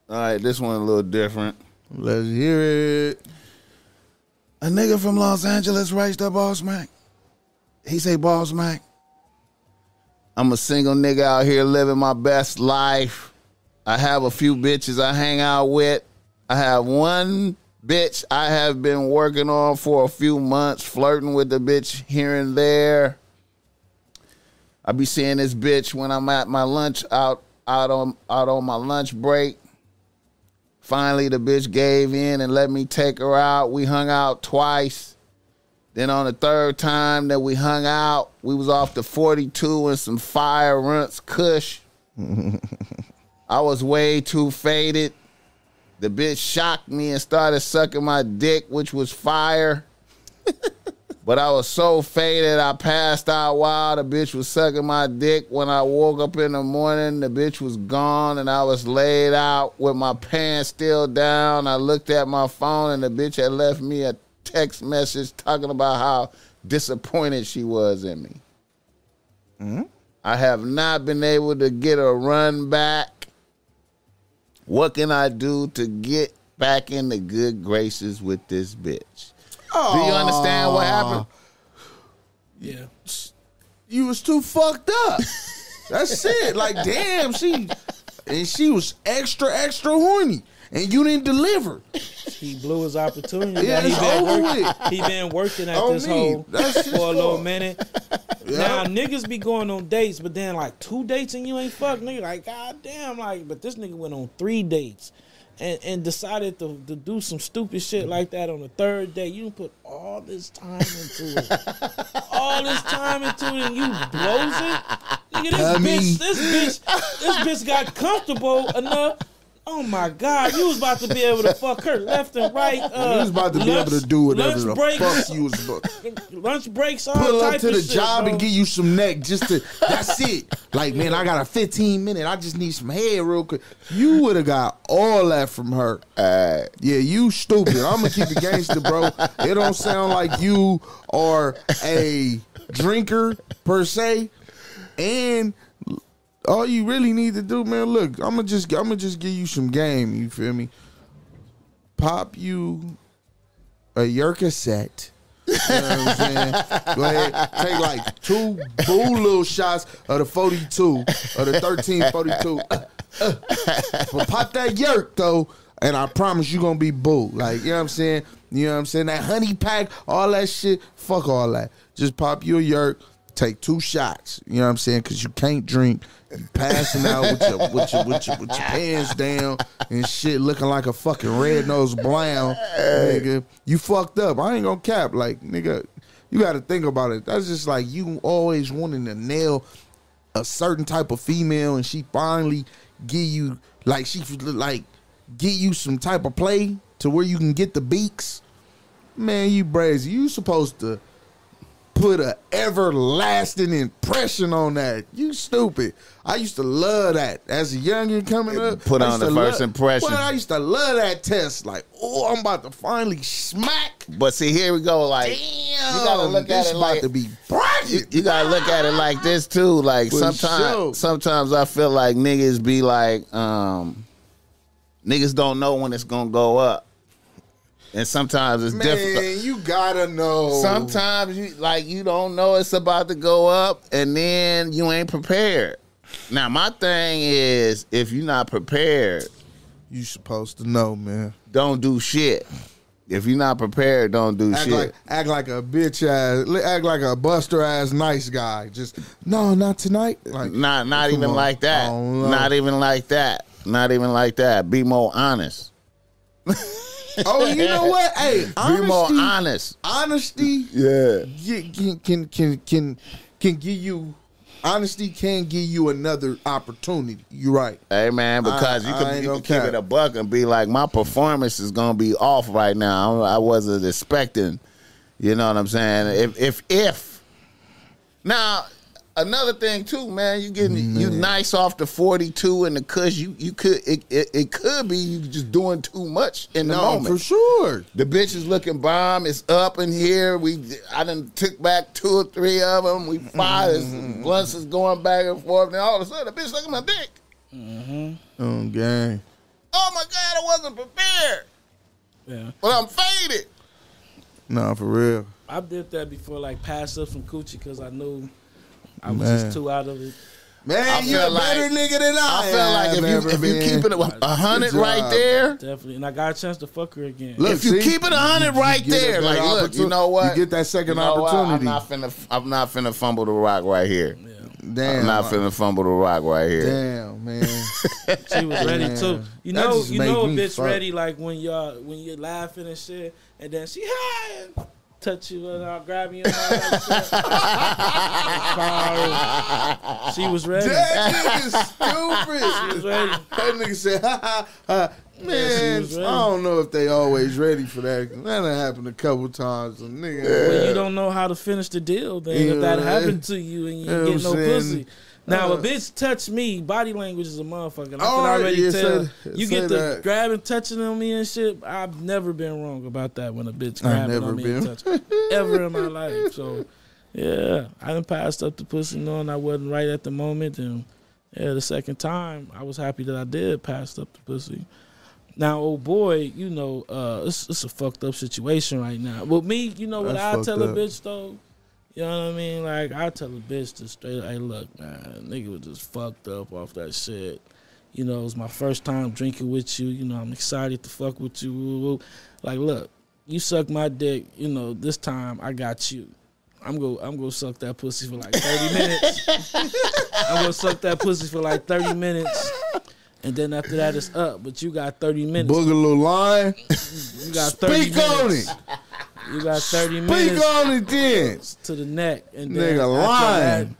A: All right, this one a little different.
C: let's hear it.
G: A nigga from Los Angeles writes the boss Mac. He say boss Mac.
A: I'm a single nigga out here living my best life. I have a few bitches I hang out with. I have one bitch I have been working on for a few months, flirting with the bitch here and there. I be seeing this bitch when I'm at my lunch out out on out on my lunch break. Finally the bitch gave in and let me take her out. We hung out twice. Then on the third time that we hung out, we was off the 42 and some fire runts kush. I was way too faded. The bitch shocked me and started sucking my dick, which was fire. but I was so faded, I passed out while the bitch was sucking my dick. When I woke up in the morning, the bitch was gone and I was laid out with my pants still down. I looked at my phone and the bitch had left me a text message talking about how disappointed she was in me. I have not been able to get a run back. What can I do to get back in the good graces with this bitch? Do you understand what happened?
B: Yeah.
C: You was too fucked up. That's it. Like, damn, she and she was extra, extra horny, and you didn't deliver.
B: He blew his opportunity.
C: Yeah,
B: that he
C: it's
B: been
C: over
B: working. He been working at
C: On
B: this
C: me.
B: hole
C: That's his
B: for a little
C: fault.
B: minute. Now niggas be going on dates, but then like two dates and you ain't fuck, nigga. Like god damn, like but this nigga went on three dates, and and decided to, to do some stupid shit like that on the third day. You done put all this time into
C: [laughs]
B: it, all this time into it, and you blows it. Nigga, this bitch, this bitch, this bitch got comfortable enough. Oh my God! You was about to be able to fuck her left and right. Uh,
C: You was about to be able to do whatever
B: lunch
C: the
B: breaks,
C: fuck you was. bu-
B: lunch breaks, all
C: pull
B: type
C: up to
B: of
C: the
B: shit,
C: job
B: bro.
C: and give you some neck just to that's [laughs] it like man i got a 15 minute i just need some head real quick you would have got all that from her Uh, yeah you stupid i'm gonna keep it gangster bro it don't sound like you are a drinker per se and all you really need to do man look i'm gonna just i'm gonna just give you some game you feel me pop you a Yercaset You know what I'm saying? Go ahead, take like two boo little shots of the 42, of the 1342. [laughs] but pop that yerk though, and I promise you gonna be boo. Like, you know what I'm saying? You know what I'm saying? That honey pack, all that shit, fuck all that. Just pop your yerk, take two shots. You know what I'm saying? Cause you can't drink. You passing out with your with your with your, with your pants down and shit looking like a fucking red nosed blown. Nigga. You fucked up. I ain't gonna cap. Like, nigga, you gotta think about it. That's just like you always wanting to nail a certain type of female and she finally give you like she like give you some type of play to where you can get the beaks man you brazy you supposed to put a everlasting impression on that you stupid i used to love that as a younger coming up
A: Put
C: I
A: on
C: used
A: the
C: to
A: first
C: love-
A: impression.
C: well, i used to love that test like oh i'm about to finally smack
A: But see, here we go. Like you gotta
C: Damn,
A: look at
C: this
A: it
C: about
A: like
C: to be
A: you,
C: bragging.
A: you gotta look at it like this too. Like
C: For
A: sometimes,
C: sure.
A: sometimes I feel like niggas be like, um, niggas don't know when it's gonna go up, and sometimes it's difficult.
C: man you gotta know
A: Sometimes you like you don't know it's about to go up, and then you ain't prepared. Now my thing is, if you're not prepared,
C: you supposed to know man
A: don't do shit. If you're not prepared, don't do
C: Act
A: shit.
C: like act like a bitch ass, li- act like a buster ass nice guy. Just no, not tonight. Like
A: not not
C: come
A: even
C: on.
A: like that.
C: Oh, no.
A: Not even like that. Not even like that. Be more honest.
C: oh, you
A: [laughs]
C: know what? Hey, honesty,
A: Be more honest.
C: honesty
A: Yeah.
C: ge- can can can can can give you honesty can give you another opportunity. You're right.
A: Hey man, because
C: I-
A: you
C: I
A: can,
C: ain't
A: you
C: gonna
A: can keep
C: cap.
A: it a buck and be like, my performance is gonna be off right now. I wasn't expecting. You know what I'm saying? If if if now another thing too, man, you getting you nice off the 42 and the cush. You you could it, it, it could be you just doing too much in the
C: No,
A: moment.
C: for sure.
A: The bitch is looking bomb. It's up in here. We I done took back two or three of them. We fired. mm Blunts is going back and forth. And all of a sudden, the bitch looking my dick.
C: Oh, gang.
A: Oh my god, I wasn't prepared,
B: Yeah.
A: but I'm faded.
C: No, for real.
B: I did that before, like passed up some coochie because I knew I was
C: Man.
B: just too out of it.
C: Man, you a
A: feel like-
C: better nigga than I.
A: I felt like if you if you keep it a- a hundred
C: Good
A: right
C: job.
A: there,
B: Definitely. And I got a chance to fuck her again.
C: Look,
A: if you
C: see?
A: keep it a hundred right
C: get
A: there,
C: that
A: like look, you
C: opportu-
A: know what?
C: You get that second
A: You know what?
C: opportunity.
A: I'm not finna I'm not finna fumble the rock right here.
C: Damn,
A: I'm not finna fumble the rock right here.
C: damn, man.
B: She was ready
C: Man,
B: too. You
C: that
B: know,
C: just
B: you
C: make
B: know a
C: me
B: bitch
C: fuck.
B: ready like when y'all when you're laughing and shit, and then she hey, touch you and I'll grab you. And all
A: [laughs]
B: that shit. she was ready.
C: That nigga
B: She was
C: stupid.
B: ready.
C: That nigga said, ha ha ha. Man,
B: was
C: I
B: ready.
C: don't know if they always ready for that. That done happened a couple times. A nigga,
B: But you don't know how to finish the deal. Then
C: Yeah,
B: if that
C: man.
B: happened to you and you
C: Yeah, I'm
B: get no
C: saying,
B: pussy. Now
C: uh,
B: a bitch touch me, body language is a motherfucker. I can
C: Alright,
B: already
C: yeah,
B: tell.
C: say-
B: you
C: say
B: get the
C: that.
B: grabbing, touching on me and shit. I've never been wrong about that when a bitch
C: I've
B: grabbing
C: never
B: on me and
C: been.
B: touching ever in my life. So yeah, I done passed up the pussy knowing I wasn't right at the moment, and yeah, the second time I was happy that I did pass up the pussy. Now, oh boy, you know uh, it's, it's a fucked up situation right now. With me, you know what
C: That's
B: I tell
C: fucked
B: a
C: up.
B: bitch though. You know what I mean? Like I tell a bitch to straight, hey, look, man, nigga was just fucked up off that shit. You know, it was my first time drinking with you. You know, I'm excited to fuck with you. Woo, woo. Like, look, you suck my dick. You know, this time I got you. I'm go, I'm gonna suck that pussy for like 30 minutes. I'm gonna suck that pussy for like 30 minutes, and then after that it's up. But you got 30 minutes.
C: Boogaloo line.
B: you got 30
C: Speak on
B: minutes.
C: it.
B: You got 30
C: Speak
B: minutes
C: on it then.
B: to the neck, and
C: Nigga
B: then after
C: lying.
B: that,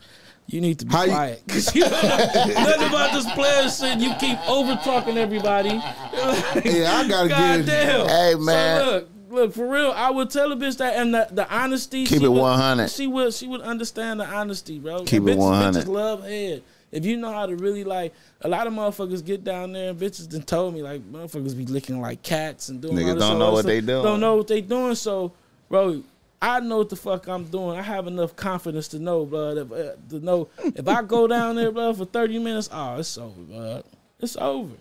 B: you need to be
C: How you-
B: quiet [laughs] because you, don't know nothing about this player shit. You keep over talking everybody.
C: Yeah, I gotta
B: God
C: get it.
B: damn.
A: Hey, man.
B: So look, look for real. I would tell a bitch that, and the, the honesty.
A: Keep
B: she
A: it
B: would-
A: 100.
B: She would. She would understand the honesty, bro.
A: Keep
B: And
A: it
B: bitches,
A: 100.
B: Bitches love head. If you know how to really like, a lot of motherfuckers get down there and bitches done told me like motherfuckers be licking like cats and doing.
A: Niggas
B: all this
A: don't
B: all
A: know
B: this
A: what
B: stuff.
A: they doing.
B: Don't know what they doing. So, bro, I know what the fuck I'm doing. I have enough confidence to know, bro. If, uh, to know if I go down there, bro, for 30 minutes, oh, it's over, bro. It's over.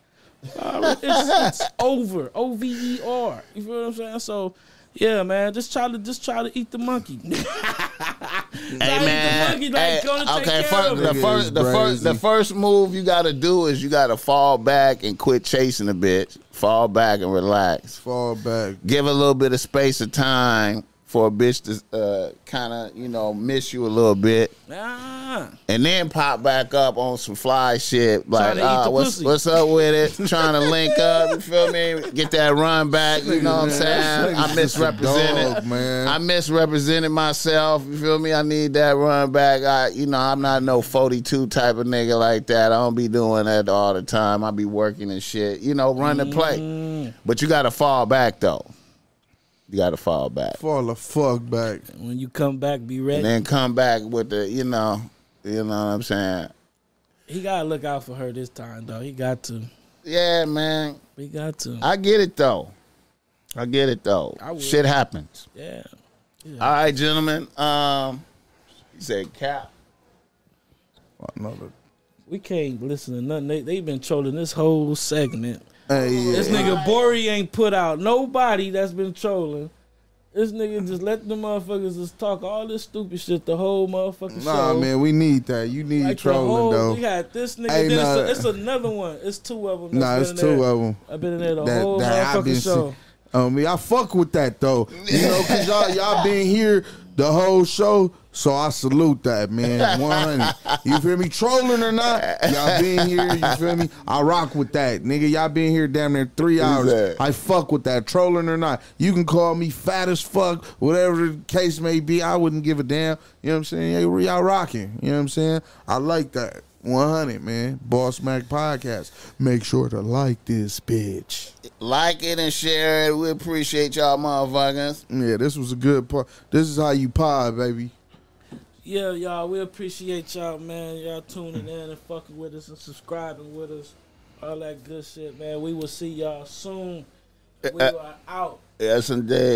B: Uh, it's, it's over. O V E R. You feel what I'm saying? So Yeah, man. Just try to just try to eat the monkey. [laughs]
A: Hey
B: the
A: man,
B: monkey, like,
A: hey,
B: gonna take
A: okay.
B: care
A: First,
B: of
A: the
B: it.
A: first, the first, the first move you got to do is you got to fall back and quit chasing the bitch. Fall back and relax.
C: Fall back.
A: Give a little bit of space of time for a bitch to uh, kind of you know miss you a little bit,
B: Nah.
A: and then pop back up on some fly shit like,
B: Tryna eat
A: ah,
B: the
A: what's
B: pussy."
A: what's up with
B: [laughs]
A: it? Trying to link up. You feel me? Get that run back. You know what I'm saying? I misrepresented.
C: Dog, man.
A: I misrepresented myself. You feel me? I need that run back. I, you know, I'm not no 42 type of nigga like that. I don't be doing that all the time. I be working and shit. You know, run the
B: Mm.
A: play. But you got to fall back though. You got to fall back
C: Fall the fuck back.
B: When you come back, be
A: and
B: ready.
A: then come back with the, you know, you know what I'm saying?
B: He gotta look out for her this time, though. He got to.
A: Yeah, man.
B: He got to.
A: I get it though. I get it though.
B: I would.
A: Shit happens.
B: yeah.
A: All right, gentlemen. Um, he said cap.
C: Another.
B: We can't listen to nothing. They they been trolling this whole segment.
C: Hey, yeah.
B: This nigga Bori ain't put out nobody that's been trolling. This nigga just let the motherfuckers just talk all this stupid shit the whole motherfucking
C: Nah,
B: show.
C: man, we need that. You need
B: Like the
C: trolling
B: whole,
C: though.
B: we got this nigga.
C: Hey,
B: then it's,
C: nah.
B: a, it's another one. It's two of them.
C: Nah, it's two of them.
B: I've been in there the
C: that,
B: whole
C: that I've been
B: motherfucking show.
C: see- I mean, I fuck with that though. You know, cause y'all y'all been here the whole show, so I salute that man. One hundred. You feel me? Trolling or not, y'all been here. You feel me? I rock with that, nigga. Y'all been here damn near three hours.
A: that?
C: I fuck with that. Trolling or not, you can call me fat as fuck, whatever the case may be. I wouldn't give a damn. You know what I'm saying? Hey, where y'all rocking? You know what I'm saying? I like that. 100 man, Boss Mac podcast. Make sure to like this bitch.
A: Like it and share it. We appreciate y'all motherfuckers.
C: Yeah, this was a good part. This is how you pod, baby.
B: Yeah, y'all, we appreciate y'all, man. Y'all tuning in and fucking with us and subscribing with us.
C: Uh,
B: All that good shit, man. We will see y'all soon. We are out.
A: Yes, indeed.